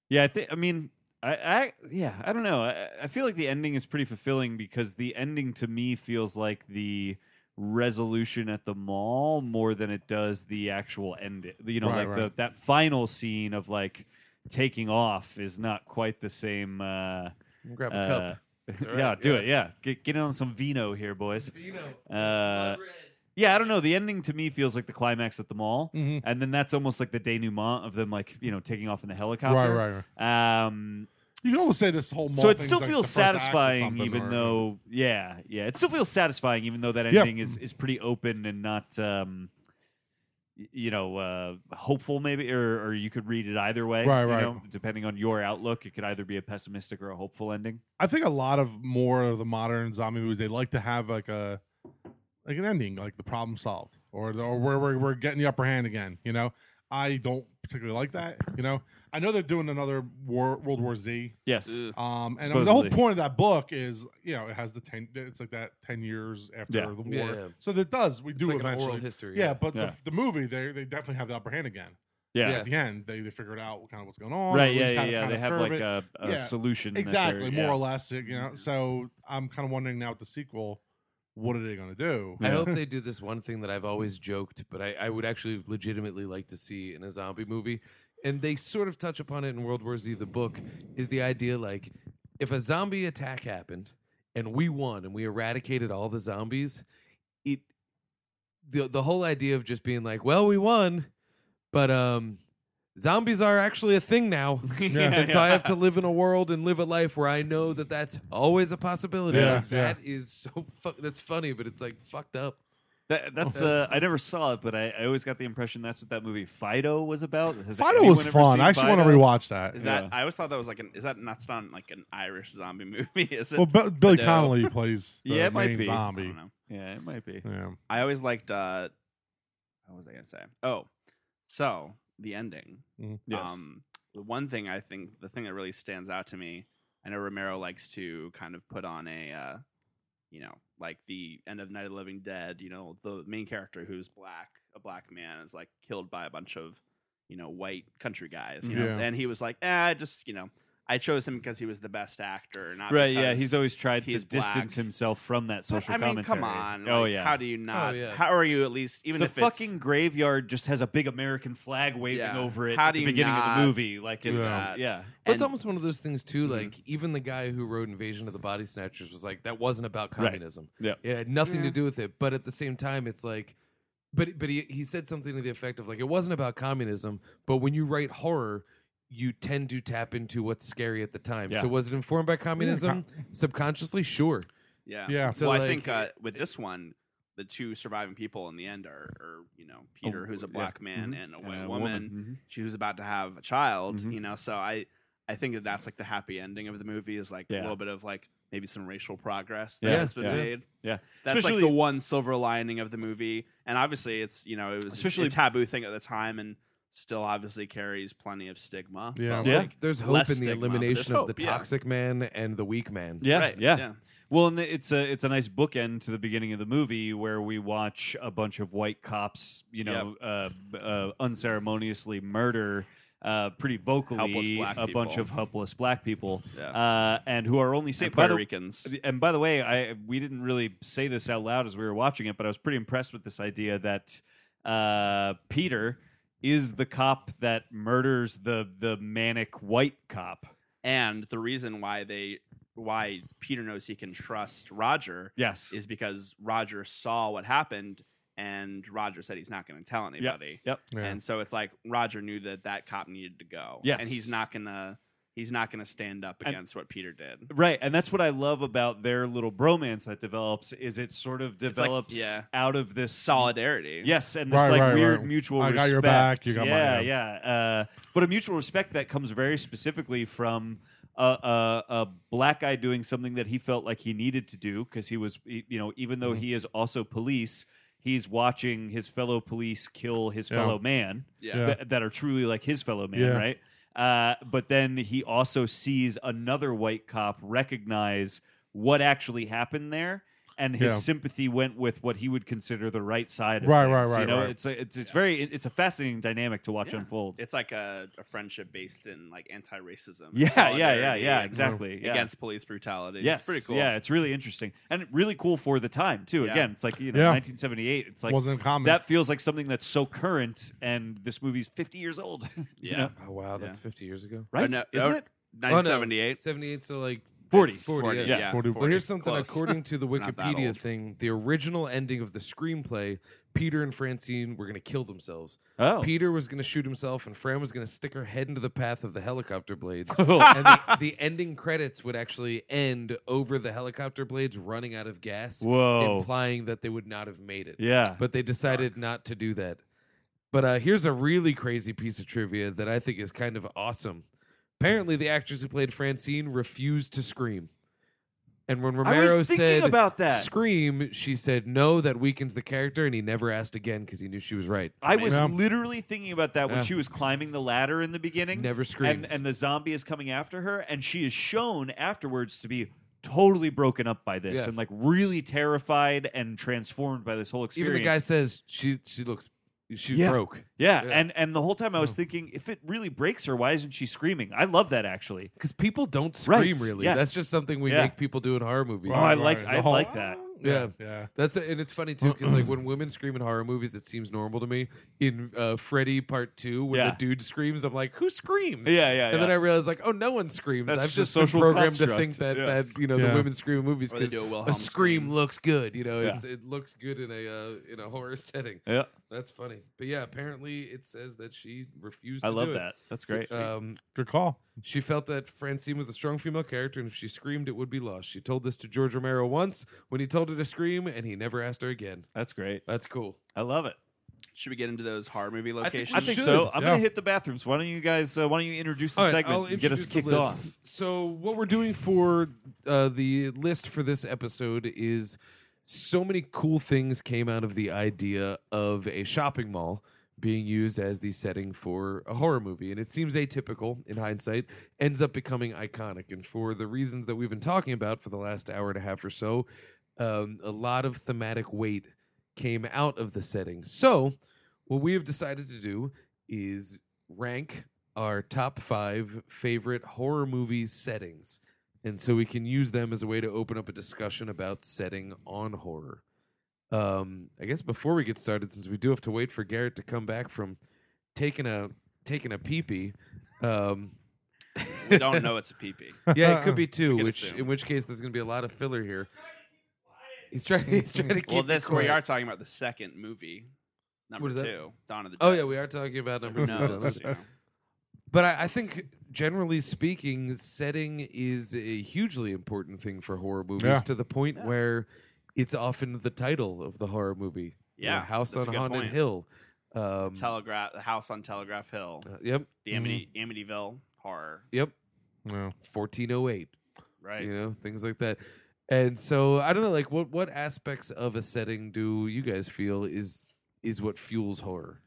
Yeah, I think. I mean, I, I, yeah, I don't know. I, I feel like the ending is pretty fulfilling because the ending to me feels like the resolution at the mall more than it does the actual end. You know, Right, like The, right. that final scene of like taking off is not quite the same. Uh, Grab a uh, cup. It's all yeah, right, do yeah. it. Yeah, get get on some vino here, boys. Uh, yeah, I don't know. The ending to me feels like the climax at the mall, Mhm. and then that's almost like the denouement of them, like you know, taking off in the helicopter. Right, right, right. Um, You can almost say this whole mall. so it thing's still like the feels first act or satisfying, something, even or- though, yeah, yeah, it still feels satisfying, even though that Yeah. ending is is pretty open and not, um, y- you know, uh, hopeful maybe, or or you could read it either way, Right, you right. know, depending on your outlook, it could either be a pessimistic or a hopeful ending. I think a lot of more of the modern zombie movies they like to have like a like an ending, like the problem solved, or the, or we're, we're we're getting the upper hand again. You know, I don't particularly like that. You know, I know they're doing another war, World War Z. Yes, Ugh. Um, and I mean, the whole Supposedly. point of that book is, you know, it has the ten. It's like that ten years after Yeah. the war, Yeah, yeah. so that does we do It's like an eventually. oral history. yeah. but Yeah. The, the movie they they definitely have the upper hand again. yeah, Yeah. At the end, they they figured out kind of what's going on. or right, at yeah, least yeah, how to yeah. kind They of have curb like it a, a Yeah. solution, that they're- exactly more yeah. or less you know so i'm kind of wondering now with the sequel what are they going to do I hope they do this one thing that I've always joked, but I, I would actually legitimately like to see in a zombie movie. And they sort of touch upon it in World War Z, the book, is the idea like if a zombie attack happened and we won and we eradicated all the zombies, it the the whole idea of just being like, Well, we won, but um zombies are actually a thing now. Yeah. and so I have Yeah. to live in a world and live a life where I know that that's always a possibility. Yeah, Like, yeah. that is so fu- that's funny, but it's like fucked up. That, that's uh, I never saw it, but I, I always got the impression that's what that movie Fido was about. Has fido anyone was ever fun seen i actually want to Fido? rewatch that Is Yeah. that? I always thought that was like an. Is that not, it's not like an Irish zombie movie? Is it? well Bi- billy No. connolly plays the Yeah, it might main be. I zombie don't know. Yeah, it might be. yeah I always liked. uh What was I gonna say? Oh, so the ending. Mm-hmm. Yes. Um, the one thing I think, the thing that really stands out to me, I know Romero likes to kind of put on a, uh, you know, like the end of Night of the Living Dead. You know, the main character who's black, a black man, is like killed by a bunch of, you know, white country guys. You know, Yeah. and he was like, eh, I just you know, I chose him because he was the best actor, not right. Yeah, uh, because- he's always tried to he's distance black. himself from that But, social I mean, commentary. come on. oh like, yeah. How do you not? yeah. How are you at least even the if it's- fucking graveyard just has a big American flag waving Yeah. over it How at do the you beginning of not the movie. Like do it's that? yeah. But it's And- almost one of those things too. Mhm. Mm-hmm. Like even the guy who wrote Invasion of the Body Snatchers was like, that wasn't about Right. communism. Yeah. it had nothing to do with it. But at the same time, it's like, but but he he said something to the effect of like, it wasn't about communism. But when you write horror, you tend to tap into what's scary at the time. Yeah. So was it informed by communism subconsciously? Sure. Yeah. Yeah. So, well, like- I think uh, with this one, the two surviving people in the end are, are you know, Peter, Oh, who's a yeah. black man, Mhm. and a And white a woman, Mhm. she who's about to have a child. Mhm. You know, so I, I think that that's like the happy ending of the movie is like Yeah. a little bit of like maybe some racial progress that Yeah. has been Yeah. made. Yeah. That's Especially like the one silver lining of the movie, and obviously it's you know it was Especially- a taboo thing at the time, and still obviously carries plenty of stigma. Yeah. but, Yeah. like, There's hope less in the stigma, but elimination there's of the hope, yeah. toxic man and the weak man. yeah, right, yeah. Well, and it's a it's a nice bookend to the beginning of the movie where we watch a bunch of white cops, you know, uh, uh, unceremoniously murder uh, pretty Helpless vocally black a bunch people. of helpless black people, Yeah. uh, and who are only Say saved by Puerto the Ricans. and by the way, I we didn't really say this out loud as we were watching it, but I was pretty impressed with this idea that uh, Peter is the cop that murders the the manic white cop. And the reason why they why Peter knows he can trust Roger Yes. is because Roger saw what happened and Roger said he's not going to tell anybody. Yep. Yeah. And so it's like Roger knew that that cop needed to go. Yes. And he's not going to he's not going to stand up And- Mm. against what Peter did. Right, and that's what I love about their little bromance that develops is it sort of like, develops yeah. out of this Solidarity. Yes, and this Right, like right, weird right. mutual I respect. got your back, you got yeah, mine, yeah. Uh, but a mutual respect that comes very specifically from a, a, a black guy doing something that he felt like he needed to do because he was, y- you know, even Mm-hmm. though he is also police, he's watching his fellow police kill his Yeah. fellow man Yeah. Yeah. th- that are truly like his fellow man, Yeah. right? Uh, but then he also sees another white cop recognize what actually happened there, and his Yeah. sympathy went with what he would consider the right side. Of Right, things, right, right, You know, right. it's a, it's it's very it's a fascinating dynamic to watch Yeah. unfold. It's like a, a friendship based in like anti-racism. and yeah, yeah, yeah, solidarity yeah, and exactly. Yeah. Against police brutality. yes, It's pretty cool. Yeah, it's really interesting and really cool for the time too. Yeah. Again, it's like you know, Yeah. 1978. It's like wasn't common. that feels like something that's so current, and this movie's 50 years old. you Yeah. know? Oh wow, that's that's 50 years ago. right? no- Isn't oh, it? Oh, no, 1978. 78 to like 40. 40, yeah. Forty- Well, here's something Close. according to the Not that Wikipedia old. thing, the original ending of the screenplay, Peter and Francine were going to kill themselves. Oh, Peter was going to shoot himself, and Fran was going to stick her head into the path of the helicopter blades. Oh. Cool. and the, the ending credits would actually end over the helicopter blades running out of gas, Whoa. implying that they would not have made it. Yeah. But they decided not to do that. But uh, here's a really crazy piece of trivia that I think is kind of awesome. Apparently, the actors who played Francine refused to scream. And when Romero was thinking said about that. scream, she said no, that weakens the character, and he never asked again because he knew she was right. I was Yeah. literally thinking about that when Yeah. she was climbing the ladder in the beginning. Never screams. And, and the zombie is coming after her, and she is shown afterwards to be totally broken up by this Yeah. and like really terrified and transformed by this whole Even experience. the guy says she she looks she's Yeah. broke. yeah, Yeah. Oh. and and the whole time I was thinking, if it really breaks her, why isn't she screaming? I love that actually. Because people don't Right, scream really. yes. That's just something we Yeah. make people do in horror movies. Oh, I Right, like the I whole- like that. Yeah. Yeah. That's and it's funny too because like when women scream in horror movies, it seems normal to me. In uh, Freddy Part Two, when Yeah. the dude screams, I'm like, who screams? Yeah, yeah, And then yeah. I realize like, oh, no one screams. That's I've just a just been social programmed to construct. think that Yeah. that you know Yeah. the women scream in movies Or they because do a a, Wilhelm scream scream. looks good. You know, Yeah. it's, it looks good in a uh, in a horror setting. Yeah, That's funny. But yeah, apparently it says that she refused. I to love do it. that. That's great. Um, Good call. she felt that Francine was a strong female character, and if she screamed, it would be lost. She told this to George Romero once when he told her to scream, and he never asked her again. That's great. That's cool. I love it. Should we get into those horror movie think- locations? I think should. so. I'm Yeah. gonna hit the bathrooms. Why don't you guys? Uh, why don't you introduce the All right, segment I'll and get us introduce the kicked list. off? So, what we're doing for uh, the list for this episode is so many cool things came out of the idea of a shopping mall being used as the setting for a horror movie. And it seems atypical in hindsight, ends up becoming iconic. And for the reasons that we've been talking about for the last hour and a half or so, um, a lot of thematic weight came out of the setting. So, what we have decided to do is rank our top five favorite horror movie settings. And so we can use them as a way to open up a discussion about setting on horror. Um, I guess before we get started, since we do have to wait for Garrett to come back from taking a taking a pee pee, um, we don't know it's a peepee. yeah, it could be two. could Which assume. in which case there's going to be a lot of filler here. He's trying. He's trying to keep. well, it this we quiet. are talking about the second movie, number What is that? two, Dawn of the Dead. Oh yeah, we are talking about So number who two. knows, you know? But I, I think, generally speaking, setting is a hugely important thing for horror movies Yeah. to the point Yeah. where it's often the title of the horror movie. You know, Yeah, House that's on a good Haunted point. Hill. Um, Telegraph, the house on Telegraph Hill, uh, yep, the Amity, Amityville horror, yep. Yeah. 1408. right? You know, things like that. And so I don't know, like what what aspects of a setting do you guys feel is is what fuels horror?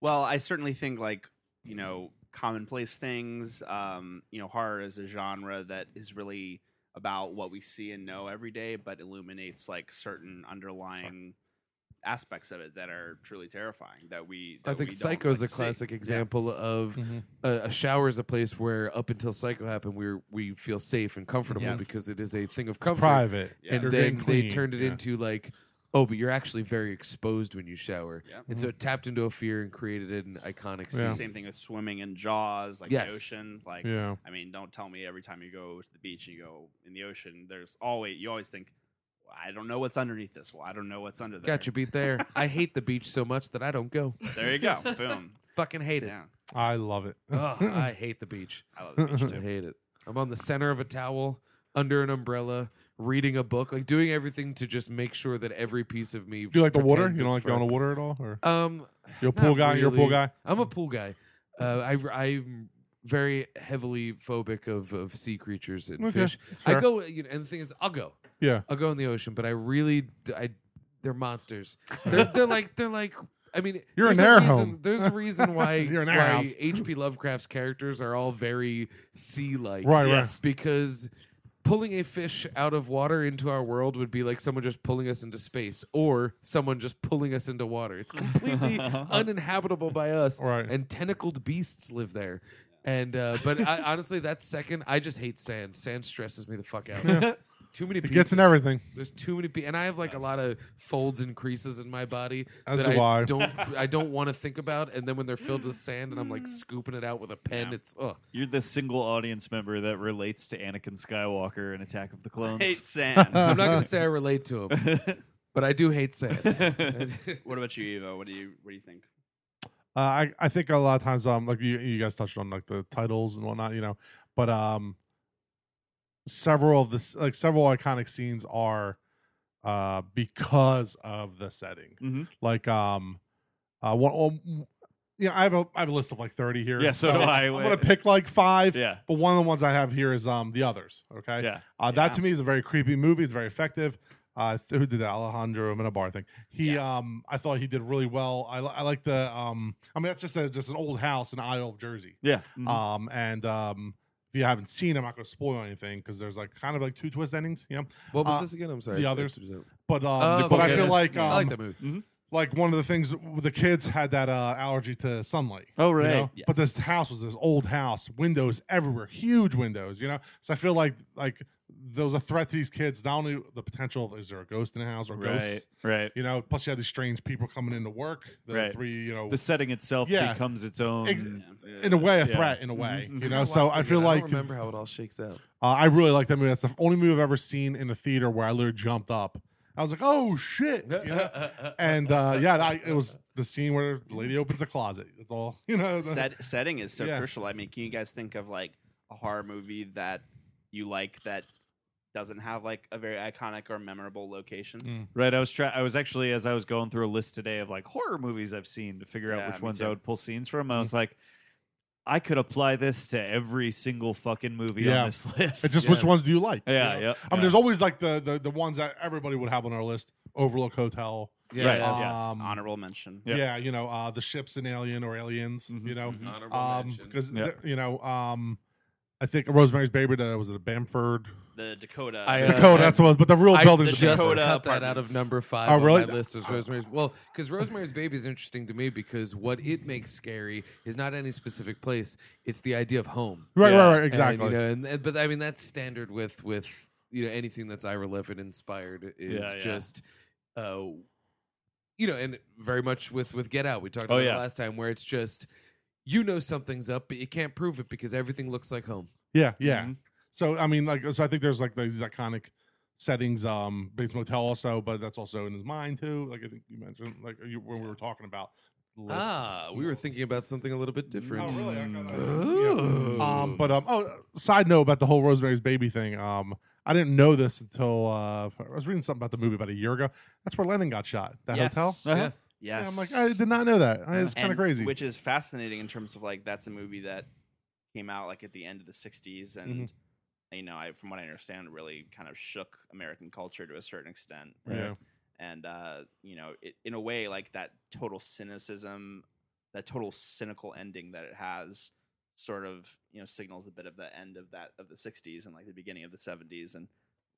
Well, I certainly think like Mm-hmm. you know commonplace things. Um, you know, horror is a genre that is really about what we see and know every day, but illuminates like certain underlying aspects of it that are truly terrifying. That we, I that think we don't, Psycho's like, a see. classic example Hmm. of Mm-hmm. a, a shower is a place where up until Psycho happened, we we feel safe and comfortable Yeah. because it is a thing of comfort. private. Yeah. And You're then getting they clean, turned it yeah. into like, oh, but you're actually very exposed when you shower, Yeah. and so it tapped into a fear and created an iconic Mm-hmm. Yeah. scene. Same thing with swimming and Jaws, like Yes. the ocean. Like, Yeah. I mean, don't tell me every time you go to the beach and you go in the ocean. There's always you always think, well, I don't know what's underneath this. Well, I don't know what's under there. Got you beat there. I hate the beach so much that I don't go. There you go. Boom. Fucking hate it. Yeah, I love it. Ugh, I hate the beach. I love the beach I too. hate it. I'm on the center of a towel, under an umbrella, reading a book, like doing everything to just make sure that every piece of me. Do you like the water? pretends You don't it's like going to for- water at all? Or Um, you're a not pool guy? You're a pool really. guy? I'm a pool guy. Uh, I I'm very heavily phobic of, of sea creatures and Okay, fish. that's I fair. go, you know, and the thing is, I'll go. Yeah. I'll go in the ocean, but I really, d- I, they're monsters. They're, they're like, they're like. I mean, You're there's an a air reason- home. There's a reason why You're an air why house. H.P. Lovecraft's characters are all very sea-like, Right, Yes. Because pulling a fish out of water into our world would be like someone just pulling us into space, or someone just pulling us into water. It's completely uninhabitable by us, Right. and tentacled beasts live there. And uh, but I, honestly, that second, I just hate sand. Sand stresses me the fuck out. Too many. It gets in pieces. everything. There's too many people, and I have like a lot of folds and creases in my body As that do I I. don't I don't want to think about. And then when they're filled with sand, and I'm like scooping it out with a pen, Yeah. it's ugh. You're the single audience member that relates to Anakin Skywalker in Attack of the Clones. Hate sand. I'm not gonna say I relate to him, but I do hate sand. what about you, Evo? What do you what do you think? Uh, I I think a lot of times um like you you guys touched on like the titles and whatnot you know, but um several of the s- like several iconic scenes are uh because of the setting Mhm. like um uh one um, yeah I have a I have a list of like thirty here Yeah, so do I. I'm gonna pick like five Yeah. but one of the ones I have here is um the others okay Yeah. uh, that to me is a very creepy movie. It's very effective. Uh, th- who did that? Alejandro Minabar thing. He, um, I thought he did really well. I, li- I like the, um, I mean, that's just a, just an old house in Isle of Jersey. Yeah. Mm-hmm. Mhm. Um, and um, if you haven't seen, it, I'm not going to spoil anything because there's like kind of like two twist endings. You know, what was Uh, this again? I'm sorry. the others. Oh, but um, okay. but I feel like um, I like that movie. like one of the things w- the kids had that uh, allergy to sunlight. Oh, you right. know? But this house was this old house, windows everywhere, huge windows. You know, so I feel like like there was a threat to these kids. Not only the potential of is there a ghost in the house or Right. ghosts, Right. you know. Plus you had these strange people coming into work. The Right. three, you know, The setting itself Yeah. becomes its own. Ex- in a way a Yeah. threat. In a way, Mhm. you know. So I feel I like don't remember how it all shakes out. uh, I really like that movie. That's the only movie I've ever seen in a theater where I literally jumped up. I was like, oh shit, you know? and uh, yeah, I, it was the scene where the lady opens a closet. That's all you know. the- Set, setting is so Yeah. crucial. I mean, can you guys think of like a horror movie that you like that doesn't have like a very iconic or memorable location? Right. I was try. I was actually as I was going through a list today of like horror movies I've seen to figure Yeah, out which me ones too. I would pull scenes from. Mm-hmm. I was like, I could apply this to every single fucking movie Yeah. on this list. It's just Yeah. which ones do you like? Yeah, you yeah, I mean, yeah. there's always like the, the the ones that everybody would have on our list: Overlook Hotel. Yeah, Right. yeah. yes. um, Honorable mention. Yeah. Yeah, you know, uh, the ships in Alien or Aliens. Mhm, You know, Honorable um, mention. because Yeah. you know, um, I think Rosemary's Baby. That was it a Bamford? The Dakota. Oh, I, uh, Dakota. that's what. it was, But the real I building. just Dakota cut that out Apartments. of number five Oh, on really? my list was Rosemary's. Well, because Rosemary's Baby is interesting to me because what it makes scary is not any specific place; it's the idea of home. Right, Yeah. right, right. And, Exactly. you know, and, and- but I mean that's standard with with you know anything that's Ira Levin inspired is Yeah, yeah. just. Uh, you know, and very much with with Get Out, we talked Oh, about yeah. it last time, where it's just you know something's up, but you can't prove it because everything looks like home. yeah, yeah. Mhm. So I mean, like, so I think there's like these iconic settings. Um, Bates Motel also, but that's also in his mind too. Like I think you mentioned, like you, when we were talking about. lists. Ah, we were thinking about something a little bit Oh, different. really? I got- I- Ooh. yeah. Um, but um, oh, side note about the whole Rosemary's Baby thing. Um, I didn't know this until uh, I was reading something about the movie about a year ago. That's where Lennon got shot. That Yes. hotel. Uh-huh. Yeah. yes. Yeah, I'm like, I did not know that. I- It's kind And- of crazy. Which is fascinating in terms of like that's a movie that came out like at the end of the '60s, and Mm-hmm. you know, I, from what I understand, really kind of shook American culture to a certain extent. yeah. and uh, you know, it, in a way, like that total cynicism, that total cynical ending that it has, sort of you know signals a bit of the end of that of the '60s and like the beginning of the '70s, and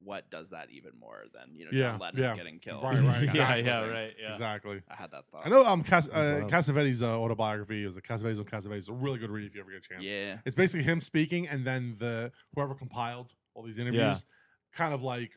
what does that even more than you know Yeah, John Lennon yeah. getting killed? Right, right, Kind of yeah, exactly. yeah, thing. right. Yeah. Exactly. I had that thought. I know um, Cas- That's uh, wild. Cassavetes' uh, autobiography is the Cassavetes on Cassavetes. It's a really good read if you ever get a chance. Yeah, It's basically him speaking, and then the whoever compiled all these interviews, kind of like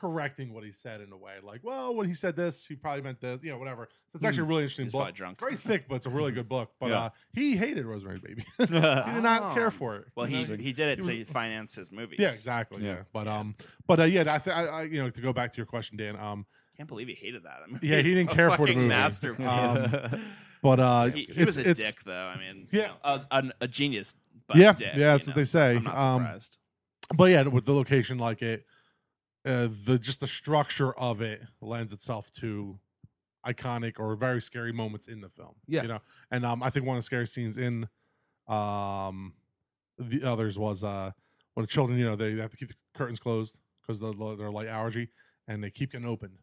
correcting what he said in a way, like, well, when he said this, he probably meant this, you know, whatever. So it's actually a really interesting he's book. probably drunk. Very thick, but it's a really good book. But Yeah. uh, he hated Rosemary's Baby. he yeah. did not care Oh. for it. Well, he Amazing. he did it He to finance his movies. yeah, exactly. Yeah, Yeah. but um, but uh, yeah, I, th- I, I you know to go back to your question, Dan. Um, Can't believe he hated that. I mean, Yeah, he it's didn't a care for the fucking movie. Masterpiece. but uh, he he it's- was a it's- dick, though. I mean, Yeah. yeah, a, an- a genius, but Yeah, dick, yeah, you that's what know? they say. I'm not Um, surprised. but yeah, with the location like it, uh, the just the structure of it lends itself to iconic or very scary moments in the film. Yeah. you know, and um, I think one of the scary scenes in um the others was uh when the children, you know, they have to keep the curtains closed because they're, they're light allergy, and they keep getting opened,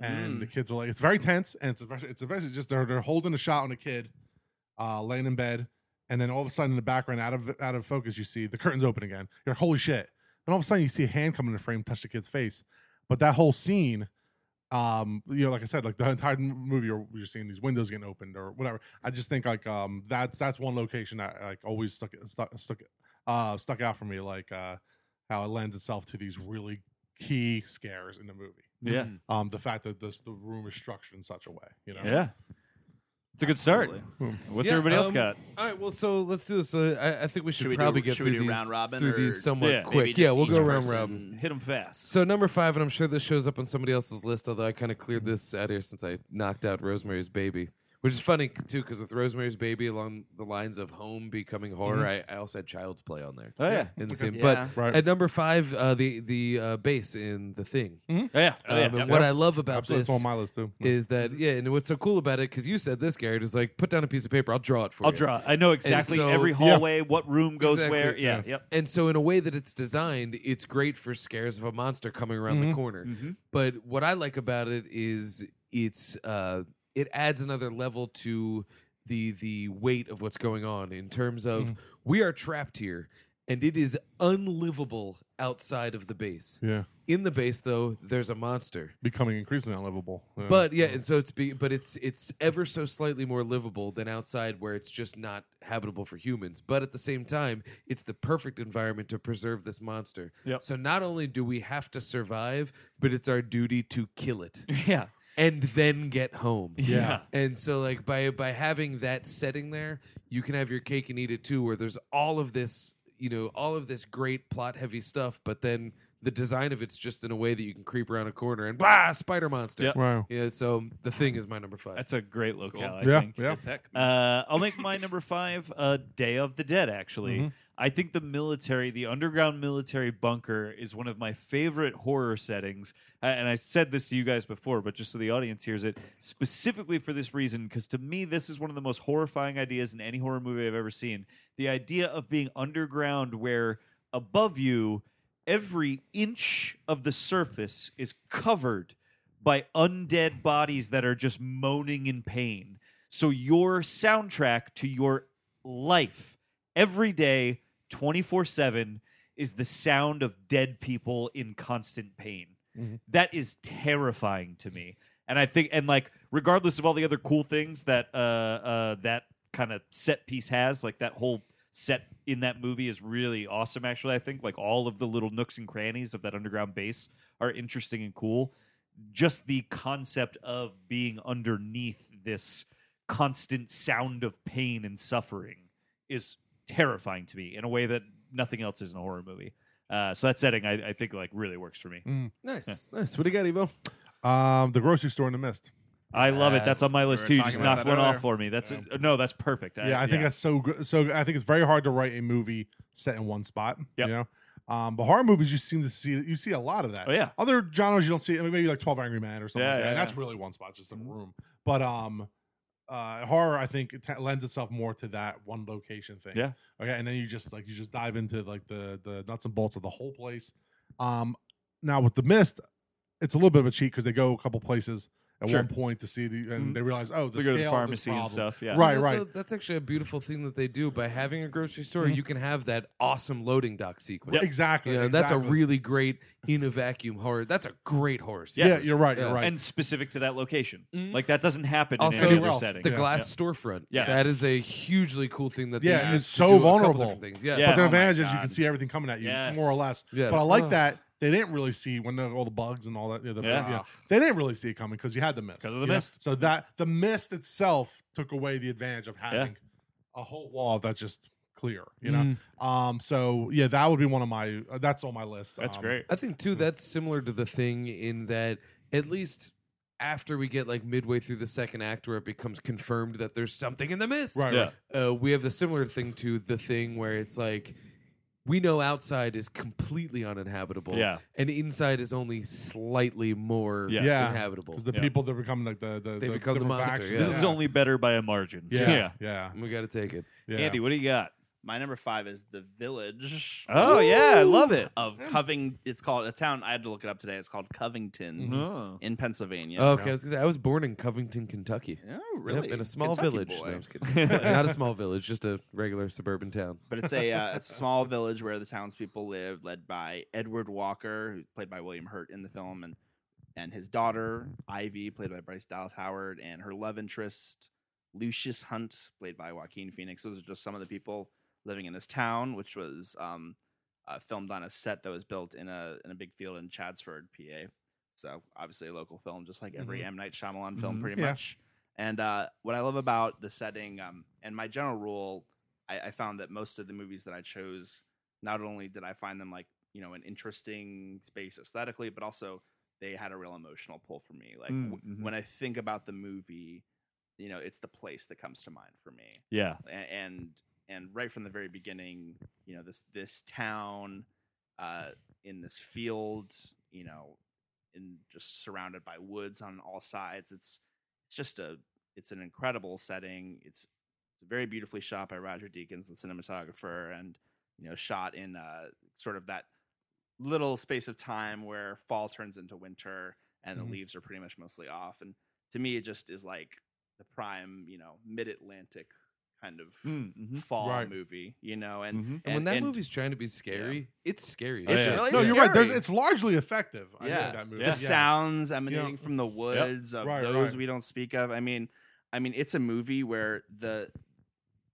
and Mm. the kids are like, it's very tense, and it's very- it's basically just they're they're holding a shot on a kid, uh, laying in bed. And then all of a sudden, in the background, out of out of focus, you see the curtains open again. You're like, holy shit! And all of a sudden, you see a hand come in the frame, touch the kid's face. But that whole scene, um, you know, like I said, like the entire m- movie, you're, you're seeing these windows getting opened or whatever. I just think like um, that's that's one location that like always stuck stuck stuck uh, stuck out for me, like uh, how it lends itself to these really key scares in the movie. yeah. Um, the fact that this the room is structured in such a way, you know. Yeah. It's a good start. Hmm. What's Yeah, everybody else um, got? All right, well, so let's do this. Uh, I, I think we should, Should we do- probably get should through we do these round robin through or these somewhat Yeah. maybe quick. just Yeah, we'll each go round person- robin. Hit them fast. So number five, and I'm sure this shows up on somebody else's list, although I kind of cleared this out here since I knocked out Rosemary's Baby, which is funny too, because with Rosemary's Baby, along the lines of home becoming horror, I, I also had Child's Play on there Mm-hmm. oh yeah. in the same. Yeah. But Right. at number five, uh, the the uh, bass in the thing. Oh, yeah. Oh, yeah. Um, Yep. and what I love about Absolutely, it's this on my list too. is that yeah, and what's so cool about it because you said this, Garrett, is like put down a piece of paper, I'll draw it for I'll you. draw. I know exactly so- every Yeah. hallway, what room goes Exactly. where. Yeah. Yeah. Yep. And so, in a way that it's designed, it's great for scares of a monster coming around the corner. Mm-hmm. But what I like about it is it's uh, it adds another level to the the weight of what's going on in terms of we are trapped here, and it is unlivable outside of the base. Yeah, In the base, though, there's a monster. becoming increasingly unlivable. Oh, Yeah. But yeah, and so it's be, but it's it's ever so slightly more livable than outside where it's just not habitable for humans. But at the same time, it's the perfect environment to preserve this monster. Yep. So not only do we have to survive, but it's our duty to kill it Yeah. and then get home. Yeah. And so like by by having that setting there, you can have your cake and eat it too where there's all of this, you know, all of this great plot heavy stuff, but then the design of it's just in a way that you can creep around a corner and blah, spider monster. Yep. wow. Yeah, so the thing is my number five. That's a great locale. I Yeah, think. yeah. Uh, I'll make my number five uh, Day of the Dead, actually. I think the military, the underground military bunker, is one of my favorite horror settings. Uh, and I said this to you guys before, but just so the audience hears it, specifically for this reason, because to me, this is one of the most horrifying ideas in any horror movie I've ever seen. The idea of being underground where above you, every inch of the surface is covered by undead bodies that are just moaning in pain. So your soundtrack to your life every day 24/7 is the sound of dead people in constant pain. That is terrifying to me. And I think and like regardless of all the other cool things that uh uh that kind of set piece has, like that whole set in that movie is really awesome actually, I think. Like all of the little nooks and crannies of that underground base are interesting and cool just the concept of being underneath this constant sound of pain and suffering is terrifying to me in a way that nothing else is in a horror movie. Uh, so that setting, I, I think, like really works for me. nice. Nice. What do you got, Evo? Um, the grocery store in the mist. I love it. That's on my list too. You talking just about knocked that one earlier. off for me. That's uh, no, that's perfect. yeah, I think that's so good. So I think it's very hard to write a movie set in one spot. Yep. You know, um, but horror movies you seem to see you see a lot of that. Oh, yeah. Other genres you don't see. I mean, maybe like Twelve Angry Men or something. Yeah, like that. yeah, and yeah. that's really one spot, just Mm-hmm. a room. But um, uh, horror I think it t- lends itself more to that one location thing. Yeah. Okay, and then you just like you just dive into like the the nuts and bolts of the whole place. Um, now with the mist, it's a little bit of a cheat because they go a couple places at Sure. one point to see the, and Mm-hmm. Mhm. they realize oh the They go scale to the of this pharmacy and problem. stuff. Yeah. Right, You know, right. Mm-hmm. tha- that's actually a beautiful thing that they do. By having a grocery store, you can have that awesome loading dock sequence. Yep. Exactly, You know, That's a exactly. really great in a vacuum horror. That's a great horror. Yeah, Sequence. yeah. You're right. Yeah. You're right. And specific to that location. Mhm. Like that doesn't happen Also, in any Anywhere other else. setting. The Yeah. glass storefront. Yes. That is a hugely cool thing that Yeah, they and use it's to so do a couple vulnerable. different Things. Yeah. Um, Yeah. But the Oh my advantage is you God. can see everything coming at you, Yes. more or less. Yeah. But I like Ugh. that they didn't really see when the, all the bugs and all that. Yeah, the- Yeah. yeah. they didn't really see it coming because you had the mist 'Cause of the you know? mist. So that the mist itself took away the advantage of having a whole wall that's just clear. You Mm. know. Um. So yeah, that would be one of my. Uh, that's on my list. That's um, great. I think too that's similar to the thing in that at least after we get like midway through the second act where it becomes confirmed that there's something in the mist. Right. Yeah. Right. Uh, we have the similar thing to the thing where it's like we know outside is completely uninhabitable. Yeah. And inside is only slightly more Yeah. Yeah. inhabitable. Because the Yeah. people that become like the, the They the become the different monster, factions. yeah. This is only better by a margin. Yeah. Yeah. Yeah. we gotta take it. yeah. Andy, what do you got? My number five is the village. Oh yeah, I love it. Of Coving, it's called a town. I had to look it up today. It's called Covington Mm-hmm. Oh. in Pennsylvania. Oh, okay, I was gonna say I was born in Covington, Kentucky. Oh, Yep, really? in a small Kentucky village. boy. No, I'm just kidding. Not a small village, just a regular suburban town. but it's a, uh, a small village where the townspeople live, led by Edward Walker, who's played by William Hurt in the film, and and his daughter Ivy, played by Bryce Dallas Howard, and her love interest Lucius Hunt, played by Joaquin Phoenix. Those are just some of the people living in this town, which was um, uh, filmed on a set that was built in a in a big field in Chatsford, PA. So obviously a local film, just like every M Night Shyamalan film, Mhm. pretty Yeah. much. And uh, what I love about the setting, um, and my general rule, I, I found that most of the movies that I chose, not only did I find them like you know an interesting space aesthetically, but also they had a real emotional pull for me. Like Mm, w- mhm. when I think about the movie, you know, it's the place that comes to mind for me Yeah. a- and and right from the very beginning, you know this this town uh, in this field, you know, in just surrounded by woods on all sides. It's it's just a it's an incredible setting. It's it's very beautifully shot by Roger Deakins, the cinematographer, and you know shot in uh, sort of that little space of time where fall turns into winter and Mhm. the leaves are pretty much mostly off. And to me, it just is like the prime, you know, mid Atlantic kind of Mm, mhm. fall Right. movie, you know, and, Mhm. And, when that and- movie's trying to be scary, it's scary. It's as shit. really No, you're right. scary. There's, it's largely effective. I Yeah. think, that movie. the Yeah. sounds emanating from the woods of Right, those right. we don't speak of. I mean, I mean, it's a movie where the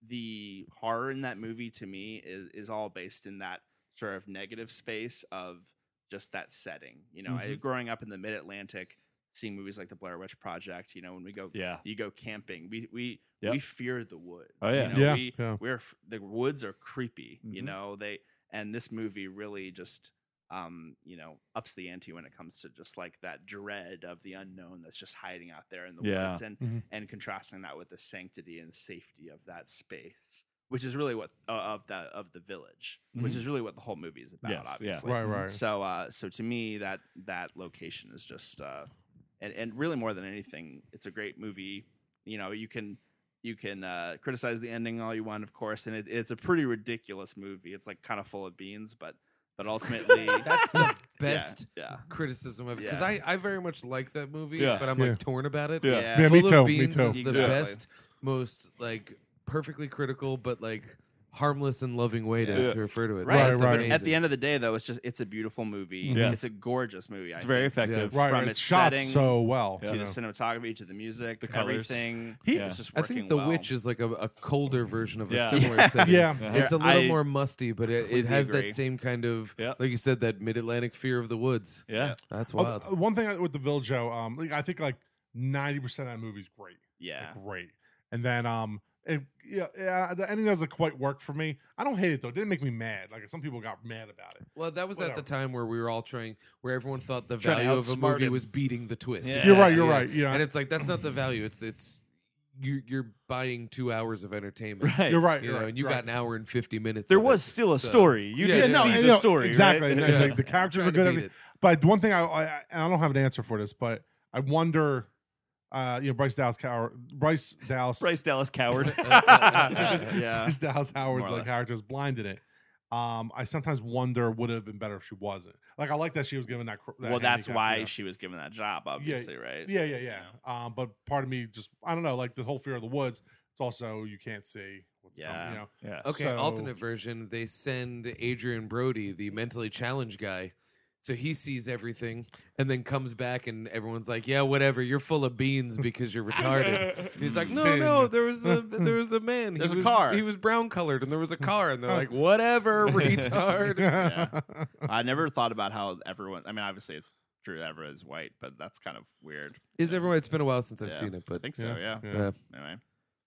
the horror in that movie to me is is all based in that sort of negative space of just that setting. You know, Mm-hmm. I, growing up in the mid Atlantic, seeing movies like the Blair Witch Project, you know, when we go Yeah. you go camping. We we Yep. we fear the woods. Oh, yeah. you know? Yeah, We, yeah. We're f- the woods are creepy. You Mhm. know they and this movie really just um you know ups the ante when it comes to just like that dread of the unknown that's just hiding out there in the Yeah. Mm-hmm. woods and Mhm. and contrasting that with the sanctity and safety of that space, which is really what uh, of the of the village, which Mhm. is really what the whole movie is about. Yes, yeah. obviously, Right, right. so, uh, so to me, that that location is just, uh, and and really more than anything, it's a great movie. You know, you can you can uh, criticize the ending all you want, of course, and it, it's a pretty ridiculous movie. It's like kind of full of beans, but but ultimately, That's the yeah, best Yeah, criticism of it because Yeah. I, I very much like that movie, Yeah. but I'm Yeah. like torn about it. Yeah. Yeah, me Full too, of me Beans too. is the Exactly. best, most like perfectly critical, but like harmless and loving way to, Yeah. to refer to it. Right, That's right. amazing. At the end of the day, though, it's just it's a beautiful movie. Yes. It's a gorgeous movie. It's I very think. effective. Right, From right. its It's shot setting so well. to you the know. cinematography, to the music, The colours. everything. He- It's just I working think The well. Witch is like a, a colder version of Yeah. a similar Yeah. setting. Yeah. Yeah. It's a little I more musty, but it, it completely has agree. that same kind of, Yeah. like you said, that mid Atlantic fear of the woods. Yeah. That's Oh, wild. uh, One thing I- with the Bill Joe, um, like, I think like ninety percent of that movie's great, yeah. Like, great. And then um, it, yeah, yeah, the ending doesn't quite work for me. I don't hate it though. It didn't make me mad. Like some people got mad about it. Well, that was at Whatever. the time where we were all trying, where everyone thought the Trying to value of a outsmart movie him. was beating the twist. Yeah. You're right. You're Yeah. right. Yeah, And it's like that's not the value. It's it's you, you're buying two hours of entertainment. Right. you're right. You You're know, right. and you right. got an hour and fifty minutes. There of was it. still a So- story. You Yeah, did no, see and, the you know, story. right? exactly. And, Yeah. like, the characters Trying to are good. beat everything- it. But one thing I, I and I don't have an answer for this, but I wonder, uh, you know, Bryce Dallas Cow- Bryce Dallas Bryce Dallas Coward. yeah. Bryce Dallas Howard's More or like less. character is blind in it. Um, I sometimes wonder would it have been better if she wasn't. Like I like that she was given that. cr- that well, that's handicap, why you know. she was given that job, obviously, right? Yeah, yeah, yeah. Um, but part of me just I don't know, like the whole fear of the woods. It's also you can't see. what's coming, Yeah. You know? Yeah. Okay, So- alternate version. They send Adrian Brody, the mentally challenged guy, so he sees everything and then comes back, and everyone's like, "Yeah, whatever. You're full of beans because you're retarded." And he's like, "No, no. There was a there was a man. There's a he was, car." He was brown colored, and there was a car." And they're like, "Whatever, retard." Yeah. I never thought about how everyone. I mean, obviously, it's true that everyone's white, but that's kind of weird. Is everyone? It's been a while since I've Yeah. seen it, but I think so. Yeah. yeah. uh, Anyway,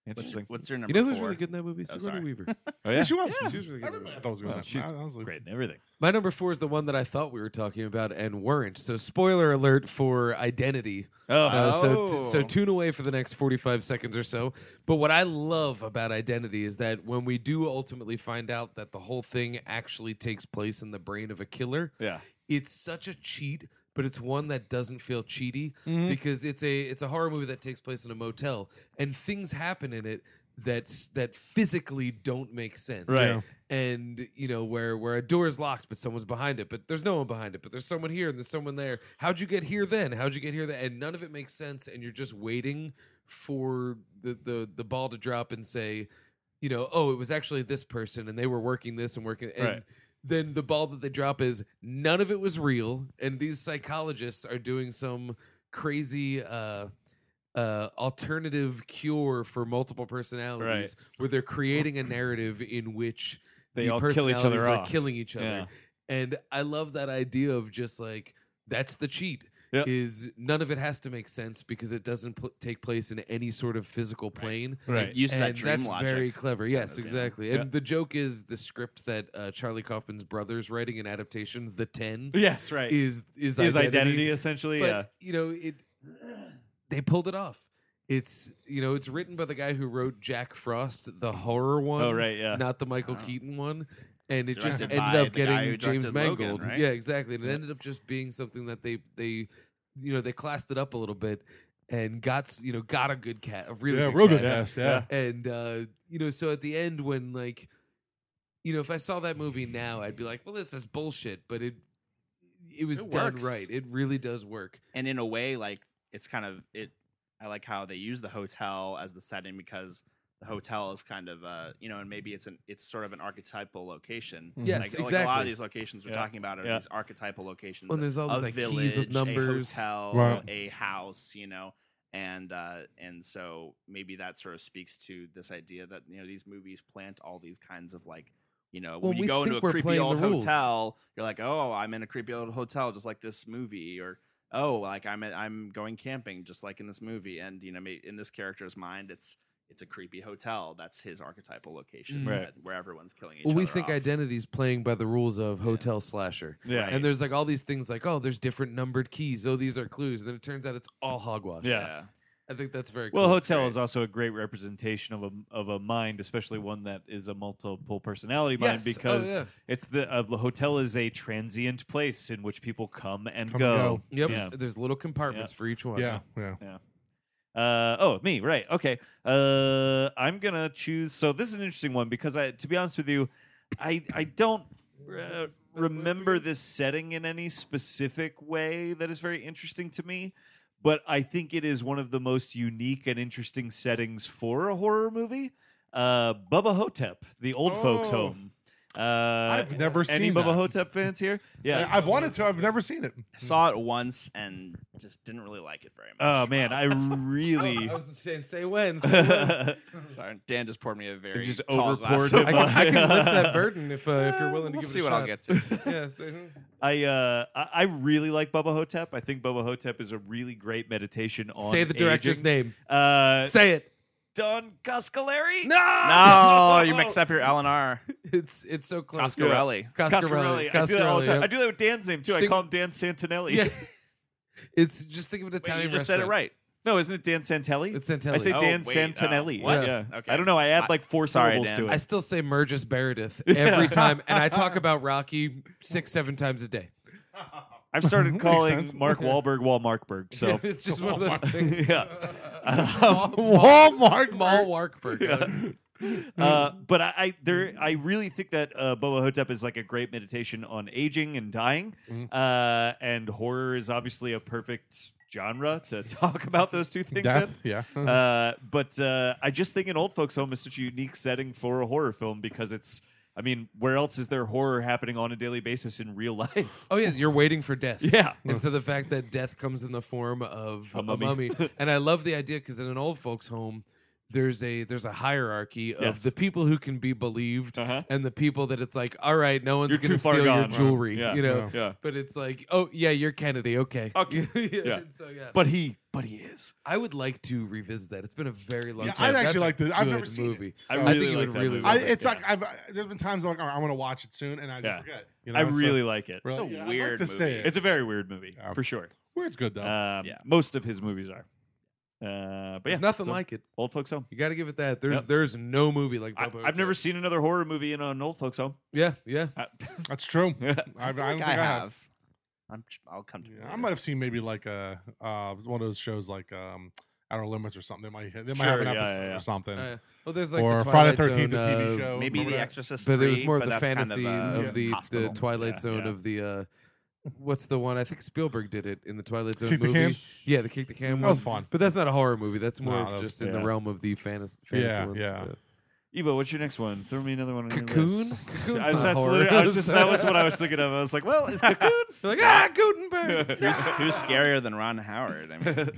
what's, Interesting. what's your number? you know who's four? really good in that movie? Sigourney sorry. Weaver. Oh, Yeah, yeah. she was. She was really good. in Everybody that. Uh-huh. thought was good. Well, enough. she's I- I was like- Great and everything. My number four is the one that I thought we were talking about and weren't. So, spoiler alert for Identity. Oh, Uh, so, t- so Oh. tune away for the next 45 seconds or so. But what I love about identity is that when we do ultimately find out that the whole thing actually takes place in the brain of a killer, yeah. it's such a cheat, but it's one that doesn't feel cheaty Mm-hmm. because it's a it's a horror movie that takes place in a motel and things happen in it that's that physically don't make sense Right. Yeah. and you know where where a door is locked but someone's behind it but there's no one behind it but there's someone here and there's someone there how'd you get here then how'd you get here then and none of it makes sense and you're just waiting for the the, the ball to drop and say you know oh it was actually this person and they were working this and working and Right. then the ball that they drop is none of it was real and these psychologists are doing some crazy uh uh, alternative cure for multiple personalities, where they're creating a narrative in which They the all kill each personalities other are off. killing each other. Yeah. And I love that idea of just like that's the cheat. Yep. Is none of it has to make sense because it doesn't pl- take place in any sort of physical plane. Right. Use that And dream that's logic. very clever. Yes, Yeah. exactly. And the joke is the script that uh, Charlie Kaufman's brother's writing an adaptation, The Ten, Yes, right. Is, is is identity, essentially. but yeah. you know it they pulled it off it's you know it's written by the guy who wrote jack frost the horror one, Oh, right. Yeah. not the michael keaton one and it just Directed ended by up the guy getting who james directed Logan, mangold right? yeah exactly and it ended up just being something that they they you know they classed it up a little bit and got s- you know got a good cat a really Yeah, good real good cast cast, Yeah. and uh you know so at the end when like you know if i saw that movie now i'd be like well this is bullshit but it it was It done works. right it really does work and in a way, like it's kind of it. I like how they use the hotel as the setting because the hotel is kind of uh, you know, and maybe it's an it's sort of an archetypal location. Mhm. Yes, like, exactly. like a lot of these locations we're Yeah. talking about are Yeah. these archetypal locations. Well, and of- there's all these, a like, keys village, with numbers. a hotel, Right. a house, you know, and uh, and so maybe that sort of speaks to this idea that you know these movies plant all these kinds of like. You know, Well, when you we go into think a we're creepy playing the old rules. hotel, you're like, "Oh, I'm in a creepy old hotel, just like this movie," or "Oh, like I'm at, I'm going camping, just like in this movie." And you know, ma- in this character's mind, it's it's a creepy hotel. That's his archetypal location, Mm. Right. that- where everyone's killing each well other. we think off. identity's playing by the rules of hotel slasher Yeah. Right. and there's like all these things like oh there's different numbered keys oh these are clues and then it turns out it's all hogwash Yeah. i think that's very Well, cool. It's hotel great. is also a great representation of a of a mind, especially one that is a multiple personality mind, Yes. Oh, because yeah. it's the uh, the hotel is a transient place in which people come and Come and go. yep Yeah. there's little compartments for each one Yeah. Yeah. Uh, oh, me, right. Okay. Uh, I'm going to choose. So this is an interesting one because I, to be honest with you, I, I don't uh, remember this setting in any specific way that is very interesting to me, but I think it is one of the most unique and interesting settings for a horror movie. Uh, Bubba Hotep, the old folks Oh. home. Uh, I've never any seen Bubba that. Hotep fans here? Yeah. I- I've wanted to. I've never seen it. saw it once and just didn't really like it very much. oh man, I really. i was saying say when, say when. Sorry, Dan just poured me a very Uh, just tall glass. overpoured of I, him can, wine. up. I can lift that burden if uh, if you're We'll willing to give see it a what shot. I'll get to. yeah so- I uh I I really like Bubba Hotep. I think Bubba Hotep is a really great meditation on say the director's aging. name Uh say it Don Coscarelli? no, you mix up your L and R. it's it's so close Coscarelli. Coscarelli. I do that all Coscarelli, the time. yep. I do that with Dan's name too. I Think- call him Dan Santinelli. Yeah. It's just think of an Wait, Italian you just said restaurant. it right. No, isn't it Dan Santelli? It's Santelli. I say Oh, Dan wait, Santinelli. oh, what? Yeah. Okay. I don't know. I add I- like four Sorry, syllables Dan. to it. I still say Mergus Meredith every time, and I talk about Rocky six, seven times a day. I've started Makes calling sense. Mark Wahlberg Walmarkberg. So it's just one of those things. yeah. Walmart, Mall Warkberg. Uh, but I, I there I really think that uh, Boa Hotep is like a great meditation on aging and dying, Mhm. uh, and horror is obviously a perfect genre to talk about those two things. in. Death, yeah. Uh, but uh, I just think an old folks' home is such a unique setting for a horror film because it's. I mean, where else is there horror happening on a daily basis in real life? Oh yeah, you're waiting for death. Yeah. and so the fact that death comes in the form of A a mummy. mummy, and I love the idea because in an old folks' home, there's a there's a hierarchy of Yes. the people who can be believed Uh-huh. and the people that it's like, all right, no one's You're gonna too far steal your gone. jewelry, Yeah. you know. Yeah. Yeah. But it's like, oh yeah, you're Kennedy, okay, Okay. yeah. Yeah. and So yeah, But he, but he is. I would like to revisit that. It's been a very long Yeah, time. I'd actually That's a like to- I've good never seen it. movie. I So- really I think you like would that really movie. love I, it, it's yeah. like I've I, there's been times like oh, I want to watch it soon, and I Yeah. just forget. You know, I so- really like it. really- It's a I weird like to say movie. it. It's a very weird movie Yeah. for sure. Weird's good though. Um, Yeah. Most of his movies are. Uh, but yeah, There's nothing so like it. old folks home. You got to give it that. There's Yep. there's no movie like I, Boba I've never Hotel. seen another horror movie in an old folks home. Yeah, yeah. I- That's true. Yeah. I've, feel I don't like think I have. I'm, I'll come to it. Yeah, I might have seen maybe like a uh, one of those shows like um, Outer Limits or something. They might they might have Sure, an yeah, episode yeah, yeah. or something. Uh, well, there's like Or the Friday Twilight 13th, the Zone, TV uh, show. Maybe Remember The that? Exorcist, but there 3, was more of but the that's kind fantasy of, of, uh, Yeah. the hospital. the Twilight Yeah, Zone yeah. of the. uh What's the one? I think Spielberg did it in the Twilight Zone Kick the movie. Can? Yeah, the Kick the Can. That was one. fun. but that's not a horror movie. That's more No, of that was- just in yeah. the realm of the fantasy. fantasy Yeah, ones. yeah. Evo, what's your next one? Throw me another one. On your Cocoon? list. Cocoon's I was, not that's horror. literally- I was just that was what I was thinking of. I was like, well, is Cocoon? They're like ah, Gutenberg. Who's, who's scarier than Ron Howard? I mean,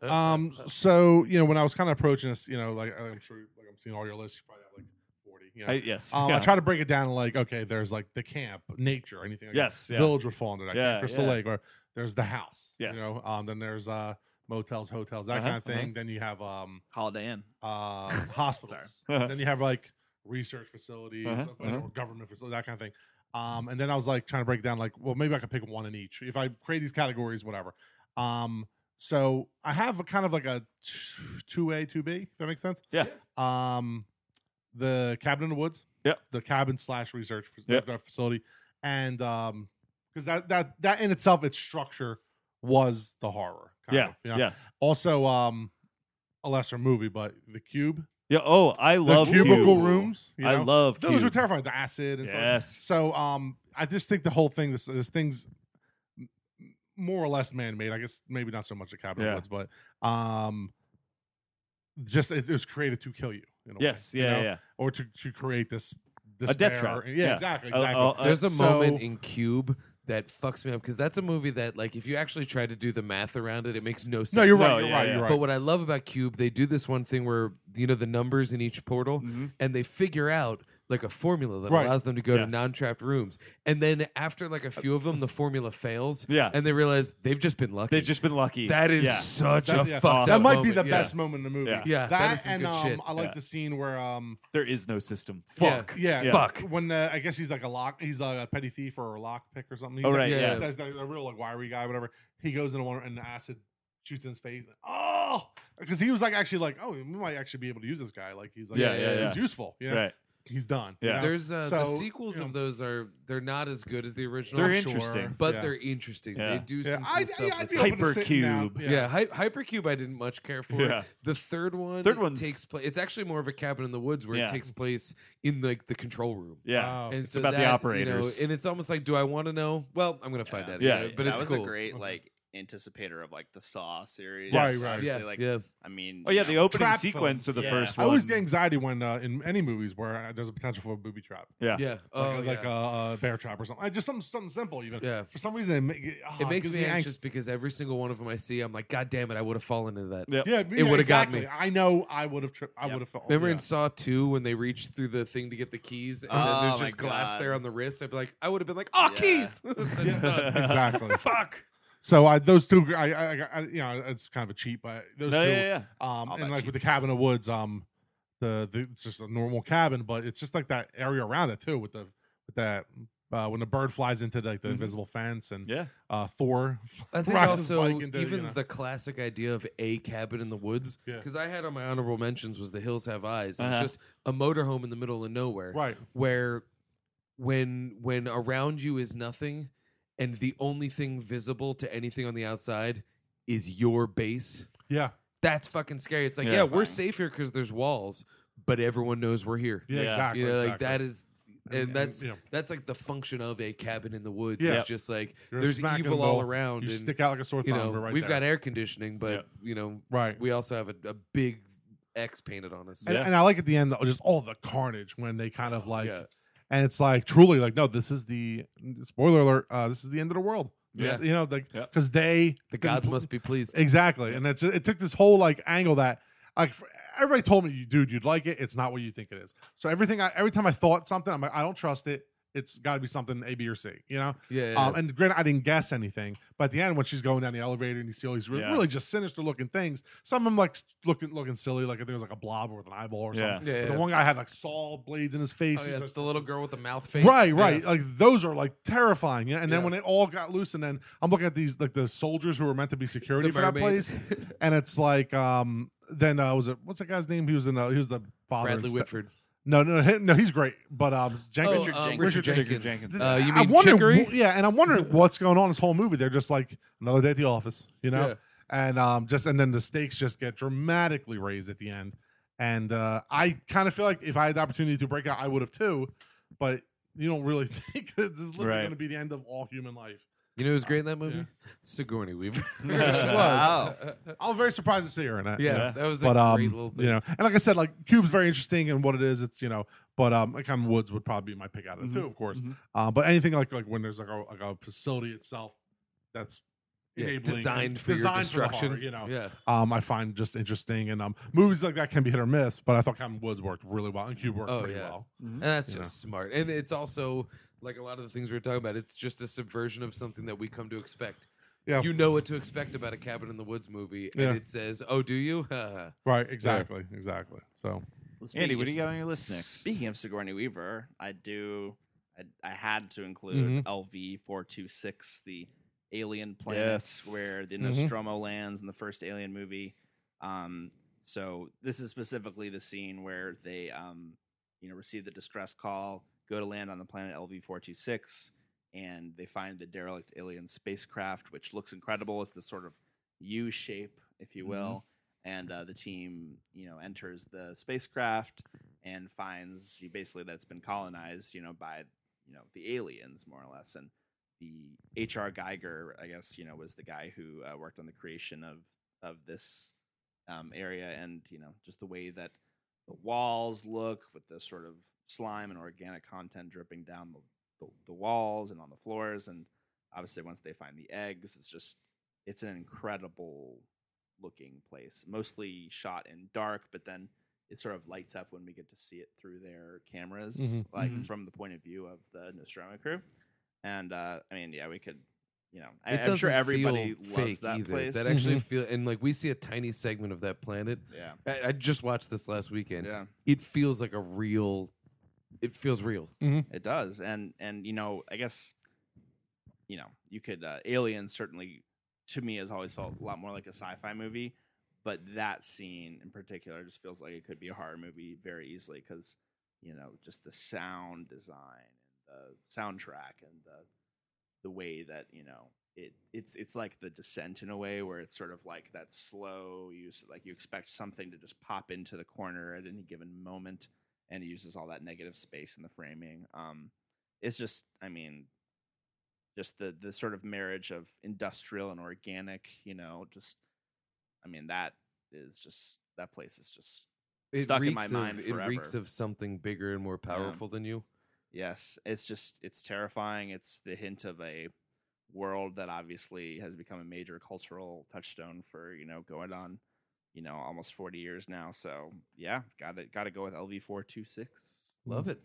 come on. Um, so you know when I was kind of approaching this, you know, like I'm sure like I'm seeing all your lists, you probably have like forty. You know, I, yes. Um, yeah. I try to break it down like, okay, there's like the camp, nature, anything. Like Yes, that. yeah. village would fall under that. Yeah, Yeah, Crystal yeah. Lake, or there's the house. Yes. you know. Um, then there's uh motels, hotels, that Uh-huh, kind of thing. uh-huh. Then you have um Holiday Inn. uh hospitals. then you have like research facilities, Uh-huh, or uh-huh. government facilities, that kind of thing. Um, and then I was like trying to break down like, well, maybe I could pick one in each if I create these categories, whatever. Um, so I have a kind of like a t- two A, two B. If that makes sense. Yeah. Um, the cabin in the woods. Yeah. The cabin slash research f- Yeah. uh, facility, and um, because that that that in itself, its structure was the horror. kind yeah. of, you know? Yes. Also, um, a lesser movie, but the cube Yeah. Oh, I love the cubicle Cube. rooms. You know? I love those were Cube. terrifying. The acid and Yes. stuff. So um, I just think the whole thing this this thing's m- more or less man made. I guess maybe not so much the Cabin in Yeah. the Woods, but um, just it, it was created to kill you. In a Yes. way, Yeah. you know? yeah. Or to to create this. A death despair. trap. Yeah, Yeah. exactly. Oh, Exactly. oh, oh. There's a Uh, so- moment in Cube that fucks me up because that's a movie that like if you actually try to do the math around it, it makes no sense. no, you're No, right. You're yeah, right. yeah. You're right. But what I love about Cube, they do this one thing where you know the numbers in each portal, and they figure out like a formula that Mm-hmm. Right. allows them to go Yes. to non-trapped rooms. And then after like a few of them, the formula fails. Yeah. and they realize they've just been lucky. They've just been lucky. that is Yeah. such That's- a yeah. fucked that up. might moment. be the Yeah. best moment in the movie. Yeah. Yeah, that that is some and good shit. um, I like Yeah. the scene where um, There is no system. Yeah. Fuck. Yeah, Yeah. Fuck. When the, I guess he's like a lock, he's like a petty thief or a lock pick or something. He's Oh, like- right, yeah. that's the, the real like wiry guy, whatever. He goes in one and acid shoots in his face. Oh, because he was like actually like, oh, we might actually be able to use this guy. Like he's like, Yeah, yeah, he's useful. Yeah, Right. he's done. Yeah. There's uh, the So, sequels you know. of those are they're not as good as the original, They're Sure. interesting. but Yeah. they're interesting. Yeah. They do yeah. some cool I'd, stuff. yeah, I'd with be it. open to sitting down. Hypercube. Yeah. Yeah, Hy- Hypercube I didn't much care for. Yeah. The third one Third one's- takes place it's actually more of a cabin in the woods where Yeah. it takes place in like the control room. Yeah. Oh. And It's about the operators. You know, and it's almost like, do I want to know? Well, I'm gonna find out. you Yeah, know, yeah. but that it's was cool. a great Okay. like anticipator of like the Saw series. Right, Yes. right. Obviously, yeah, Like, yeah. I mean, Oh yeah, the opening Trap sequence of the Yeah. first I one. always get anxiety when uh, in any movies where uh, there's a potential for a booby trap, yeah. Yeah. Oh, like, a, like yeah. a, a bear trap or something. Uh, Just something, something simple. Even Yeah. for some reason, it, ma- ah, oh, it makes gives me anxious. anxious because every single one of them I see, I'm like, God damn it, I would have fallen into that. Yeah. Yeah, it would've got me. I know. I would have. Tri- I Yep. would have. felt Remember yeah. in Saw 2 when they reached through the thing to get the keys and Oh, then there's my just glass God. there on the wrist? I'd be like, I would have been like, oh, Yeah. keys! And done. exactly. Fuck! so I, those two, gr- I, I, I, you know, it's kind of a cheat, but those No, two, yeah, yeah, um, All and about like with the cheats. cabin of woods, um, the, the it's just a normal cabin, but it's just like that area around it too, with the with that uh, when the bird flies into like the Mhm. invisible fence and yeah. uh, Thor. I think rides his also bike into, even you know. the classic idea of a cabin in the woods Yeah. because I had on my honorable mentions was the hills have eyes. It Uh-huh. was just a motorhome in the middle of nowhere right. where when when around you is nothing and the only thing visible to anything on the outside is your base. Yeah. That's fucking scary. It's like, yeah, Terrifying. we're safe here because there's walls, but everyone knows we're here. Yeah, Yeah. exactly. You know, like exactly. that is, and that's yeah. that's like the function of a cabin in the woods. Yeah. It's just like You're there's smack in the evil all bowl. around. You and, stick out like a sore you thumb. know, we're right we've there. got air conditioning, but Yeah. you know, right. we also have a, a big X painted on us. And, Yeah. and I like at the end though, just all the carnage when they kind of like, Yeah. and it's like truly like, no, this is the spoiler alert. Uh, this is the end of the world. This- Yeah. you know, like Yeah. because they The gods must be pleased. exactly, and it's it took this whole like angle that like fr- everybody told me, you dude, you'd like it. It's not what you think it is. So everything, I, every time I thought something, I'm like, I don't trust it. It's got to be something A, B, or C. You know. Yeah, Um, and granted, I didn't guess anything, but at the end, when she's going down the elevator and you see all these re- Yeah. really just sinister looking things, some of them like s- looking looking silly, like I think it was like a blob with an eyeball or Yeah. something. Yeah, But yeah. The one guy had like saw blades in his face. Oh, He yeah, says- the little girl with the mouth face. Right, right. Uh, Yeah. Like those are like terrifying. Yeah. And then Yeah. when it all got loose, and then I'm looking at these like the soldiers who were meant to be security The for that mermaid. place, and it's like um then uh, was it what's that guy's name? He was in the he was the father. Bradley and st- Whitford. No, no, he- no, he's great. But um, Jenkins, oh, uh, Jenkins. Richard Richard Jenkins. Jenkins. Uh, you I mean wonder Chicory? wh- yeah, and I'm wondering what's going on this whole movie. They're just like another day at the office, you know, Yeah. and um, just and then the stakes just get dramatically raised at the end. And uh, I kind of feel like if I had the opportunity to break out, I would have too. But you don't really think that this is literally Right. going to be the end of all human life. You know who's great in that movie? Sigourney Weaver. she Wow. I was very surprised to see her in it. Yeah, Yeah. that was a But um, great little thing. you know, and like I said, like Cube's very interesting and what it is. It's you know, but um, like I'm Woods would probably be my pick out of the Mm-hmm. two, of course. Mhm. Uh, but anything like like when there's like a, like a facility itself that's Yeah, enabling- designed for your designed the destruction. horror, you know, Yeah. um, I find just interesting. And um, movies like that can be hit or miss. But I thought Captain Woods worked really well, and Cube worked Oh, pretty yeah. well. And that's You just smart. And it's also like a lot of the things we were talking about, it's just a subversion of something that we come to expect. Yeah. You know what to expect about a Cabin in the Woods movie, and Yeah. it says, Oh, do you? yeah. Right? Exactly. Exactly. So Andy, Speaking what of do you got on your list next? Speaking of Sigourney Weaver, I do. I, I had to include LV four two six, the alien planets Mm-hmm. Yes. Mm-hmm. where the Mhm. Nostromo lands in the first Alien movie. Um, so this is specifically the scene where they, um, you know, receive the distress call, go to land on the planet LV four two six, and they find the derelict alien spacecraft, which looks incredible. It's this sort of U shape, if you will. And uh, the team, you know, enters the spacecraft and finds you basically that's been colonized, you know, by you know the aliens more or less. And the H.R. Geiger, I guess, you know, was the guy who uh, worked on the creation of of this um, area, and you know, just the way that the walls look with the sort of slime and organic content dripping down the, the, the walls and on the floors, and obviously once they find the eggs, it's just it's an incredible looking place. Mostly shot in dark, but then it sort of lights up when we get to see it through their cameras, Mhm. Mm-hmm. like Mhm. from the point of view of the Nostromo crew. And uh, I mean, yeah, we could, you know, I, It I'm sure doesn't everybody feel loves fake that either. place. Mm-hmm. That actually feel and like we see a tiny segment of that planet. yeah, I, I just watched this last weekend. yeah, It feels like a real. It feels real. Mm. it does. And and you know, I guess, you know, you could uh, Alien certainly to me has always felt a lot more like a sci-fi movie, but that scene in particular just feels like it could be a horror movie very easily because you know just the sound design and the soundtrack and the the way that you know it it's it's like the descent in a way where it's sort of like that slow use like you expect something to just pop into the corner at any given moment and it uses all that negative space in the framing um it's just i mean just the the sort of marriage of industrial and organic you know just i mean that is just that place is just It Stuck in reeks my of, mind It reeks forever. of something bigger and more powerful than you. Mm. Yes, it's just it's terrifying. It's the hint of a world that obviously has become a major cultural touchstone for you know going on, you know, almost forty years now. So yeah, got to got to go with LV four two six. Love it.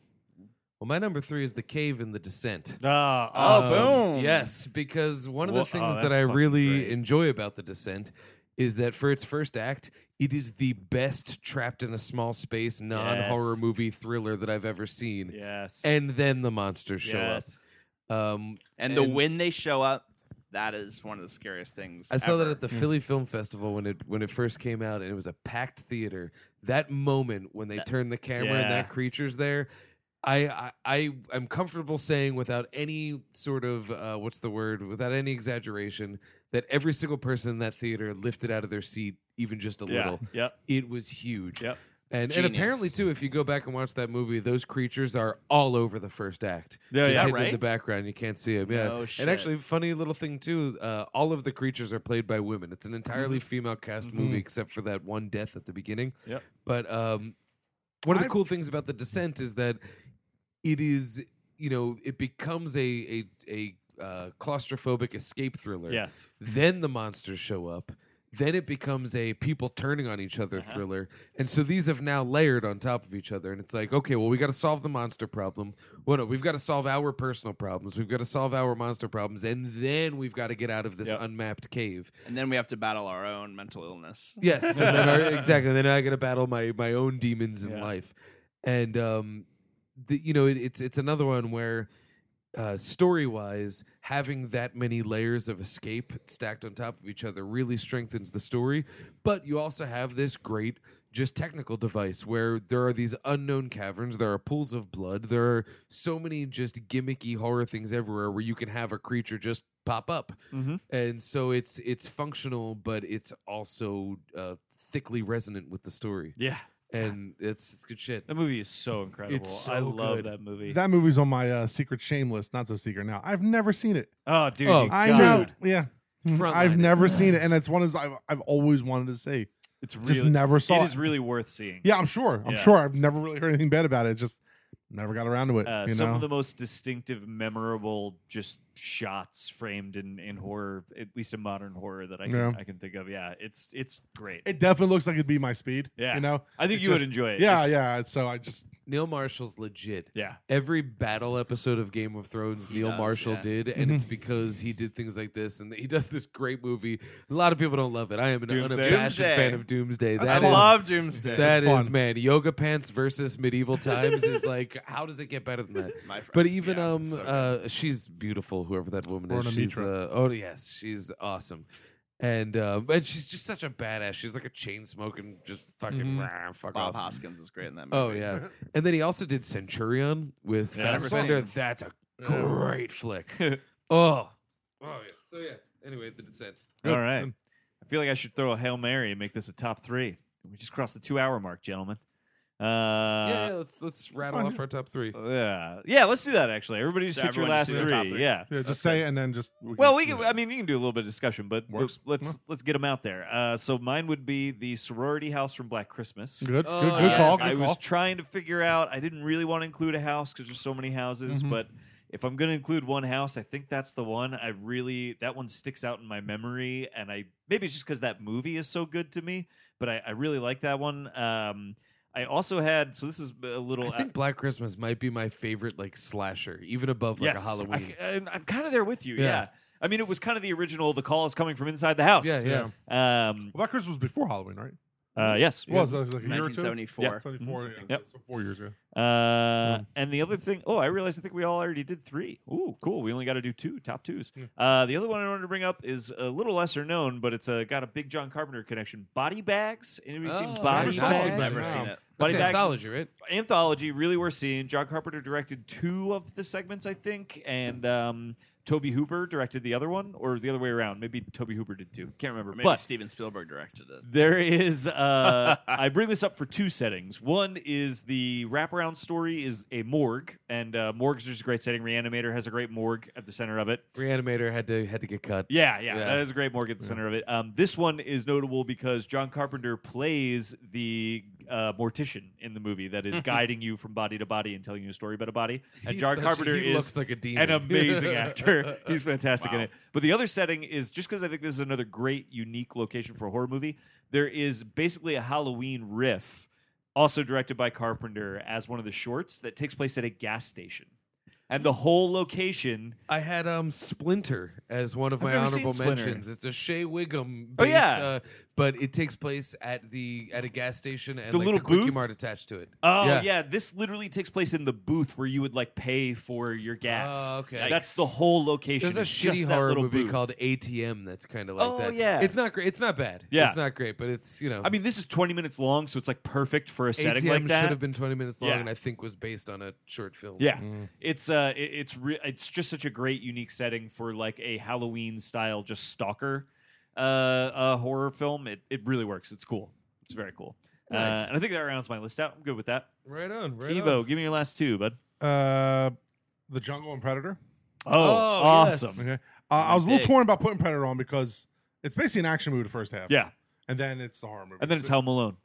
Well, my number three is the cave and the descent. Ah, Oh, awesome. boom. Yes, because one of Wha- the oh, things that that's I fucking really great. enjoy about The Descent is that for its first act, it is the best trapped in a small space non horror Yes. movie thriller that I've ever seen. Yes. And then the monsters show yes. up. Um, And, the And- when they show up, that is one of the scariest things. I saw that ever. at the Hmm. Philly Film Festival when it when it first came out, and it was a packed theater. That moment when they turn the camera and yeah. that creature's there, I I, I am comfortable saying without any sort of uh, what's the word, without any exaggeration, that every single person in that theater lifted out of their seat even just a Yeah. little. Yep. It was huge. Yep. And, and Genius. apparently too, if you go back and watch that movie, those creatures are all over the first act. Yeah, Just yeah, hidden in right? the background, you can't see them. Yeah, No shit. and actually, funny little thing too. Uh, all of the creatures are played by women. It's an entirely female cast movie, except for that one death at the beginning. Mm-hmm. Yep. But um, one of the I- cool things about the Descent is that it is, you know, it becomes a a a uh, claustrophobic escape thriller Yes. then the monsters show up then it becomes a people turning on each other Uh-huh. thriller and so these have now layered on top of each other and it's like okay well we got to solve the monster problem well no we've got to solve our personal problems we've got to solve our monster problems and then we've got to get out of this Yep. unmapped cave And then we have to battle our own mental illness. yes and then our, exactly then i got to battle my my own demons in Yeah. life and um the, you know it, it's it's another one where uh, story wise, having that many layers of escape stacked on top of each other really strengthens the story. But you also have this great just technical device where there are these unknown caverns, there are pools of blood, there are so many just gimmicky horror things everywhere where you can have a creature just pop up. Mhm. And so it's it's functional, but it's also uh, thickly resonant with the story. Yeah. And it's, it's good shit. That movie is so incredible. I so love good. that movie. That movie's on my uh, secret shame list. Not so secret now. I've never seen it. oh, dude. Oh, you I gotta- know. Yeah. Frontline I've it. never seen it, and it's one of those I've, I've always wanted to see. It's Just really. never saw it it. is really worth seeing. yeah, I'm sure. I'm Yeah. sure. I've never really heard anything bad about it. Just never got around to it. Uh, you some know? of the most distinctive, memorable, just shots framed in, in horror, at least in modern horror that I can Yeah. I can think of. Yeah, it's it's great. it definitely looks like it'd be my speed. Yeah. you know. I think It's you would just- enjoy it. Yeah, It's- yeah. So I just Neil Marshall's legit. yeah. every battle episode of Game of Thrones Neil does, Marshall yeah. did, and it's because he did things like this, and he does this great movie. A lot of people don't love it. I am an Doomsday. unabashed Doomsday. fan of Doomsday. I That is love Doomsday. that It's fun. is man. Yoga pants versus medieval times is like how does it get better than that? My friend. But even Yeah, um, so good. uh, she's beautiful. Whoever that woman Lorna is, she's Mitra. uh, oh yes, she's awesome. And um, and she's just such a badass. She's like a chain smoking, just fucking Mm-hmm. rah, fuck off. Bob Hoskins is great in that movie. Oh yeah, and then he also did Centurion with Yeah, I've never seen Fassbender. it. That's a great flick. Uh, oh, oh yeah. So yeah. Anyway, the descent. All right. I feel like I should throw a hail mary and make this a top three. We just crossed the two hour mark, gentlemen. Uh, yeah, yeah, let's let's rattle fine, off yeah. our top Uh, three. yeah, Let's do that. Actually, everybody just So hit your everyone last just do their top three. three. Yeah. yeah, just say it and then just. We Well, we can, I mean, you can do a little bit of discussion, but, but Works. let's Yeah. let's get them out there. Uh, so mine would be the sorority house from Black Christmas. good, good, Oh, good yes. call. Good Uh, I was call. trying to figure out. I didn't really want to include a house because there's so many houses, but if I'm going to include one house, I think that's the one. I really that one sticks out in my memory, and I maybe it's just because that movie is so good to me, but I, I really like that one. Um, I also had so this is a little. I think Black Christmas might be my favorite like slasher, even above like a yes, Halloween. I, am kind of there with you. Yeah. Yeah. I mean, it was kind of the original. The call is coming from inside the house. yeah, yeah. yeah. Um. Well, that Christmas was before Halloween, right? Uh, yes. It was, it was like a year or two. 1974. Yeah. 74, yeah, Yep. so four years ago. Uh, Mm. and the other thing, oh, I realized I think we all already did three. Ooh, cool. We only got to do two top twos. Uh, the other one I wanted to bring up is a little lesser known, but it's uh, got a big John Carpenter connection. Body bags. Anybody seen Oh, Body never Bags? seen Body Never Bags. seen No. it. Body That's Bags anthology, is- right? anthology really worth seeing. John Carpenter directed two of the segments, I think, and um, Toby Hooper directed the other one, or the other way around. Maybe Toby Hooper did too. Can't remember. Maybe but Steven Spielberg directed it. there is. Uh, I bring this up for two settings. One is the wraparound story is a morgue, and uh, morgues are just a great setting. Reanimator has a great morgue at the center of it. Reanimator had to had to get cut. Yeah, yeah, Yeah. that is a great morgue at the center of it. Um, this one is notable because John Carpenter plays the uh, mortician in the movie that is guiding you from body to body and telling you a story about a body. And He's John such- Carpenter he is looks like a demon. an amazing actor. He's fantastic in Wow. it. But the other setting is just because I think this is another great, unique location for a horror movie. There is basically a Halloween riff, also directed by Carpenter as one of the shorts that takes place at a gas station. And the whole location I had um Splinter as one of I've my never seen honorable Splinter. mentions. It's a Shea Wiggum. Based, Oh, yeah. uh, but it takes place at the at a gas station and The like, little the quickie booth? mart attached to it. Oh yeah. this literally takes place in the booth where you would like pay for your gas. Oh, okay. that's the whole location. There's a It's just shitty that horror little movie booth. called ATM that's kind of like Oh, that. yeah. it's not great. It's not bad. Yeah. it's not great, but it's you know. I mean, this is 20 minutes long, so it's like perfect for a setting ATM like that. should have been 20 minutes long, Yeah. and I think was based on a short film. Yeah, Mm. it's uh, it, it's re- it's just such a great, unique setting for like a Halloween style, just stalker, uh, uh horror film. It it really works. It's cool. It's very cool. Uh, Nice. and I think that rounds my list out. I'm good with that. Right on. Right Evo, on. give me your last two, bud. Uh, the Jungle and Predator. Oh, Oh, yes. awesome. Okay. Uh, I was a little Big. torn about putting Predator on because it's basically an action movie the first half. Yeah. And then it's the horror movie. And then it's Home Alone.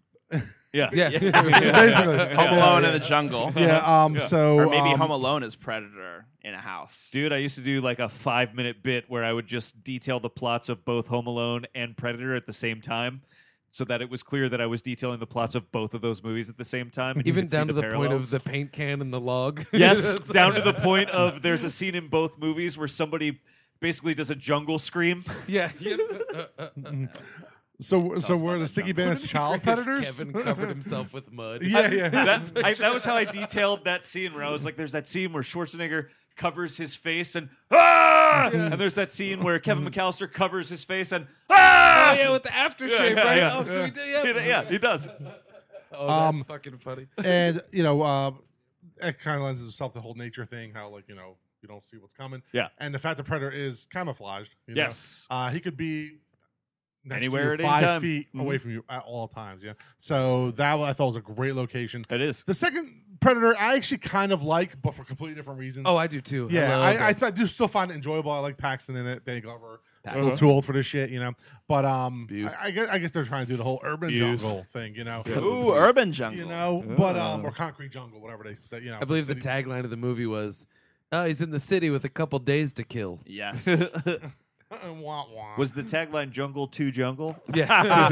Yeah. Yeah. Basically. Home Yeah, Alone yeah. in the jungle. Yeah. Um. Yeah. So Or maybe um, Home Alone is Predator in a house. Dude, I used to do like a five minute bit where I would just detail the plots of both Home Alone and Predator at the same time so that it was clear that I was detailing the plots of both of those movies at the same time. and you Even could see down to the point parallels. of the paint can and the log. Yes, down to the point of there's a scene in both movies where somebody basically does a jungle scream. yeah. yeah. Uh, uh, uh, So so us about where the that sticky jungle. bandits child Predators. predators? Kevin covered himself with mud. yeah. Yeah. That, I, that was how I detailed that scene where I was like, there's that scene where Schwarzenegger covers his face and ah! And there's that scene where Kevin McAllister covers his face and ah! Oh, yeah, with the aftershave, yeah, right? yeah. Oh, so he did, He- yeah. yeah, he does. Oh, that's Um, fucking funny. and you know, uh, it kind of lends itself to the whole nature thing, how like you know you don't see what's coming. Yeah. and the fact that predator is camouflaged. you know? Yes. uh, he could be next to you, Anywhere at any five time. feet away from you at all times. Yeah, so that one I thought was a great location. It is. The second predator, I actually kind of like, but for completely different reasons. Oh, I do too. Yeah, love I, I, it. th- I do still find it enjoyable. I like Paxton in it. Danny Glover. He's A little too old for this shit, you know. But um, Abuse. I, I guess I guess they're trying to do the whole urban Abuse. jungle thing, you know. Ooh, urban jungle. You know, but um, or concrete jungle, whatever they say. You know, I believe the city- tagline of the movie was, "Oh, he's in the city with a couple days to kill." Yes. Uh-uh, Wah, wah. Was the tagline Jungle to Jungle? Yeah,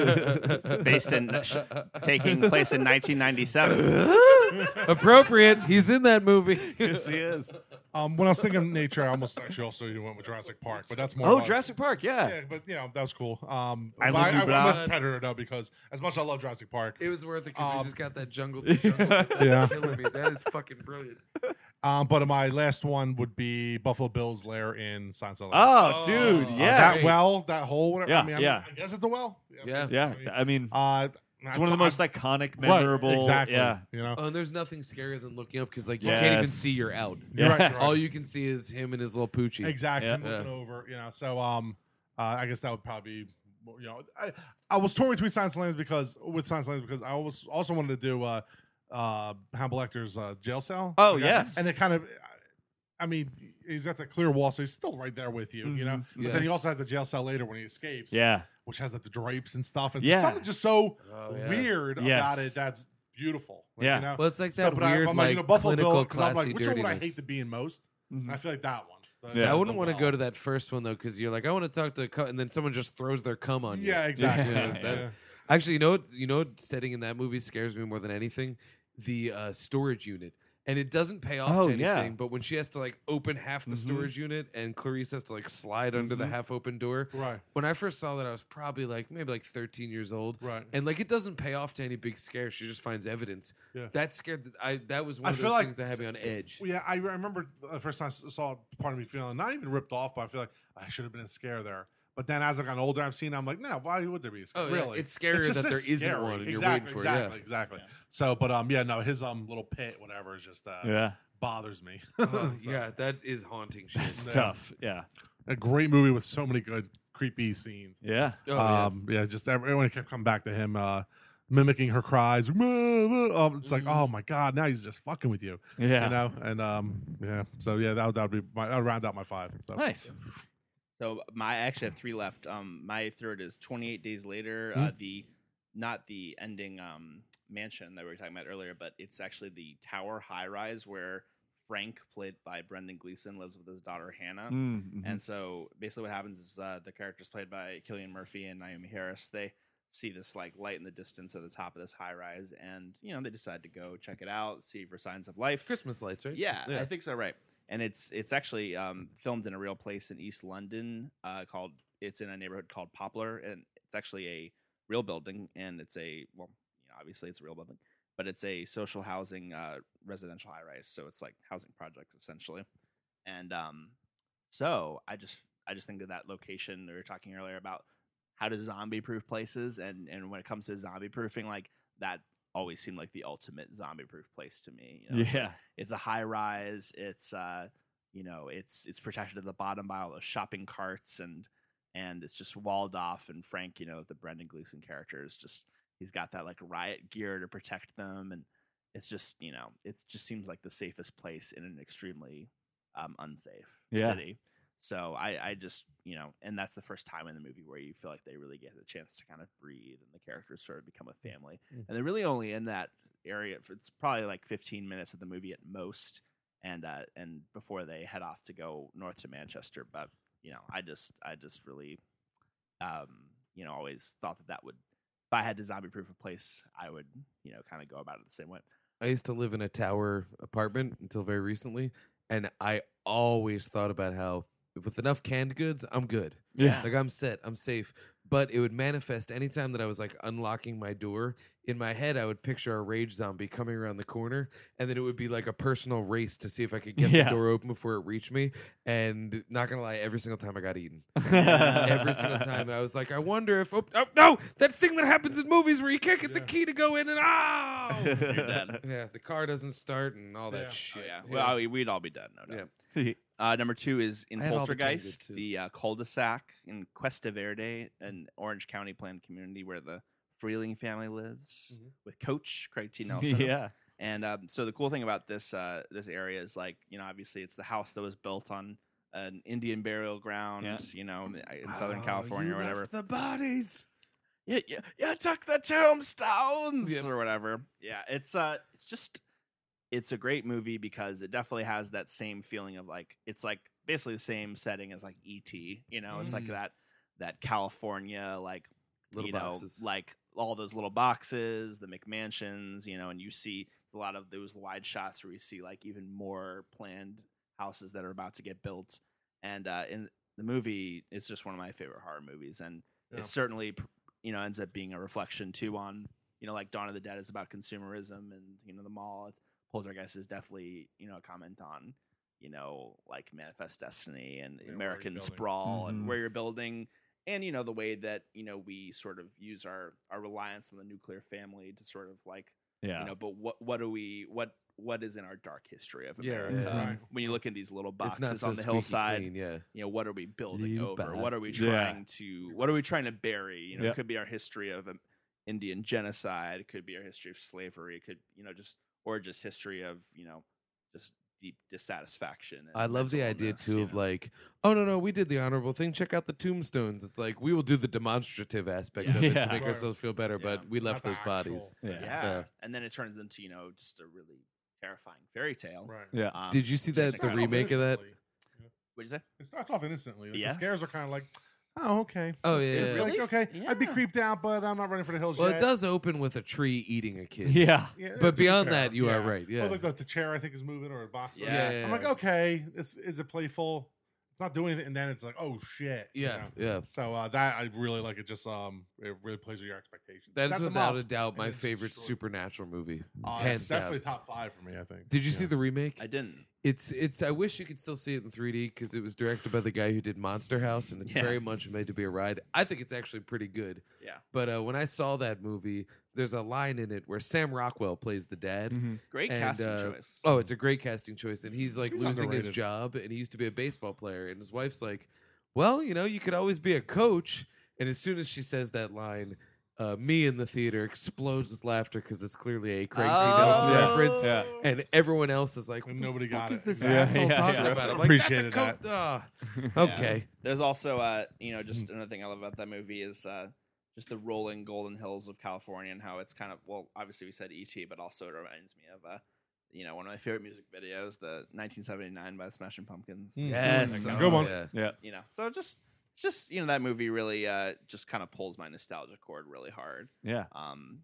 Based in sh- taking place in 1997. appropriate. He's in that movie. Yes, he is. um, when I was thinking nature, I almost actually also went with Jurassic Park, but that's more. Oh, about- Jurassic Park, yeah. Yeah, but you know that was cool. Um, I but Love You I, I Blood. went with Predator though because as much as I love Jurassic Park, it was worth it because we Um, just got that jungle. To jungle. That's Yeah. killing me. That is fucking brilliant. um, but my last one would be Buffalo Bill's lair in Science Hill. Oh, Oh, dude, uh, yes. that well, that hole, whatever. Yeah, I mean, I, yeah. I guess it's a well. Yeah. Yeah, I mean, Uh, it's one of the most iconic, Right, memorable. exactly. Yeah. Uh, You know. Oh, and there's nothing scarier than looking up because like you can't even Yes. see you're out. You're right, you're Yes. right. All you can see is him and his little poochie. Exactly. Yeah. Moving Yeah. over, you know. So, um, uh, I guess that would probably, be, you know, I, I was torn between Science Lands because with Science Lands because I always also wanted to do uh, uh, Hannibal Lecter's uh, jail cell. Oh, Okay? yes. and it kind of. I mean, he's got the clear wall, so he's still right there with you, you know. But Yeah. then he also has the jail cell later when he escapes, Mm-hmm. Yeah. which has like the drapes and stuff, and Yeah. something just so Oh, yeah. weird Yes. about it that's beautiful. Like, Yeah. you know? Well, it's like So, that but weird, I, I'm like, you know, Buffalo clinical, Bill, 'cause I'm classy like, which one would I dirtiness. hate to be in most? And I feel like that one. That's Mm-hmm. Yeah. I the wouldn't want to well. go to that first one though, because you're like, I want to talk to, a cu-, and then someone just throws their cum on you. Yeah, exactly. Yeah, Yeah, that- Actually, you know what? You know what setting in that movie scares me more than anything? The uh, storage unit. And it doesn't pay off Oh, to anything, yeah. but when she has to like open half the Mm-hmm. storage unit and Clarice has to like slide under the half open door. Right. When I first saw that, I was probably like maybe like 13 years old. Right. And like it doesn't pay off to any big scare. She just finds evidence. Yeah. That scared, I, that was one I of feel those like- things that had me on edge. Well, yeah, I remember the first time I s- saw it, part of me feeling not even ripped off, but I feel like I should have been in scare there. But then as I've gotten older, I've seen I'm like, no, why would there be a scare? Oh, yeah. really? It's scarier just that so there isn't scary. one and you're exactly, waiting for it, yeah. Exactly, exactly. So, but um, yeah, no, his um little pit, whatever, is just uh, Yeah. bothers me. Oh, So, yeah, that is haunting shit. It's tough. Yeah. a great movie with so many good creepy scenes. Yeah. Oh, yeah. um, yeah. just everyone kept coming back to him, uh, mimicking her cries. Um, it's Mm-hmm. like, oh my god, now he's just fucking with you, Yeah. you know. And um, yeah, so yeah, that would- that would be my, I'll round out my five. So. Nice. So my I actually have three left. Um, my third is 28 Days Later. Uh, the not the ending um, mansion that we were talking about earlier, but it's actually the tower high rise where Frank, played by Brendan Gleeson, lives with his daughter Hannah. Mm-hmm. And so basically, what happens is uh, the characters played by Killian Murphy and Naomi Harris they see this like light in the distance at the top of this high rise, and you know they decide to go check it out, see for signs of life. Christmas lights, right? Yeah, I think so. Right, and it's it's actually um, filmed in a real place in East London uh, called. It's in a neighborhood called Poplar, and it's actually a real building, and it's a well, you know, obviously it's a real building, but it's a social housing uh, residential high rise, so it's like housing projects essentially, and um, so I just I just think that that location that we were talking earlier about how to zombie proof places, and and when it comes to zombie proofing, like that always seemed like the ultimate zombie proof place to me. You know? It's like, Yeah. it's a high rise it's uh you know it's it's protected at the bottom by all those shopping carts and and it's just walled off and frank you know the brendan gleeson character is just He's got that like riot gear to protect them, and it's just you know it just seems like the safest place in an extremely um, unsafe Yeah. city. So I I just you know, and that's the first time in the movie where you feel like they really get a chance to kind of breathe, and the characters sort of become a family, Mm. and they're really only in that area. For, it's probably like 15 minutes of the movie at most, and uh, and before they head off to go north to Manchester, but you know, I just I just really um, you know, always thought that that would if I had to zombie proof a place, I would, you know, kind of go about it the same way. I used to live in a tower apartment until very recently, and I always thought about how with enough canned goods, I'm good. Yeah. Like I'm set, I'm safe. But it would manifest anytime that I was like unlocking my door. In my head, I would picture a rage zombie coming around the corner, and then it would be like a personal race to see if I could get Yeah. the door open before it reached me. And not gonna lie, every single time I got eaten. every Every single time. I was like, I wonder if oh, oh, no, that thing that happens in movies where you can't get the Yeah. key to go in and oh dead. yeah, the car doesn't start and all that Yeah. shit. yeah. Well, I- we'd all be dead, no doubt. Yeah. Uh, number two is in I had all the canned goods, Poltergeist, too. the, uh, cul-de-sac in Cuesta Verde, an Orange County planned community where the Freeling family lives Mhm. with Coach Craig T. Nelson. yeah. And um, so the cool thing about this uh, this area is like you know obviously it's the house that was built on an Indian burial ground, Yeah. you know, in Southern Oh, California you or whatever. left the bodies. yeah, yeah, yeah, took the tombstones Yep. or whatever. Yeah, it's uh, it's just, it's a great movie because it definitely has that same feeling of like it's like basically the same setting as like ET. You know, it's like Mm. that that California like Little you know boxes. like all those little boxes, the McMansions. You know, and you see a lot of those wide shots where you see like even more planned houses that are about to get built. And uh, in the movie, it's just one of my favorite horror movies, and Yeah. it certainly pr- you know ends up being a reflection too on you know like Dawn of the Dead is about consumerism and you know the mall. It's, Poltergeist is definitely you know a comment on you know like manifest destiny and Yeah, where you're American building. sprawl and Mhm. where you're building. And you know the way that you know we sort of use our our reliance on the nuclear family to sort of like Yeah. you know but what what do we what what is in our dark history of Yeah, America yeah. Right. when you look in these little It's not boxes so on the squeaky hillside clean, yeah. you know what are we building You over what are we bastards. Yeah. trying to what are we trying to bury you know Yeah. it could be our history of um, indian genocide it could be our history of slavery it could you know just or just history of you know just deep dissatisfaction and I love the mental idea illness, too you of know. like, oh no no, we did the honorable thing. Check out the tombstones. It's like we will do the demonstrative aspect of it Yeah. to make Right. ourselves feel better, Yeah. but we left Not the those bodies. actual- yeah. Yeah. and then it turns into you know just a really terrifying fairy tale Right. Yeah. um, Did you see just that a the kind of- remake of that? innocently. what'd you say It starts off innocently. Like, Yes. The scares are kind of like, oh, okay. Oh yeah. It's yeah. like, Really? okay, I'd be Yeah. creeped out, but I'm not running for the hills well, yet. it does open with a tree eating a kid. Yeah. Yeah, to But be beyond fair, that, you are yeah. right. Yeah. Well, like the, the chair, I think, is moving or a box. Yeah. yeah, I'm like, oh, okay, it's is it playful? It's not doing anything, and then it's like, oh shit. you yeah, know? yeah. So uh, that I really like. It just um, it really plays with your expectations. That is Sets 'em without up. a doubt my and it's favorite destroyed. supernatural movie. Uh, it's hands down. definitely top five for me. I think. Did you see Yeah. the remake? i didn't It's it's. I wish you could still see it in 3D because it was directed by the guy who did Monster House, and it's Yeah. very much made to be a ride. I think it's actually pretty good. Yeah. But uh, when I saw that movie, there's a line in it where Sam Rockwell plays the dad. great And, casting uh, choice Oh, it's a great casting choice, and he's like He's losing his underrated. job, and he used to be a baseball player, and his wife's like, "Well, you know, you could always be a coach." And as soon as she says that line. Uh, me in the theater explodes with laughter because it's clearly a Craig T. Nelson Oh. reference Yeah. and everyone else is like, And what the nobody fuck got is it. this Yeah, asshole yeah, talking yeah. about? I'm like, Appreciated that's a co- Ah, okay. There's also, uh, you know, just another thing I love about that movie is uh, just the rolling golden hills of California and how it's kind of well, obviously we said E.T., but also it reminds me of, uh, you know, one of my favorite music videos, the 1979 by the Smashing Pumpkins. Mm. Yes, Oh, Good one. yeah. oh, Yeah. You know, so just it's just you know that movie really uh, just kind of pulls my nostalgia cord really hard. Yeah. Um,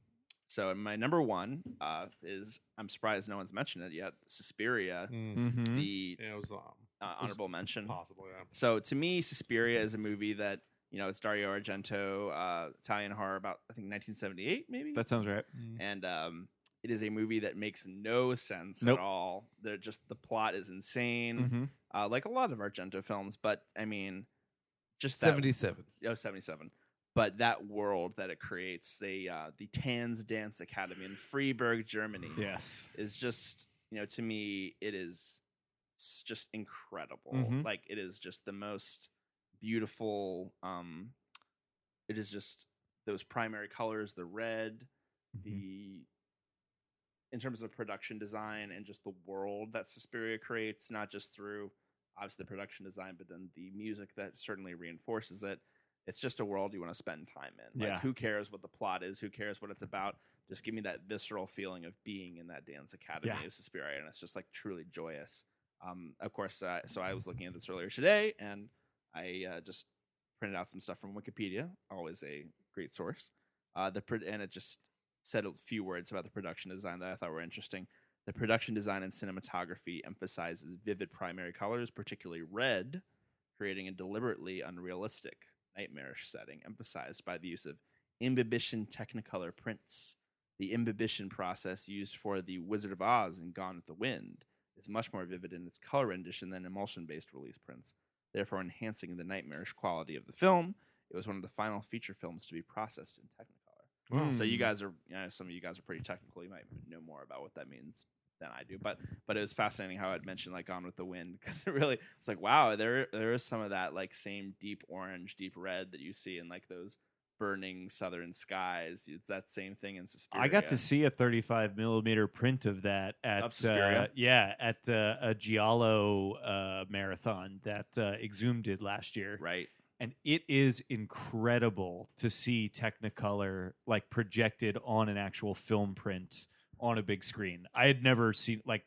so my number one uh, is I'm surprised no one's mentioned it yet. Suspiria, Mm. Mm-hmm. the Yeah, it was um, uh, honorable mention. possible. Yeah. So to me, Suspiria is a movie that you know it's Dario Argento, uh, Italian horror about I think 1978 maybe, That sounds right. and um, it is a movie that makes no sense Nope. at all. They're just the plot is insane, Mm-hmm. uh, like a lot of Argento films. But I mean, just that, 77. oh, 77. But that world that it creates, they uh, the Tanz Dance Academy in Freiburg, Germany, Yes. is just you know to me it is s- just incredible Mhm. like it is just the most beautiful um it is just the those primary colors, the red, Mhm. the in terms of production design and just the world that Suspiria creates, not just through obviously the production design, but then the music that certainly reinforces it. It's just a world you want to spend time in. Like, Yeah. Mm-hmm. who cares what the plot is? Who cares what it's about? Just give me that visceral feeling of being in that dance academy Yeah. of Suspiria, and it's just like truly joyous. Um, of course, uh, so I was looking at this earlier today, and I uh, just printed out some stuff from Wikipedia, always a great source. Uh, the pro- and it just said a few words about the production design that I thought were interesting. The production design and cinematography emphasizes vivid primary colors, particularly red, creating a deliberately unrealistic, nightmarish setting, emphasized by the use of imbibition technicolor prints. The imbibition process used for The Wizard of Oz and Gone with the Wind is much more vivid in its color rendition than emulsion based release prints, therefore enhancing the nightmarish quality of the film. It was one of the final feature films to be processed in Technicolor. Mm. So Hmm. you guys are, you know, some of you guys are pretty technical. You might know more about what that means than I do. But but it was fascinating how it mentioned like Gone with the Wind because it really it's like wow there there is some of that like same deep orange, deep red that you see in like those burning southern skies. It's that same thing in Suspiria. I got to see a 35 millimeter print of that at Of Suspiria? uh, yeah at uh, a Giallo uh, marathon that uh, Exhum did last year, right. and it is incredible to see Technicolor like projected on an actual film print on a big screen. I had never seen like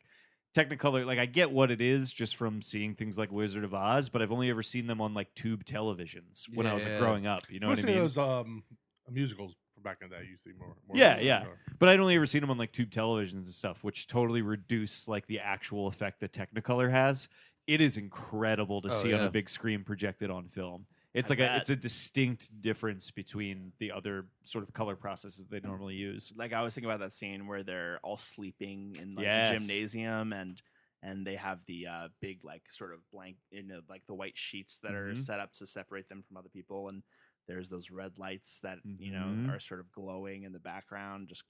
Technicolor. Like I get what it is just from seeing things like Wizard of Oz, but I've only ever seen them on like tube televisions when I was Yeah. like, growing up. You know what I Mostly mean? those um, musicals from back in the day. You see more. more Yeah, more- yeah. more. But I'd only ever seen them on like tube televisions and stuff, which totally reduce like the actual effect that Technicolor has. It is incredible to Oh, see on yeah. a big screen projected on film. It's I like a bet. it's a distinct difference between the other sort of color processes they normally use. Like I was thinking about that scene where they're all sleeping in like Yes. the gymnasium and and they have the uh, big like sort of blank you know like the white sheets that are Mhm. set up to separate them from other people and there's those red lights that you Mhm. know are sort of glowing in the background just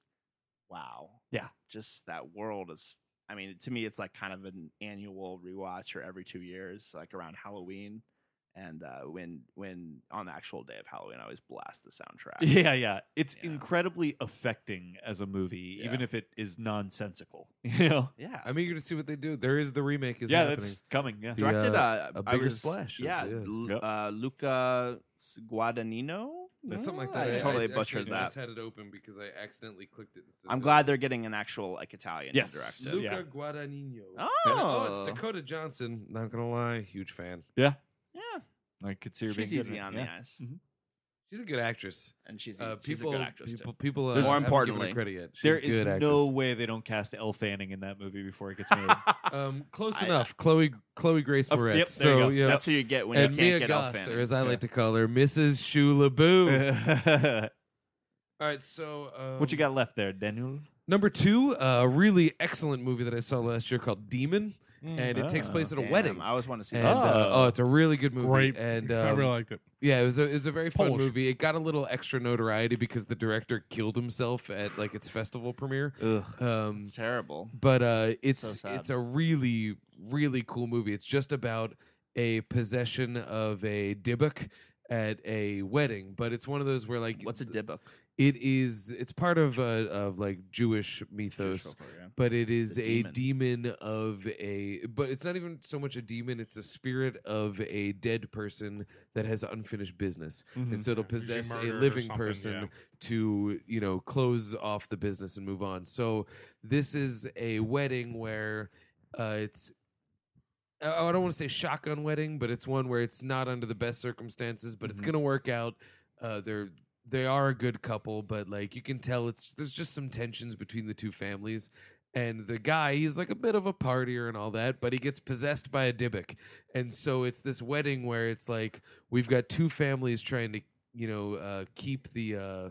wow Yeah. just that world is I mean to me it's like kind of an annual rewatch or every 2 years like around Halloween and uh, when when on the actual day of Halloween I always blast the soundtrack Yeah, yeah. It's Yeah. incredibly affecting as a movie, even Yeah. if it is nonsensical. You know? yeah I'm eager to see what they do. There is the remake. Is yeah, happening. that's coming. Yeah. The, directed uh, a I bigger was- splash is- Yeah, yeah. Lu- Yep. uh, Luca Guadagnino. That's something like I that. totally actually butchered that. Just had it open because I accidentally clicked it. instead I'm of- glad they're getting an actual like Italian Yes. to direct it. Luca Yeah. Guadagnino. Oh. And, oh, it's Dakota Johnson. Not gonna lie, huge fan. Yeah, I could see her she's being good easy in it. on Yeah. the eyes, Mhm. She's a good actress. and she's, Uh, she's a people, good actress people, too. people. Uh, There's- More haven't given her importantly, credit yet. She's There a is good no actress. way they don't cast Elle Fanning in that movie before it gets made. Um, close I- enough. Chloe Chloe Grace Oh, Moretz. yep, there so you go. yeah, That's who you get when and you can't Mia get Goth, Elfan. or as I like to call her, Mrs. Shula Boo. All right, so um, what you got left there, Daniel? Number two, a really excellent movie that I saw last year called Demon, and it takes ah. place at a Oh, Damn, wedding. I always want to see And that. uh, Oh. oh, it's a really good movie. Great. And I um, really liked it. yeah, it was a it was a very fun Polish. movie. It got a little extra notoriety because the director killed himself at like its festival premiere. Ugh. Um, It's terrible. but uh, it's sad. it's a really really cool movie. It's just about a possession of a dibbuk at a wedding, but it's one of those where like What's a dibbuk? it is it's part of uh, of like Jewish mythos Jewish folklore, yeah. but it is The a demon. demon. of a but it's not even so much a demon it's a spirit of a dead person that has unfinished business Hmm. and so it'll Yeah, usually possess a murdered or living something, person yeah. to you know close off the business and move on so this is a wedding where uh, it's I I don't want to say shotgun wedding, but it's one where it's not under the best circumstances, but it's Mhm. Mm-hmm. going to work out. Uh, they're they are a good couple, but like you can tell, it's there's just some tensions between the two families. And the guy, he's like a bit of a partier and all that, but he gets possessed by a Dybbuk. And so it's this wedding where it's like we've got two families trying to, you know, uh, keep the uh,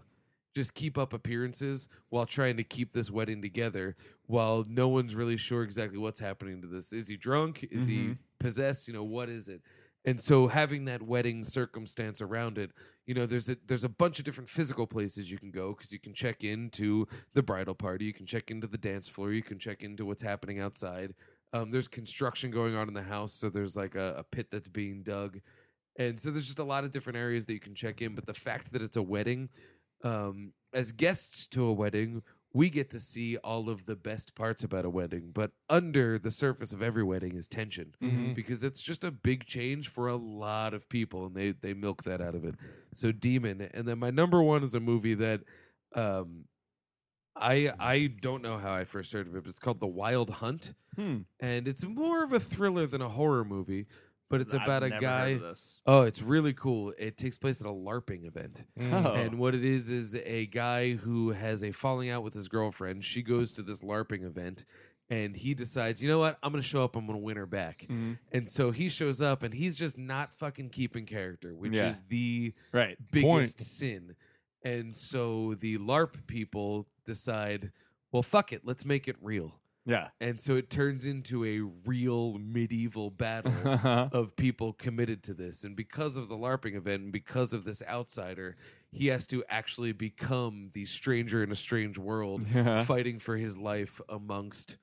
just keep up appearances while trying to keep this wedding together while no one's really sure exactly what's happening to this. Is he drunk? Is he Mhm. possessed? You know, what is it? And so having that wedding circumstance around it, you know, there's a there's a bunch of different physical places you can go because you can check into the bridal party, you can check into the dance floor, you can check into what's happening outside. Um, there's construction going on in the house, so there's like a, a pit that's being dug, and so there's just a lot of different areas that you can check in. But the fact that it's a wedding um, as guests to a wedding, we get to see all of the best parts about a wedding, but under the surface of every wedding is tension Mm-hmm. because it's just a big change for a lot of people, and they they milk that out of it. So Demon, and then my number one is a movie that. Um, I I don't know how I first heard of it, but it's called The Wild Hunt, Hmm. and it's more of a thriller than a horror movie. But it's I've about a never guy. heard of this. Oh, it's really cool. It takes place at a LARPing event. Mm-hmm. Oh. And what it is is a guy who has a falling out with his girlfriend. She goes to this LARPing event and he decides, you know what? I'm going to show up. I'm going to win her back. Mm. And so he shows up and he's just not fucking keeping character, which Yeah. is the right. biggest Point. sin. And so the LARP people decide, well, fuck it. Let's make it real. Yeah. And so it turns into a real medieval battle of people committed to this. And because of the LARPing event and because of this outsider, he has to actually become the stranger in a strange world, Yeah. fighting for his life amongst,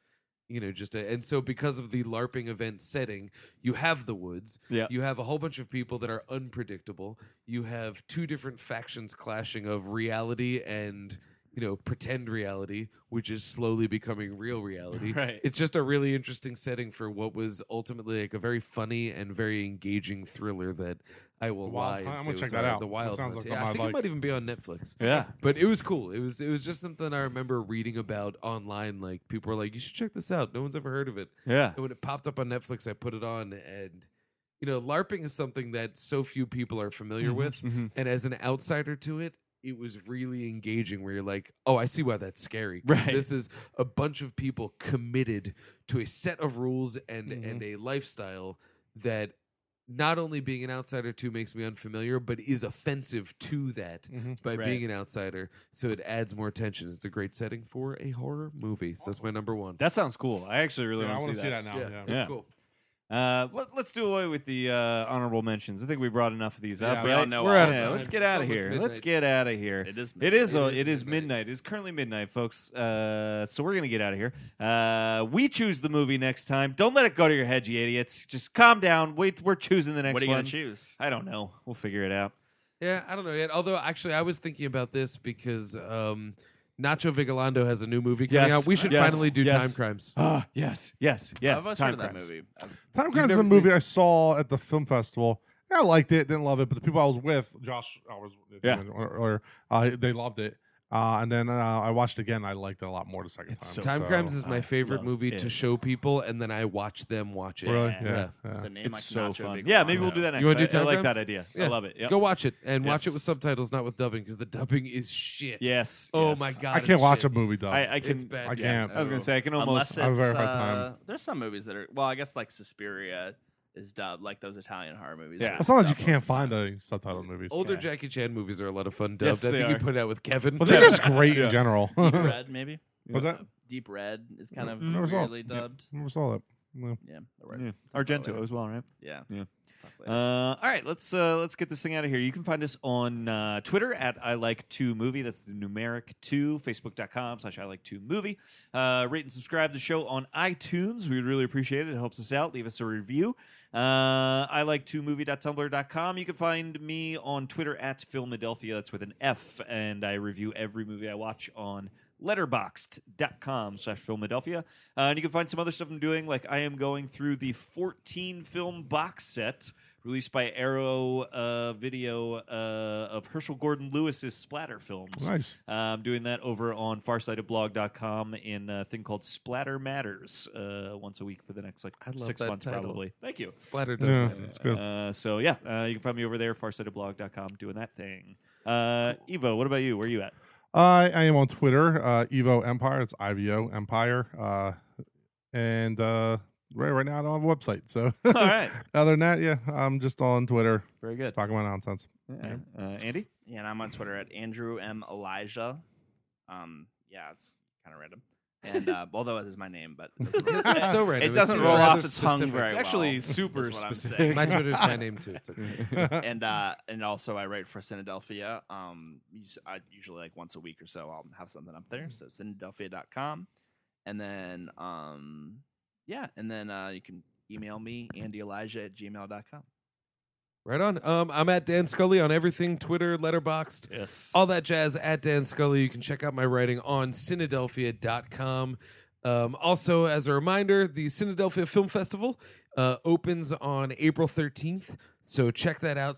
you know, just a. And so, because of the LARPing event setting, you have the woods. Yeah. You have a whole bunch of people that are unpredictable. You have two different factions clashing of reality and. You know, pretend reality, which is slowly becoming real reality Right. it's just a really interesting setting for what was ultimately like a very funny and very engaging thriller that I will The Wild lie. Hunt? and I'm say gonna was check that horror. out. The That Wild sounds Hunt. like Yeah, I something I'd think it like. might even be on Netflix. yeah. But it was cool. It was it was just something I remember reading about online. Like people were like, "You should check this out. No one's ever heard of it." Yeah. And when it popped up on Netflix, I put it on, and you know, LARPing is something that so few people are familiar with. Mhm. And as an outsider to it, it was really engaging where you're like, oh, I see why that's scary. 'cause Right. This is a bunch of people committed to a set of rules and Mm-hmm. Mhm. and a lifestyle that not only being an outsider to makes me unfamiliar, but is offensive to that Mhm. by Right. being an outsider. So it adds more tension. It's a great setting for a horror movie. So that's my number one. That sounds cool. I actually really Yeah, I want to want to see that now. Yeah. it's Yeah. cool. Uh, let, let's do away with the uh, honorable mentions. I think we brought enough of these Yeah, up. we right? all know We're all out of Yeah, time. let's get It's out of almost here. midnight. Let's get out of here. It is. It is. It uh, is It is midnight. midnight. It's currently midnight, folks. Uh, so we're gonna get out of here. Uh, we choose the movie next time. Don't let it go to your head, you idiots. Just calm down. Wait, we're choosing the next What are you one. gonna choose? I don't know. We'll figure it out. Yeah, I don't know yet. Although, actually, I was thinking about this because um, Nacho Vigalondo has a new movie coming Yes. out. We should Yes. finally do Yes. time crimes. Ah, yes, yes, yes. I've always Time heard of that Crimes. movie. Uh, I've- Time Crimes is never- a movie I saw at the film festival. I liked it, didn't love it, but the people I was with, Josh, I was Yeah. earlier, uh, they loved it. Uh, and then uh, I watched it again. I liked it a lot more the second It's time. so- Time so- Crimes is my I favorite love movie it. to show people, and then I watch them watch it. really Yeah. yeah. It's Uh, yeah. a name It's like so Nacho fun. Vigalondo. Yeah, maybe we'll do that next. wanna do I- I, Time like Crimes? that idea. Yeah. I love it. Yep. Go watch it and watch it with Yes. subtitles, not with dubbing, because the dubbing is shit. Yes. Oh yes. my god. I can't watch a them. movie though. I, I can. It's bad. I yeah. can't. I was gonna say I can almost. Unless I have a it's, very hard uh, time. There's some movies that are well, I guess like Suspiria is dubbed like those Italian horror movies. Yeah. are Well, sometimes you dubbed most can't of the time. find a subtitled movies. Older Jackie Chan movies are a lot of fun dubbed. Yes, I they think he are. put it out with Kevin. Well, they're Yeah. just great Yeah. in general. Deep Red, maybe. What's that? Deep Red is kind of Never saw it. weirdly Mm, Yeah. dubbed. Never saw that. No. Yeah, the word. Yeah. Argento as well, right? Yeah. Yeah. Fuck Uh, later. all right, let's uh, let's get this thing out of here. You can find us on uh, Twitter at I like two movie. That's the numeric two. Facebook.com slash I like two movie. Uh, rate and subscribe to the show on iTunes. We would really appreciate it. It helps us out. Leave us a review. Uh, I like two movie.tumblr.com. You can find me on Twitter at Philadelphia. That's with an F, and I review every movie I watch on letterboxed.com slash philadelphia uh, and you can find some other stuff i'm doing like i am going through the 14 film box set released by arrow uh, video uh, of herschel gordon lewis's splatter films Nice. uh, I'm doing that over on farsightedblog.com in a thing called Splatter Matters uh, once a week for the next like I love six that months title. probably. Thank you. Splatter does Yeah, matter. it's good. Uh, so yeah, uh, you can find me over there, farsightedblog.com, doing that thing. Uh, Evo, what about you? Where are you at? I, I am on Twitter, uh, Evo Empire. It's IVO Empire. Uh, and uh, right, right now I don't have a website. So All right, other than that, yeah, I'm just on Twitter. very Just good. talking about nonsense. Yeah. Uh, Andy, yeah, and I'm on Twitter at Andrew M Elijah. Um, yeah, it's kind of random. And uh, although it is my name, but it doesn't, It's so random. it doesn't It's roll rather off the tongue specific. very it's well, actually is super what I'm specific. saying. My Twitter's my name too. It's okay. and uh, and also I write for Cynadelphia. Um, us- I usually like once a week or so I'll have something up there. So cynadelphia.com. and then um, yeah, and then uh, you can email me Andy Elijah at gmail.com. Right on. Um, I'm at Dan Scully on everything Twitter, Letterboxed, Yes. all that jazz at Dan Scully. You can check out my writing on Cynadelphia.com. Um, also, as a reminder, the Cynadelphia Film Festival uh, opens on April 13th. So check that out,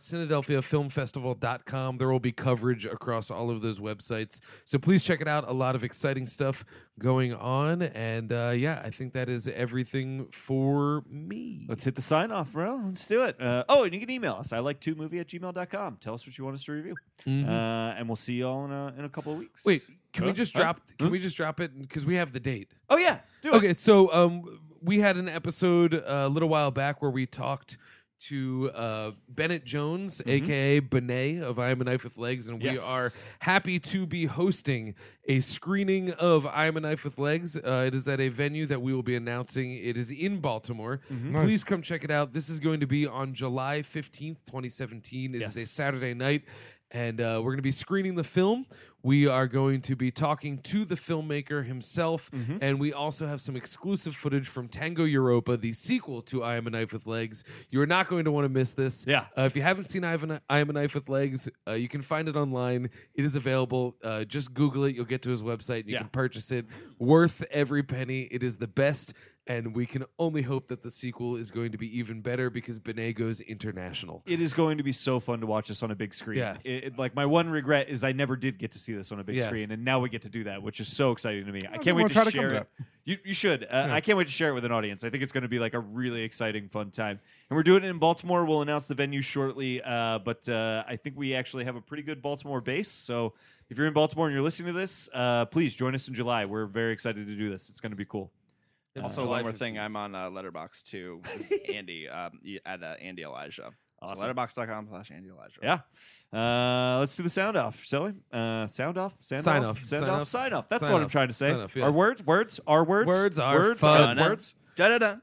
CynadelphiaFilmFestival.com. There will be coverage across all of those websites. So please check it out. A lot of exciting stuff going on. And uh, yeah, I think that is everything for me. Let's hit the sign off, bro. Let's do it. Uh, oh, and you can email us. I like two movie at gmail.com. Tell us what you want us to review. Mhm. Uh, and we'll see you all in a, in a couple of weeks. Oh, Wait, can we Huh? just Huh? drop? Can we just drop it? Because we have the date. Oh, yeah. Do it. Okay, so um, we had an episode uh, a little while back where we talked to uh, Bennett Jones, aka Benet of I Am a Knife with Legs, and Mm-hmm. Yes. we are happy to be hosting a screening of I Am a Knife with Legs. Uh, it is at a venue that we will be announcing. It is in Baltimore. Mm-hmm. Nice. Please come check it out. This is going to be on July 15th, 2017. It is a Yes. Saturday night. And uh, we're going to be screening the film. We are going to be talking to the filmmaker himself. Mm-hmm. And we also have some exclusive footage from Tango Europa, the sequel to I Am a Knife with Legs. You are not going to want to miss this. Yeah. Uh, if you haven't seen I, Have a Kni- I Am a Knife with Legs, uh, you can find it online. It is available. Uh, just Google it. You'll get to his website and you Yeah. can purchase it. Worth every penny. It is the best. And we can only hope that the sequel is going to be even better because Benet goes international. It is going to be so fun to watch this on a big screen. Yeah. It, it- like my one regret is I never did get to see this on a big Yeah. screen, and now we get to do that, which is so exciting to me. I think can't we'll wait try to to come share to it. You, you should. Uh, I can't wait to share it with an audience. I think it's going to be like a really exciting, fun time. And we're doing it in Baltimore. We'll announce the venue shortly, uh, but uh, I think we actually have a pretty good Baltimore base. So if you're in Baltimore and you're listening to this, uh, please join us in July. We're very excited to do this. It's going to be cool. Also, Uh, July one more thing. 15th. I'm on uh, Letterbox too. with Andy um, y- at uh, Andy Elijah. So Awesome. letterbox.com slash Andy Elijah. Yeah. Uh, let's do the sound off, shall we? Uh, sound off, sound Sign off, off, sound sign off, off, sign off. That's sign what I'm off, trying to say. sign off, Our yes. words, words, our words, Words are words, fun. our words. Da da da.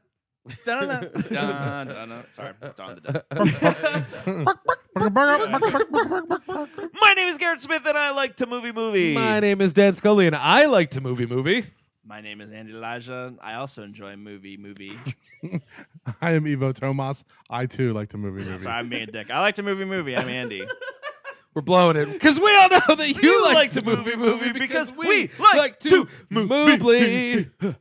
Da da da. Da da. Sorry, Don the da. My name is Garrett Smith, and I like to movie movie. My name is Dan Scully, and I like to movie movie. My name is Andy Elijah. I also enjoy movie movie. I am Evo Tomas. I too like to movie movie. Sorry, I'm being a dick. I like to movie movie. I'm Andy. We're blowing it because we all know that you, like, to movie movie because because we we like like to movie.